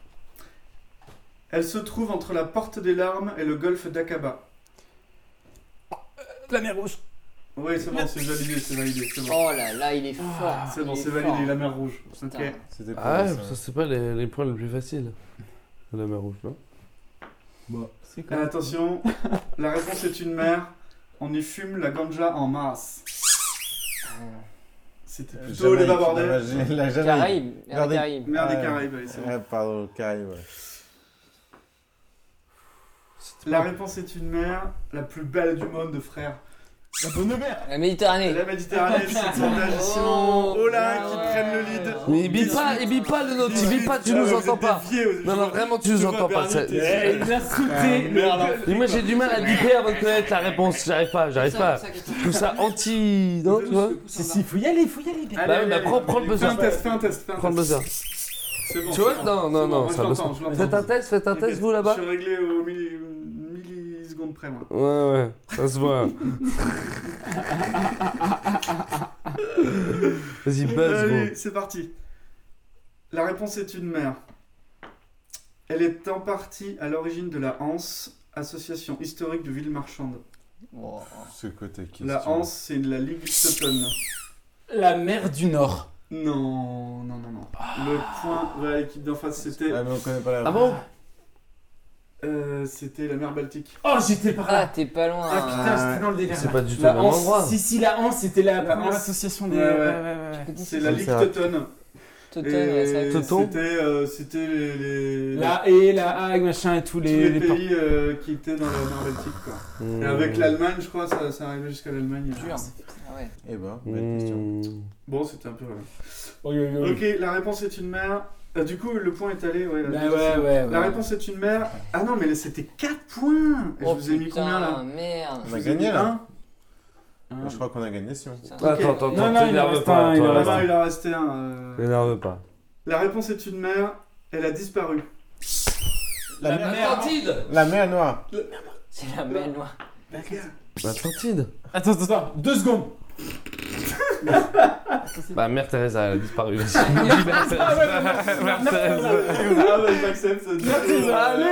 [SPEAKER 4] Elle se trouve entre la porte des larmes et le golfe d'Aqaba.
[SPEAKER 6] La mer rouge.
[SPEAKER 4] Oui, c'est bon, c'est validé, c'est validé, c'est bon.
[SPEAKER 7] Oh là là, il est fort.
[SPEAKER 4] Ah, C'est bon,
[SPEAKER 7] il est
[SPEAKER 4] c'est validé,
[SPEAKER 7] fort.
[SPEAKER 4] la mer rouge. Ok.
[SPEAKER 7] Putain.
[SPEAKER 2] C'était pour
[SPEAKER 9] Ah ouais,
[SPEAKER 2] ça.
[SPEAKER 9] ça c'est pas les, les points les plus faciles. La mer rouge, non
[SPEAKER 6] C'est
[SPEAKER 4] Ah,
[SPEAKER 9] *laughs*
[SPEAKER 4] attention, la réponse est une mère. On y fume la ganja en masse. C'était plutôt les
[SPEAKER 2] Euh, Jamaïque,
[SPEAKER 4] bas
[SPEAKER 2] la
[SPEAKER 4] bordels.
[SPEAKER 2] magie- La Jamaïque.
[SPEAKER 7] Caraïbes, Air
[SPEAKER 2] Regardez.
[SPEAKER 7] Caraïbes.
[SPEAKER 4] Mer des
[SPEAKER 2] Ouais.
[SPEAKER 4] Caraïbes, allez, c'est bon.
[SPEAKER 2] Ouais, pardon, Caraïbes. ouais.
[SPEAKER 9] C'était
[SPEAKER 4] La
[SPEAKER 9] pas-
[SPEAKER 4] réponse est une mer, la plus belle du monde, frère.
[SPEAKER 6] La bonne mer.
[SPEAKER 7] La Méditerranée.
[SPEAKER 4] La Méditerranée, c'est le sondage et Simon. Olin qui prennent le lead.
[SPEAKER 9] Oh. Ah
[SPEAKER 4] euh,
[SPEAKER 9] Mais il bip pas, il bip pas le nôtre, il bip pas, tu nous entends pas. Non, non, vraiment, tu nous entends pas. ça-
[SPEAKER 6] Et il a sauté.
[SPEAKER 4] Merde. hein.
[SPEAKER 9] Mais moi j'ai du mal à biper avant de connaître la réponse, j'arrive pas, j'arrive pas. Je trouve ça anti. Non, tu vois
[SPEAKER 6] Si, si, faut y aller, faut y aller. les gars.
[SPEAKER 9] Bah oui, bah prends- prends le
[SPEAKER 4] Fais un
[SPEAKER 9] buzzer.
[SPEAKER 4] test, fais un test, fais un
[SPEAKER 9] Prends le
[SPEAKER 4] test.
[SPEAKER 9] buzzer.
[SPEAKER 4] C'est bon.
[SPEAKER 9] Tu vois
[SPEAKER 4] c'est bon.
[SPEAKER 9] Non, non, non,
[SPEAKER 4] C'est bon, moi,
[SPEAKER 9] ça
[SPEAKER 4] je
[SPEAKER 9] me
[SPEAKER 4] l'entends, je l'entends.
[SPEAKER 9] Faites un test, faites un test vous
[SPEAKER 4] Je
[SPEAKER 9] là-bas.
[SPEAKER 4] suis réglé au milli- millisecondes près, moi.
[SPEAKER 9] Ouais, ouais, ça se voit. Vas-y, buzz,
[SPEAKER 4] Allez,
[SPEAKER 9] gros.
[SPEAKER 4] c'est parti. La réponse est une mer. Elle est en partie à l'origine de la Hanse, Association historique de villes marchandes.
[SPEAKER 2] Ce côté question.
[SPEAKER 4] La Hanse, c'est la Ligue Sutton.
[SPEAKER 6] La mer du Nord.
[SPEAKER 4] Non, non, non, non. Le point de l'équipe d'en face, c'était
[SPEAKER 2] Ah, mais on connaît pas la
[SPEAKER 3] Ah bon
[SPEAKER 4] euh, c'était la mer Baltique.
[SPEAKER 6] Oh, j'étais par
[SPEAKER 7] Ah,
[SPEAKER 6] là.
[SPEAKER 7] t'es pas loin.
[SPEAKER 6] Ah putain, j'étais dans le délire.
[SPEAKER 3] C'est pas du tout
[SPEAKER 6] La
[SPEAKER 3] le même
[SPEAKER 6] Hanse,
[SPEAKER 3] endroit.
[SPEAKER 6] Si, si, la Hanse, c'était la,
[SPEAKER 4] La
[SPEAKER 6] première
[SPEAKER 4] Hanse.
[SPEAKER 6] association Ah, des.
[SPEAKER 4] Ouais, ouais.
[SPEAKER 6] ouais, ouais.
[SPEAKER 4] C'est la
[SPEAKER 2] Ça me
[SPEAKER 4] Ligue
[SPEAKER 2] sert à-
[SPEAKER 4] Teuton.
[SPEAKER 7] Totem, ouais, c'est vrai
[SPEAKER 4] Et
[SPEAKER 7] que-
[SPEAKER 3] Teuton
[SPEAKER 4] C'était euh, c'était les, les-
[SPEAKER 6] La haie, la Hague, machin et tous
[SPEAKER 4] tous
[SPEAKER 6] les.
[SPEAKER 4] les,
[SPEAKER 6] les Euh. ports.
[SPEAKER 4] pays euh, qui étaient dans la mer Baltique. Quoi.
[SPEAKER 2] Hmm.
[SPEAKER 4] Et avec l'Allemagne, je crois, ça, ça arrivait jusqu'à l'Allemagne.
[SPEAKER 7] Dur. Ah ouais.
[SPEAKER 2] Eh ben,
[SPEAKER 3] Hmm.
[SPEAKER 2] belle question.
[SPEAKER 4] Bon, c'était un peu. voilà.
[SPEAKER 6] Oh, yo, yo, yo.
[SPEAKER 4] Ok, la réponse est une mer. Euh, du coup, le point est allé. Ouais,
[SPEAKER 6] Bah
[SPEAKER 4] la-
[SPEAKER 6] ouais, ouais, ouais.
[SPEAKER 4] La réponse est une mer. Ah non, mais là, c'était 4 points. Et
[SPEAKER 7] Oh,
[SPEAKER 4] je vous ai mis
[SPEAKER 7] putain,
[SPEAKER 4] combien là
[SPEAKER 7] Merde.
[SPEAKER 2] On
[SPEAKER 4] Je
[SPEAKER 2] a
[SPEAKER 4] vous ai mis
[SPEAKER 2] gagné là
[SPEAKER 4] un
[SPEAKER 6] Hein.
[SPEAKER 2] Je crois qu'on a gagné si on.
[SPEAKER 7] Putain.
[SPEAKER 3] Attends, attends, attends,
[SPEAKER 6] Non, non, il en
[SPEAKER 3] t'énerve
[SPEAKER 6] reste
[SPEAKER 3] pas.
[SPEAKER 6] un, il en
[SPEAKER 3] toi,
[SPEAKER 4] Ah
[SPEAKER 6] reste
[SPEAKER 3] attends.
[SPEAKER 4] non, il en restait un. euh.
[SPEAKER 3] T'énerve pas.
[SPEAKER 4] La réponse est une mer. Elle a disparu.
[SPEAKER 2] La mer-
[SPEAKER 3] L'Atlantide
[SPEAKER 2] La mer noire.
[SPEAKER 7] C'est la belle loi.
[SPEAKER 3] Bah, L'Atlantide
[SPEAKER 6] Attends, attends, attends, deux secondes.
[SPEAKER 3] Bah, Mère Teresa, elle
[SPEAKER 6] *laughs*
[SPEAKER 3] a disparu. Vas-y. Mère
[SPEAKER 6] Ah ouais,
[SPEAKER 3] Teresa.
[SPEAKER 6] merde,
[SPEAKER 3] Mère
[SPEAKER 6] merde,
[SPEAKER 3] Teresa.
[SPEAKER 6] merde.
[SPEAKER 4] ah bah, j'accepte. ça.
[SPEAKER 3] Allez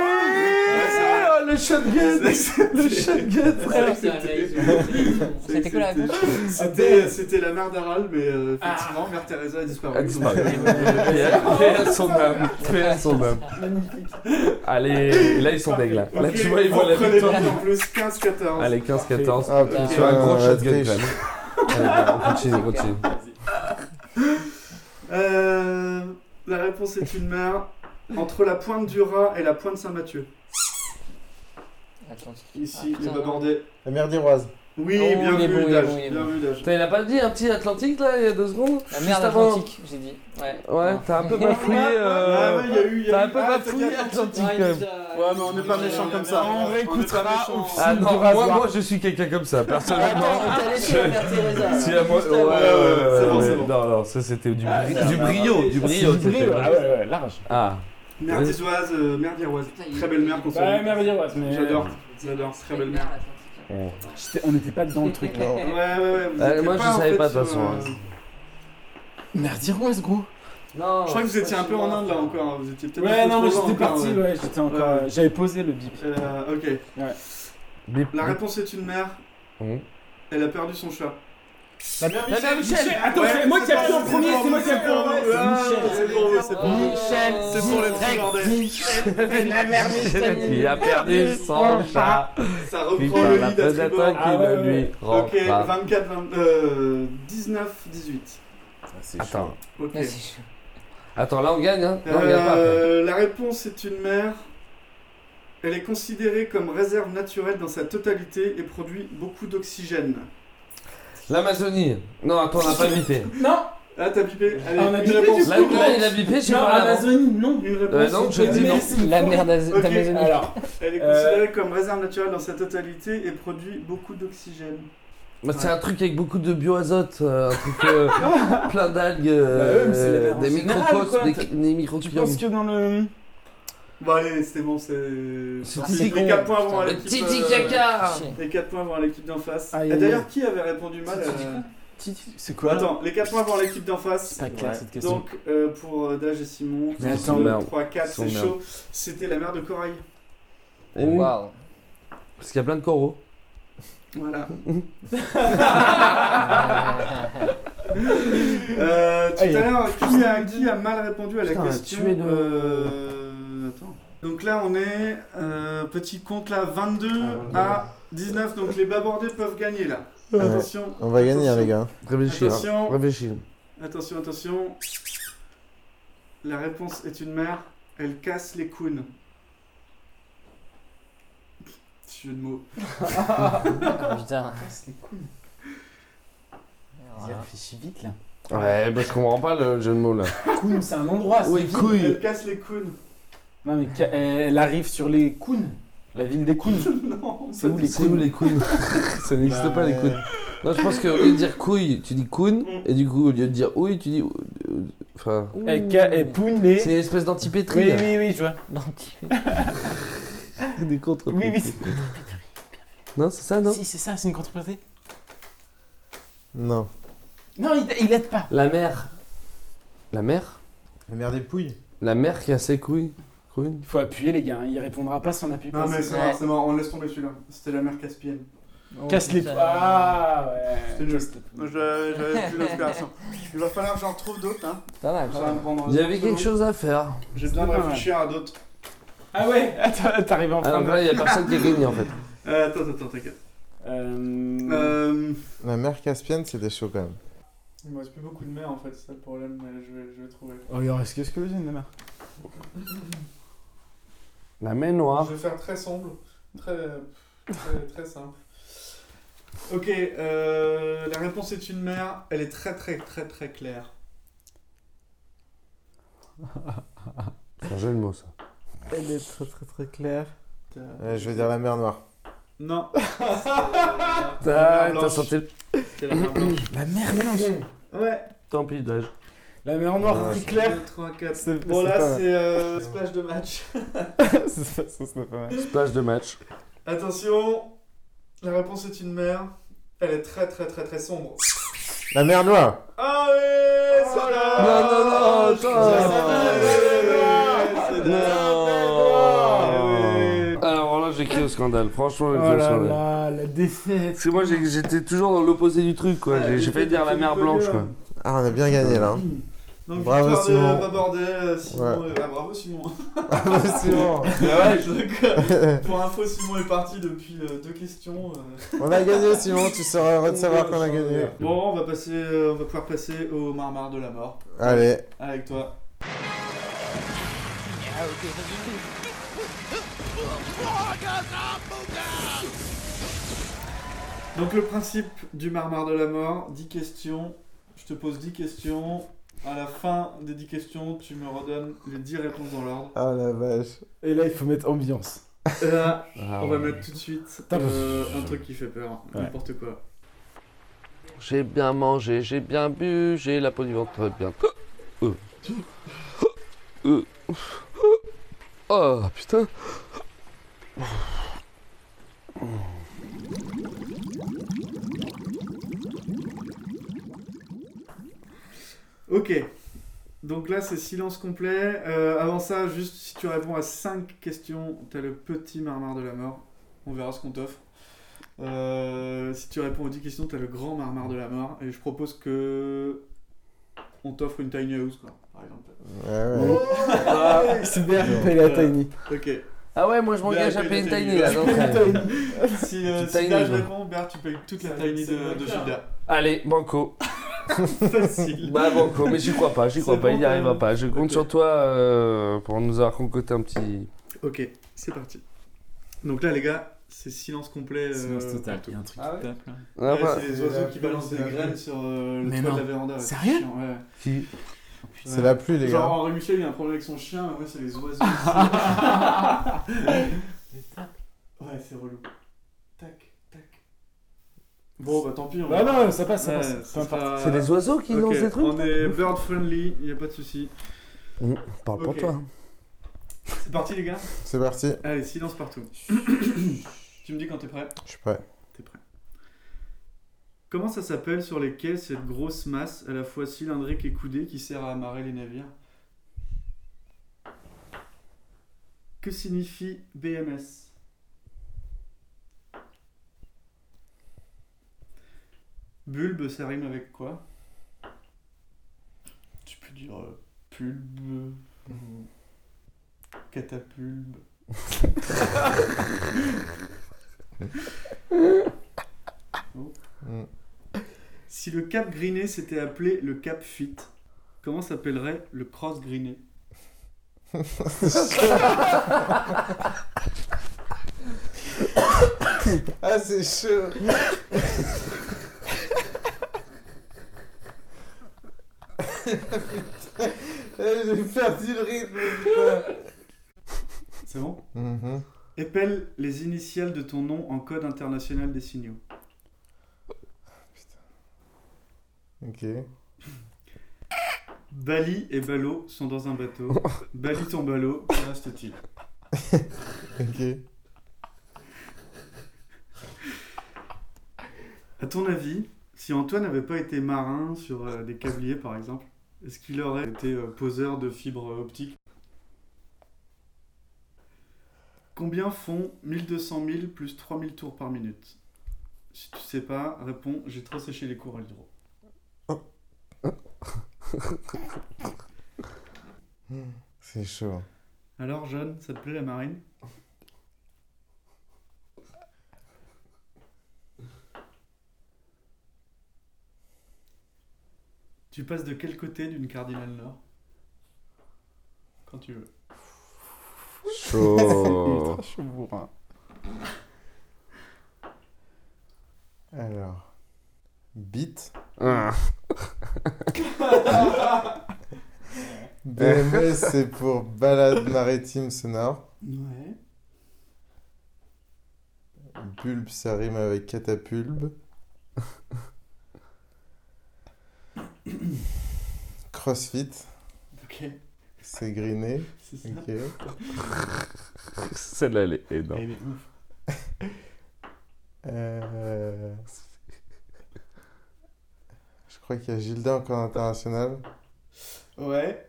[SPEAKER 3] Oh, Le shotgun Le shotgun, frère
[SPEAKER 7] C'était quoi la réponse
[SPEAKER 4] C'était c'était la mer d'Aral, mais euh, effectivement, Mère Teresa a disparu.
[SPEAKER 3] Elle
[SPEAKER 4] *laughs*
[SPEAKER 3] disparaît. Père son âme. Père son âme. Allez, là ils sont deg là. Là
[SPEAKER 4] Ok,
[SPEAKER 3] tu vois, ils voient la
[SPEAKER 4] vous prenez
[SPEAKER 3] victoire.
[SPEAKER 4] En plus, 15-14.
[SPEAKER 3] Allez, 15-14.
[SPEAKER 2] Ah
[SPEAKER 4] putain,
[SPEAKER 3] Sur un gros
[SPEAKER 2] la
[SPEAKER 3] shotgun
[SPEAKER 2] triche.
[SPEAKER 3] quand même. Allez, on continue, on continue.
[SPEAKER 4] Euh, la réponse est une mer. Entre la pointe du Raz et la pointe Saint-Mathieu.
[SPEAKER 7] Attends.
[SPEAKER 4] Ici,
[SPEAKER 7] Ah,
[SPEAKER 4] les
[SPEAKER 7] putain, non.
[SPEAKER 4] Babordais.
[SPEAKER 2] La mer d'Iroise.
[SPEAKER 4] Oui,
[SPEAKER 7] Oh,
[SPEAKER 4] bien
[SPEAKER 7] il est
[SPEAKER 4] vu,
[SPEAKER 7] bon, il est
[SPEAKER 4] Dage,
[SPEAKER 7] bon, il est
[SPEAKER 4] bien
[SPEAKER 7] bon.
[SPEAKER 4] vu, Dage.
[SPEAKER 3] Putain, il a pas dit un petit Atlantique là, il y a deux secondes
[SPEAKER 7] La
[SPEAKER 3] Juste
[SPEAKER 7] merde
[SPEAKER 3] avant.
[SPEAKER 7] atlantique, j'ai dit. Ouais.
[SPEAKER 3] Ouais, t'as un peu bafouillé.
[SPEAKER 4] Ah
[SPEAKER 3] euh,
[SPEAKER 4] ouais, il y a eu. il y a
[SPEAKER 3] T'as
[SPEAKER 4] eu-
[SPEAKER 3] un peu
[SPEAKER 4] ah,
[SPEAKER 3] bafouillé
[SPEAKER 4] t'as-
[SPEAKER 3] Atlantique quand même.
[SPEAKER 4] Ouais, mais on n'est pas méchant comme ça.
[SPEAKER 6] On réécoutera
[SPEAKER 4] est pas méchant.
[SPEAKER 3] Ah
[SPEAKER 6] Sylvain
[SPEAKER 3] non, moi,
[SPEAKER 6] Rasoir.
[SPEAKER 3] moi je suis quelqu'un comme ça, personnellement.
[SPEAKER 7] Attends, t'as laissé la mère Teresa.
[SPEAKER 3] Si à moi, ouais, ouais, ouais,
[SPEAKER 4] C'est bon,
[SPEAKER 3] ouais,
[SPEAKER 4] c'est
[SPEAKER 3] ouais.
[SPEAKER 4] bon.
[SPEAKER 3] Non, non, ça c'était du,
[SPEAKER 6] Ah,
[SPEAKER 3] bri- du brio, du brio.
[SPEAKER 6] Du
[SPEAKER 3] c'était
[SPEAKER 6] brio,
[SPEAKER 3] vrai.
[SPEAKER 6] ah ouais, ouais, large.
[SPEAKER 3] Ah,
[SPEAKER 4] Mer d'Isoise, euh, mer d'Iroise. Très belle mer qu'on
[SPEAKER 6] Ouais,
[SPEAKER 4] salue.
[SPEAKER 6] merveilleuse, mais.
[SPEAKER 4] J'adore, j'adore, très belle mer.
[SPEAKER 6] J'étais- On n'était pas dans le truc là.
[SPEAKER 4] Ouais, ouais, ouais. vous
[SPEAKER 3] Euh,
[SPEAKER 4] étiez
[SPEAKER 3] moi, je
[SPEAKER 4] en
[SPEAKER 3] savais
[SPEAKER 4] fait,
[SPEAKER 3] pas, de
[SPEAKER 4] sur,
[SPEAKER 3] toute façon,
[SPEAKER 4] euh,
[SPEAKER 3] hein.
[SPEAKER 6] Merde, Iroise, gros.
[SPEAKER 7] Non.
[SPEAKER 4] Je crois que vous étiez un peu en Inde là encore. hein. Vous étiez peut-être. un
[SPEAKER 6] Ouais,
[SPEAKER 4] peu
[SPEAKER 6] non, mais
[SPEAKER 4] trop loin
[SPEAKER 6] j'étais
[SPEAKER 4] encore,
[SPEAKER 6] parti,
[SPEAKER 4] ouais.
[SPEAKER 6] ouais, j'étais
[SPEAKER 4] Ouais.
[SPEAKER 6] encore. euh, J'avais posé le bip.
[SPEAKER 4] Euh, ok.
[SPEAKER 3] Bip,
[SPEAKER 4] La
[SPEAKER 3] bip.
[SPEAKER 4] réponse est une mère.
[SPEAKER 3] Mhm.
[SPEAKER 4] Elle a perdu son chat.
[SPEAKER 2] La mer
[SPEAKER 6] La mère Michel Attends,
[SPEAKER 4] Ouais,
[SPEAKER 6] c'est moi qui
[SPEAKER 4] c'est
[SPEAKER 6] appuie
[SPEAKER 4] pas-
[SPEAKER 6] en premier, c'est moi qui appuie en premier. C'est Michel.
[SPEAKER 4] C'est pour vous, c'est pour vous.
[SPEAKER 7] Michel,
[SPEAKER 4] C'est pour les petits bordels. *laughs*
[SPEAKER 7] la merde
[SPEAKER 3] Il a perdu son chat.
[SPEAKER 4] Ça reprend
[SPEAKER 3] Putain,
[SPEAKER 4] le
[SPEAKER 3] la
[SPEAKER 4] lit d'Atribor.
[SPEAKER 3] prédateur
[SPEAKER 6] Ah
[SPEAKER 3] qui
[SPEAKER 6] ouais,
[SPEAKER 3] ne
[SPEAKER 6] ouais.
[SPEAKER 3] lui rend
[SPEAKER 4] Ok,
[SPEAKER 3] pas.
[SPEAKER 4] 24, 20, euh, 19, 18.
[SPEAKER 2] Ah, C'est
[SPEAKER 3] Attends,
[SPEAKER 4] Ok.
[SPEAKER 3] attends, là on gagne, hein Non, on gagne pas. après.
[SPEAKER 4] Euh, la réponse est une mère. Elle est considérée comme réserve naturelle dans sa totalité et produit beaucoup d'oxygène.
[SPEAKER 3] L'Amazonie. Non, attends, on a pas bipé.
[SPEAKER 6] Non,
[SPEAKER 4] Ah, t'as bipé Allez,
[SPEAKER 6] on a
[SPEAKER 4] une
[SPEAKER 6] bipé,
[SPEAKER 4] réponse.
[SPEAKER 6] du
[SPEAKER 3] Là,
[SPEAKER 6] coup.
[SPEAKER 3] là, il a bipé, je sais
[SPEAKER 6] non,
[SPEAKER 3] pas. là, hein. non.
[SPEAKER 6] Amazonie, non.
[SPEAKER 4] Une
[SPEAKER 3] Euh,
[SPEAKER 4] réponse.
[SPEAKER 3] non, je dis non.
[SPEAKER 7] La merde
[SPEAKER 4] Ok.
[SPEAKER 7] d'Amazonie.
[SPEAKER 6] Alors,
[SPEAKER 4] Elle est
[SPEAKER 6] Euh,
[SPEAKER 4] considérée comme réserve naturelle dans sa totalité et produit beaucoup d'oxygène.
[SPEAKER 3] Moi, C'est un truc avec beaucoup de bioazote, euh, un truc euh,
[SPEAKER 6] *laughs*
[SPEAKER 3] plein d'algues, euh,
[SPEAKER 6] Bah ouais, mais c'est la mer en
[SPEAKER 3] des
[SPEAKER 6] général,
[SPEAKER 3] microcosmes,
[SPEAKER 6] quoi.
[SPEAKER 3] des,
[SPEAKER 6] Tu-
[SPEAKER 3] des
[SPEAKER 6] tu
[SPEAKER 3] microbiomes.
[SPEAKER 6] penses que dans le.
[SPEAKER 4] Bon, allez, c'était bon, c'est. Les-
[SPEAKER 3] c'est
[SPEAKER 4] les
[SPEAKER 3] con.
[SPEAKER 4] 4 points vont à
[SPEAKER 3] Le
[SPEAKER 4] l'équipe.
[SPEAKER 3] Titi
[SPEAKER 4] euh,
[SPEAKER 3] caca
[SPEAKER 4] Les 4 points vont à l'équipe d'en face.
[SPEAKER 6] Aïe,
[SPEAKER 4] Et
[SPEAKER 6] aïe,
[SPEAKER 4] d'ailleurs,
[SPEAKER 6] aïe.
[SPEAKER 4] qui avait répondu mal
[SPEAKER 6] C'est-
[SPEAKER 4] euh,
[SPEAKER 6] C'est quoi
[SPEAKER 4] Attends, les 4 points vont à l'équipe d'en face.
[SPEAKER 6] C'est pas clair cette question.
[SPEAKER 4] Donc, euh, pour euh, Dage et Simon,
[SPEAKER 6] Mais attends,
[SPEAKER 4] 2,
[SPEAKER 3] merde.
[SPEAKER 4] 3, 4,
[SPEAKER 3] Ils sont
[SPEAKER 4] c'est
[SPEAKER 3] merde.
[SPEAKER 4] chaud. C'était la mer de corail.
[SPEAKER 3] Et oui,
[SPEAKER 7] Waouh.
[SPEAKER 3] Parce qu'il y a plein de coraux.
[SPEAKER 4] Voilà.
[SPEAKER 6] *laughs*
[SPEAKER 4] Euh, tout à
[SPEAKER 6] Aïe.
[SPEAKER 4] l'heure, qui a, qui a mal répondu à la
[SPEAKER 3] Putain,
[SPEAKER 4] question
[SPEAKER 3] tuer le-
[SPEAKER 4] euh, attends. Donc là, on est euh, petit compte là, 22
[SPEAKER 6] Ah,
[SPEAKER 4] à 19. Donc les babordés peuvent gagner là.
[SPEAKER 2] Ouais.
[SPEAKER 4] Attention,
[SPEAKER 2] On va gagner,
[SPEAKER 4] Attention.
[SPEAKER 2] les gars.
[SPEAKER 3] Réfléchis, hein.
[SPEAKER 4] attention,
[SPEAKER 3] Réfléchis.
[SPEAKER 4] attention, attention. La réponse est une mère. Elle casse les counes. Petit Jeu de mots.
[SPEAKER 7] Putain.
[SPEAKER 6] Réfléchis vite là.
[SPEAKER 3] Ouais, parce qu'on comprend pas le jeu de mots là.
[SPEAKER 6] Koun, c'est un endroit. c'est
[SPEAKER 3] Oui,
[SPEAKER 6] vide.
[SPEAKER 3] couille.
[SPEAKER 4] Elle casse les counes.
[SPEAKER 6] Non, mais ca- elle arrive sur les Koun. La ville des Koun.
[SPEAKER 4] Non.
[SPEAKER 6] C'est où les
[SPEAKER 3] C'est où
[SPEAKER 6] Koun
[SPEAKER 3] les couilles *laughs* Ça n'existe
[SPEAKER 2] Bah,
[SPEAKER 3] pas les couilles. Non, je pense qu'au lieu de dire couille, tu dis coune,
[SPEAKER 6] Mm.
[SPEAKER 3] et du coup, au lieu de dire ouille, tu dis. ou- ou- Enfin.
[SPEAKER 6] Elle ca- elle poune les.
[SPEAKER 3] C'est une espèce d'antipétrie.
[SPEAKER 6] eh, Oui,
[SPEAKER 3] là.
[SPEAKER 6] oui, oui, je vois.
[SPEAKER 3] Des contre
[SPEAKER 6] Oui, oui.
[SPEAKER 3] Non, c'est ça, non
[SPEAKER 6] Si, c'est ça, c'est une contrepartie.
[SPEAKER 2] Non.
[SPEAKER 6] Non, il, il aide pas.
[SPEAKER 3] La mère. La mère
[SPEAKER 2] La mer des Pouilles.
[SPEAKER 3] La mère qui a ses couilles.
[SPEAKER 9] trouver.
[SPEAKER 6] Il faut appuyer, les gars. hein. Il répondra pas si on appuie pas.
[SPEAKER 4] Non, mais c'est
[SPEAKER 7] Ouais.
[SPEAKER 4] marrant, c'est marrant, on laisse tomber celui-là. C'était la mer Caspienne.
[SPEAKER 6] Casse les. Ah
[SPEAKER 4] C'était
[SPEAKER 6] ouais.
[SPEAKER 4] nul.
[SPEAKER 6] Casse
[SPEAKER 4] Moi,
[SPEAKER 6] les-
[SPEAKER 4] J'avais j'avais plus d'inspiration. Il va falloir que j'en trouve d'autres, hein.
[SPEAKER 7] Pas mal.
[SPEAKER 4] Ça va me prendre.
[SPEAKER 9] Il y avait
[SPEAKER 4] deux
[SPEAKER 9] quelque
[SPEAKER 4] secondes.
[SPEAKER 9] chose à faire.
[SPEAKER 4] J'ai besoin de
[SPEAKER 6] Ah ouais.
[SPEAKER 4] réfléchir à d'autres.
[SPEAKER 6] Ah ouais. *laughs* Attends, T'arrives en
[SPEAKER 9] Alors
[SPEAKER 6] train
[SPEAKER 9] que
[SPEAKER 6] de.
[SPEAKER 9] là, il Ah, y a personne qui a gagné en fait.
[SPEAKER 4] Euh, attends, attends, t'inquiète.
[SPEAKER 6] Euh,
[SPEAKER 4] Euh.
[SPEAKER 2] La mer Caspienne, c'était chaud quand même.
[SPEAKER 4] Il me reste plus beaucoup de mer en fait, c'est ça le problème, mais je vais, je vais trouver.
[SPEAKER 6] Oh, il en reste qu'est-ce que le de mer
[SPEAKER 9] La main noire.
[SPEAKER 4] Je vais faire très sombre, très, très, très simple. Ok, euh, la réponse est une mer, elle est très très très très claire.
[SPEAKER 9] C'est un jeu de mots ça.
[SPEAKER 2] Elle est très très très claire.
[SPEAKER 4] T'as-
[SPEAKER 2] Euh, je vais dire la mer Noire.
[SPEAKER 4] Euh, Non.
[SPEAKER 9] Tac,
[SPEAKER 4] La mer
[SPEAKER 9] *laughs* t'as
[SPEAKER 4] blanche.
[SPEAKER 9] senti le-
[SPEAKER 4] C'est la mer blanche.
[SPEAKER 9] La mer blanche. Oh,
[SPEAKER 4] Ouais.
[SPEAKER 9] Tant pis, dois-je.
[SPEAKER 6] La mer noire,
[SPEAKER 2] Ouais.
[SPEAKER 6] c'est clair.
[SPEAKER 4] 2, 3, 4.
[SPEAKER 6] C'est-
[SPEAKER 4] Bon
[SPEAKER 6] c'est
[SPEAKER 4] là
[SPEAKER 6] pas-
[SPEAKER 4] c'est euh, splash de match.
[SPEAKER 9] Splash de match.
[SPEAKER 4] Attention, la réponse est une mer, elle est très très très très sombre.
[SPEAKER 2] La mer Noire
[SPEAKER 4] Allez, Solange
[SPEAKER 9] Non, non, non, attends.
[SPEAKER 4] Ça s'appelle- C'est de la- Eh oui.
[SPEAKER 9] *laughs* Alors là, j'ai crié au scandale. Franchement,
[SPEAKER 6] Oh
[SPEAKER 9] j'ai crié au
[SPEAKER 6] là
[SPEAKER 9] scandale.
[SPEAKER 6] là, la défaite.
[SPEAKER 9] Parce que moi, j'ai- j'étais toujours dans l'opposé du truc, quoi. J'ai- J'ai failli dire la mer blanche, quoi.
[SPEAKER 2] Ah, on a bien gagné là. hein.
[SPEAKER 4] Donc,
[SPEAKER 2] Bravo,
[SPEAKER 4] victoire de
[SPEAKER 2] Simon.
[SPEAKER 4] Babordel, euh, Simon,
[SPEAKER 2] Ouais.
[SPEAKER 4] euh, ah, bravo Simon.
[SPEAKER 2] Ah, bah, c'est *laughs* bon.
[SPEAKER 4] *laughs* Donc, euh, pour info, Simon est parti depuis euh, deux questions. euh.
[SPEAKER 2] On a gagné Simon, tu seras heureux de savoir qu'on a gagné.
[SPEAKER 4] Bon, on va, passer, euh, on va pouvoir passer au marmar de la mort.
[SPEAKER 2] Allez,
[SPEAKER 4] Avec toi. Donc le principe du marmar de la mort, 10 questions. Je te pose 10 questions. À la fin des 10 questions, tu me redonnes les 10 réponses dans l'ordre.
[SPEAKER 2] ah la vache.
[SPEAKER 6] Et là, il faut mettre ambiance.
[SPEAKER 4] Et là,
[SPEAKER 9] Ah,
[SPEAKER 4] on va
[SPEAKER 9] ouais.
[SPEAKER 4] mettre tout de suite
[SPEAKER 6] Putain,
[SPEAKER 4] euh, un truc qui fait peur. N'importe quoi.
[SPEAKER 9] J'ai bien mangé, j'ai bien bu, j'ai la peau du ventre bien. Euh. Euh. Oh putain.
[SPEAKER 4] Ok. Donc là, c'est silence complet. Euh, avant ça, juste si tu réponds à 5 questions, t'as le petit marmar de la mort. On verra ce qu'on t'offre. Euh, si tu réponds aux 10 questions, t'as le grand marmar de la mort. Et je propose que. On t'offre une tiny house, quoi, par exemple.
[SPEAKER 2] Ouais, ouais.
[SPEAKER 6] Ah, C'est bien, il a tiny.
[SPEAKER 4] Ok.
[SPEAKER 9] Ah ouais, moi je m'engage à
[SPEAKER 4] Bah,
[SPEAKER 9] payer une
[SPEAKER 4] t'as-
[SPEAKER 9] tiny là. donc, euh,
[SPEAKER 6] *laughs*
[SPEAKER 4] Si, euh,
[SPEAKER 9] Petite
[SPEAKER 4] si
[SPEAKER 9] tiny,
[SPEAKER 4] Daj
[SPEAKER 9] quoi.
[SPEAKER 4] répond, Bert, tu payes toute la tiny de, de Gilda.
[SPEAKER 9] *laughs* Allez, banco.
[SPEAKER 4] *laughs* Facile.
[SPEAKER 9] Bah banco, mais j'y crois pas, j'y crois
[SPEAKER 4] C'est
[SPEAKER 9] pas, il
[SPEAKER 4] bon,
[SPEAKER 9] n'y arrivera
[SPEAKER 4] t'as-
[SPEAKER 9] pas. Je compte
[SPEAKER 4] ok.
[SPEAKER 9] sur toi euh, pour nous avoir concoté un petit.
[SPEAKER 4] Ok, c'est parti. Donc là, les gars, c'est silence complet. euh,
[SPEAKER 6] Silence total.
[SPEAKER 4] partout.
[SPEAKER 6] Il y a un truc
[SPEAKER 3] Ah
[SPEAKER 6] qui tape là.
[SPEAKER 9] Ah,
[SPEAKER 4] Ouais,
[SPEAKER 9] bah,
[SPEAKER 4] c'est les oiseaux qui balancent des graines sur euh, le
[SPEAKER 6] Mais
[SPEAKER 4] toit de
[SPEAKER 6] non.
[SPEAKER 4] la véranda. c'est
[SPEAKER 6] Sérieux
[SPEAKER 4] chiant, ouais.
[SPEAKER 9] qui-
[SPEAKER 2] C'est la pluie, les
[SPEAKER 4] Genre
[SPEAKER 2] gars.
[SPEAKER 4] Henri Michel il a un problème avec son chien, ouais c'est les oiseaux. *laughs* ouais c'est relou. Tac, tac. Bon bah tant pis. On
[SPEAKER 6] Bah
[SPEAKER 4] va-
[SPEAKER 6] non, ça passe, ça
[SPEAKER 4] Ouais,
[SPEAKER 6] passe.
[SPEAKER 4] ce
[SPEAKER 6] Peu importe.
[SPEAKER 4] sera-
[SPEAKER 9] C'est des oiseaux qui
[SPEAKER 4] Euh, Ok,
[SPEAKER 9] lancent des trucs
[SPEAKER 4] On est bird friendly, y a pas de souci.
[SPEAKER 9] Parle pour
[SPEAKER 4] ok.
[SPEAKER 9] toi.
[SPEAKER 4] C'est parti les gars.
[SPEAKER 2] C'est parti,
[SPEAKER 4] Allez silence partout. tu me dis quand t'es prêt.
[SPEAKER 2] je suis prêt.
[SPEAKER 4] T'es prêt. Comment ça s'appelle sur les quais cette grosse masse à la fois cylindrique et coudée qui sert à amarrer les navires Que signifie BMS Bulbe, ça rime avec quoi Tu peux dire euh, pulbe, catapulbe.
[SPEAKER 2] Mm.
[SPEAKER 4] Si le cap greené s'était appelé le cap fit, comment s'appellerait le cross greené
[SPEAKER 2] Ah, c'est
[SPEAKER 6] *laughs*
[SPEAKER 2] chaud.
[SPEAKER 6] Eh,
[SPEAKER 2] Putain, J'ai perdu le rythme.
[SPEAKER 4] C'est bon
[SPEAKER 2] Mhm.
[SPEAKER 4] Épelle les initiales de ton nom en code international des signaux.
[SPEAKER 2] Ok.
[SPEAKER 4] Bali et Balo sont dans un bateau. Bali ton ballot, que reste-t-il
[SPEAKER 2] Ok.
[SPEAKER 4] À ton avis, si Antoine n'avait pas été marin sur euh, des câbliers euh, par exemple, est-ce qu'il aurait été euh, poseur de fibres optiques Combien font 1200 000 plus 3000 tours par minute Si tu sais pas, réponds j'ai trop séché les cours à l'hydro.
[SPEAKER 2] C'est chaud.
[SPEAKER 4] Alors, jeune, ça te plaît la marine Tu passes de quel côté d'une cardinale nord Quand tu veux.
[SPEAKER 3] Chaud.
[SPEAKER 6] Ultra chaud bourrin.
[SPEAKER 2] Alors. Beat. *laughs*
[SPEAKER 3] Ah.
[SPEAKER 2] BMS, c'est pour balade maritime sonore.
[SPEAKER 4] Ouais.
[SPEAKER 2] Bulbe, ça rime avec catapulbe. Crossfit,
[SPEAKER 4] Ok,
[SPEAKER 2] c'est greené.
[SPEAKER 4] c'est ça.
[SPEAKER 2] Ok.
[SPEAKER 3] Celle-là, elle est énorme.
[SPEAKER 4] Elle est ouf.
[SPEAKER 2] Euh, Je crois qu'il y a Gilda encore international.
[SPEAKER 4] Ouais.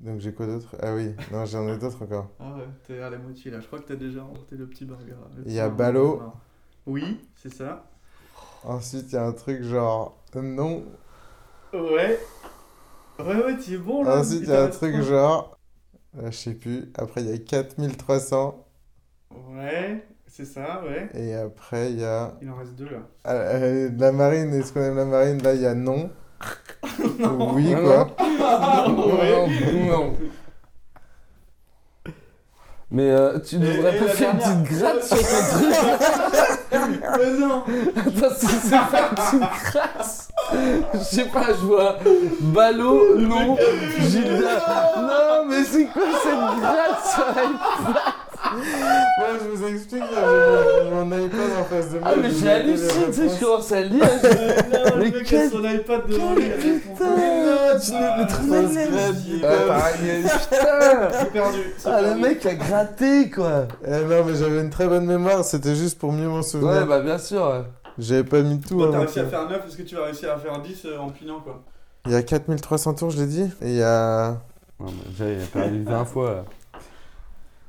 [SPEAKER 2] Donc j'ai quoi d'autre Ah oui, non, j'en ai d'autres encore.
[SPEAKER 4] Ah ouais, t'es à la moitié là. Je crois que t'as déjà remporté le petit burger. là. Le
[SPEAKER 2] Il
[SPEAKER 4] petit
[SPEAKER 2] y a
[SPEAKER 4] burger
[SPEAKER 2] Ballot.
[SPEAKER 4] noir. Oui, c'est ça.
[SPEAKER 2] Ensuite, il y a un truc genre non.
[SPEAKER 4] Ouais. Ouais, ouais, t'y es bon là.
[SPEAKER 2] Ensuite, il y a Ah, un truc genre. euh, je sais plus. Après, il y a 4300.
[SPEAKER 4] Ouais, c'est ça, ouais.
[SPEAKER 2] Et après, il y a.
[SPEAKER 4] Il en reste deux là.
[SPEAKER 2] Ah, euh, de la marine, est-ce qu'on aime la marine Là, il y a *laughs* non. Oui,
[SPEAKER 3] Ah Non,
[SPEAKER 2] quoi.
[SPEAKER 3] Non, non. Mais euh, tu ne devrais
[SPEAKER 4] et
[SPEAKER 3] pas
[SPEAKER 4] la
[SPEAKER 3] faire une
[SPEAKER 4] dernière.
[SPEAKER 3] petite gratte sur ton truc.
[SPEAKER 4] Mais Euh, non
[SPEAKER 3] Attends, si c'est
[SPEAKER 4] *laughs*
[SPEAKER 3] pas une petite crasse. Je sais pas, je vois Ballot, non, Gilda. Non, mais c'est quoi cette gratte sur la-
[SPEAKER 2] Ouais, je vous explique, là, j'ai mon mon iPad en face de moi.
[SPEAKER 3] Ah, mais
[SPEAKER 2] je vous
[SPEAKER 3] j'ai
[SPEAKER 2] mets les
[SPEAKER 3] halluciné, tu sais, je
[SPEAKER 2] réponses.
[SPEAKER 3] commence à lire. je-
[SPEAKER 4] Euh, Non,
[SPEAKER 3] Mais
[SPEAKER 4] le mec
[SPEAKER 3] quel-
[SPEAKER 4] a son iPad devant lui. il a
[SPEAKER 3] Quel
[SPEAKER 4] fait son
[SPEAKER 3] putain
[SPEAKER 4] truc.
[SPEAKER 3] Tu ne le
[SPEAKER 2] Fausse
[SPEAKER 3] trouves
[SPEAKER 2] gratte,
[SPEAKER 3] Ah,
[SPEAKER 2] Gilda. *laughs*
[SPEAKER 3] pareil, putain
[SPEAKER 4] C'est perdu. c'est
[SPEAKER 3] Ah, le
[SPEAKER 4] perdu.
[SPEAKER 3] mec a gratté, quoi
[SPEAKER 2] Eh non, mais j'avais une très bonne mémoire, c'était juste pour mieux m'en souvenir.
[SPEAKER 3] Ouais, bah bien sûr. ouais.
[SPEAKER 2] J'avais pas mis tout.
[SPEAKER 4] Toi, t'as
[SPEAKER 2] hein,
[SPEAKER 4] réussi à
[SPEAKER 2] donc,
[SPEAKER 4] faire 9, est-ce que tu vas réussir à faire 10 euh, en pinant quoi
[SPEAKER 2] Il y a 4300 tours, je l'ai dit. Et il y a.
[SPEAKER 3] Non, mais déjà, il a perdu 20 fois, là.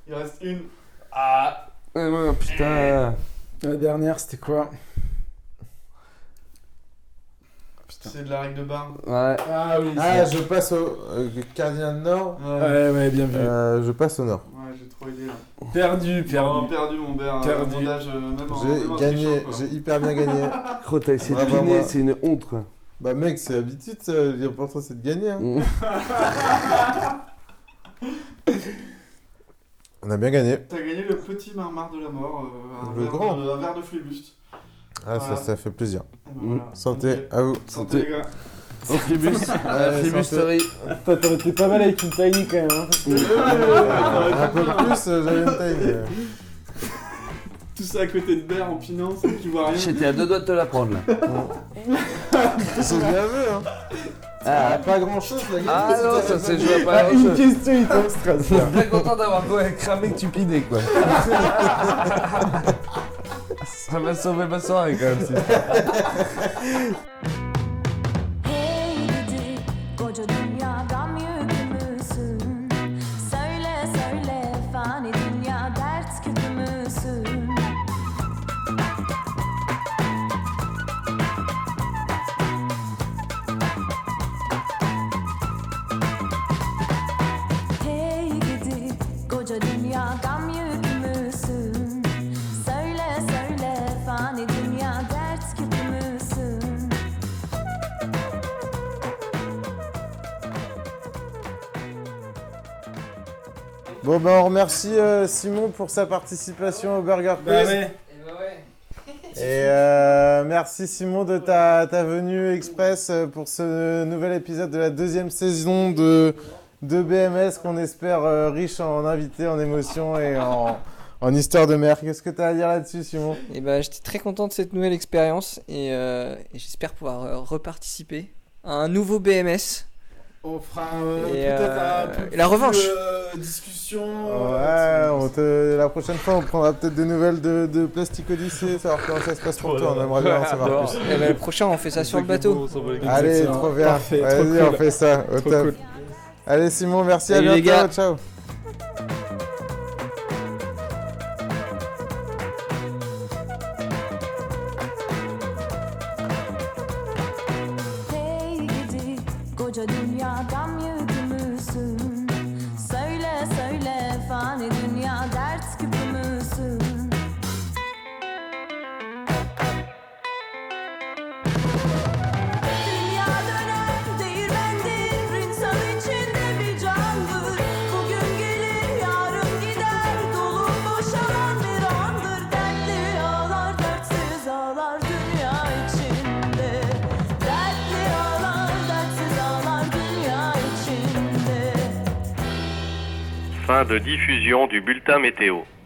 [SPEAKER 4] Il reste une.
[SPEAKER 3] Ah Eh ben, putain
[SPEAKER 4] Eh.
[SPEAKER 6] La dernière, c'était quoi Putain.
[SPEAKER 4] C'est de la règle de barre.
[SPEAKER 3] Ouais.
[SPEAKER 6] Ah oui.
[SPEAKER 2] Ah, je passe au euh, Cardinal Nord.
[SPEAKER 4] Ouais,
[SPEAKER 6] Ouais, ouais, bien vu.
[SPEAKER 2] Euh, je passe au Nord.
[SPEAKER 4] ouais j'ai trop aidé là.
[SPEAKER 6] Perdu, perdu.
[SPEAKER 4] Perdu, perdu mon père.
[SPEAKER 6] Perdu.
[SPEAKER 4] Perdu. Montage, euh, même en- même en
[SPEAKER 2] J'ai gagné,
[SPEAKER 4] trichant, quoi.
[SPEAKER 2] j'ai hyper bien
[SPEAKER 4] *laughs*
[SPEAKER 2] gagné.
[SPEAKER 3] Gros, t'as essayé de
[SPEAKER 2] Bravo à
[SPEAKER 3] deviner,
[SPEAKER 2] moi.
[SPEAKER 3] c'est une honte, quoi.
[SPEAKER 2] bah mec, c'est l'habitude, ça, l'important c'est de gagner. hein.
[SPEAKER 3] Mm.
[SPEAKER 2] *laughs* On a bien gagné.
[SPEAKER 4] T'as gagné le petit marmar de la mort. euh, un
[SPEAKER 2] Le
[SPEAKER 4] verre
[SPEAKER 2] grand.
[SPEAKER 4] de- un verre de flibuste.
[SPEAKER 2] Ah, ça,
[SPEAKER 4] Voilà.
[SPEAKER 2] ça fait plaisir.
[SPEAKER 4] Et ben
[SPEAKER 3] Mm.
[SPEAKER 4] voilà.
[SPEAKER 2] Santé
[SPEAKER 4] Nickel.
[SPEAKER 2] à vous.
[SPEAKER 4] Santé les gars.
[SPEAKER 3] Au flibus. À Ah, la
[SPEAKER 2] Allez, santé.
[SPEAKER 3] flibusterie.
[SPEAKER 6] Toi, t'aurais été pas mal avec une tiny quand même. hein, parce que-
[SPEAKER 2] Un peu plus, euh, j'avais une taille.
[SPEAKER 4] *laughs*
[SPEAKER 2] euh.
[SPEAKER 4] Tout ça à côté de Bert en pinant, c'est que tu vois rien.
[SPEAKER 3] J'étais à deux doigts de te la prendre, là.
[SPEAKER 2] C'est bien vu, hein.
[SPEAKER 3] Ah,
[SPEAKER 2] Pas grand chose, la gueule.
[SPEAKER 3] ah non,
[SPEAKER 2] *laughs*
[SPEAKER 3] ça s'est joué à pas
[SPEAKER 6] Ah, une
[SPEAKER 3] grand-chose.
[SPEAKER 6] question, il t'en stress. là.
[SPEAKER 3] Bien content d'avoir quoi, cramé que tu pinais, quoi. Ça m'a sauvé ma soirée, quand même, c'est
[SPEAKER 7] Hey gidi koca dünyadan yüklü müsün? Söyle söyle fani dünya dert kötü müsün? Hey gidi koca dünyadan yüklü müsün? Söyle söyle fani dünya dert kötü müsün?
[SPEAKER 2] Bon, ben on remercie euh, Simon pour sa participation au Burger
[SPEAKER 4] Bah,
[SPEAKER 10] Bah
[SPEAKER 2] Quiz.
[SPEAKER 5] Eh ben
[SPEAKER 2] Et euh, merci Simon de ta, ta venue express euh, pour ce nouvel épisode de la deuxième saison de, de BMS qu'on espère euh, riche en invités, en émotions et en, en histoire de mer. Qu'est-ce que tu as à dire là-dessus Simon
[SPEAKER 5] Et bah, j'étais très content de cette nouvelle expérience et, euh, et j'espère pouvoir euh, reparticiper à un nouveau BMS.
[SPEAKER 10] On fera euh,
[SPEAKER 5] Et,
[SPEAKER 10] peut-être
[SPEAKER 5] euh,
[SPEAKER 10] un peu
[SPEAKER 5] et la
[SPEAKER 10] plus,
[SPEAKER 5] revanche.
[SPEAKER 10] euh, discussion.
[SPEAKER 2] Ouais,
[SPEAKER 10] euh,
[SPEAKER 2] on te, la prochaine fois on prendra peut-être des nouvelles de, de Plastic Odyssey, savoir comment ça se passe pour toi, on aimerait bien en savoir plus.
[SPEAKER 5] Et bah, le prochain, on fait ça sur le bateau.
[SPEAKER 2] Allez,
[SPEAKER 6] Exactement.
[SPEAKER 2] trop bien,
[SPEAKER 6] Parfait, trop
[SPEAKER 2] vas-y on
[SPEAKER 6] cool.
[SPEAKER 2] fait ça, au
[SPEAKER 6] Trop
[SPEAKER 2] top.
[SPEAKER 6] cool.
[SPEAKER 2] Allez Simon, merci,
[SPEAKER 5] Salut
[SPEAKER 2] à
[SPEAKER 5] les
[SPEAKER 2] bientôt,
[SPEAKER 5] gars.
[SPEAKER 2] ciao
[SPEAKER 7] Koca dünya gam yükü müsün? Söyle söyle fani dünya dert küpü müsün? Dünya dönen değirmendir, insan içinde bir candır. Bugün gelir, yarın gider, dolu boşalan bir andır. Dertli ağlar, dertsiz ağlar, dünya içinde. Dertli ağlar, dertsiz ağlar, dünya içinde.
[SPEAKER 1] Fin de diffusion du bulletin météo.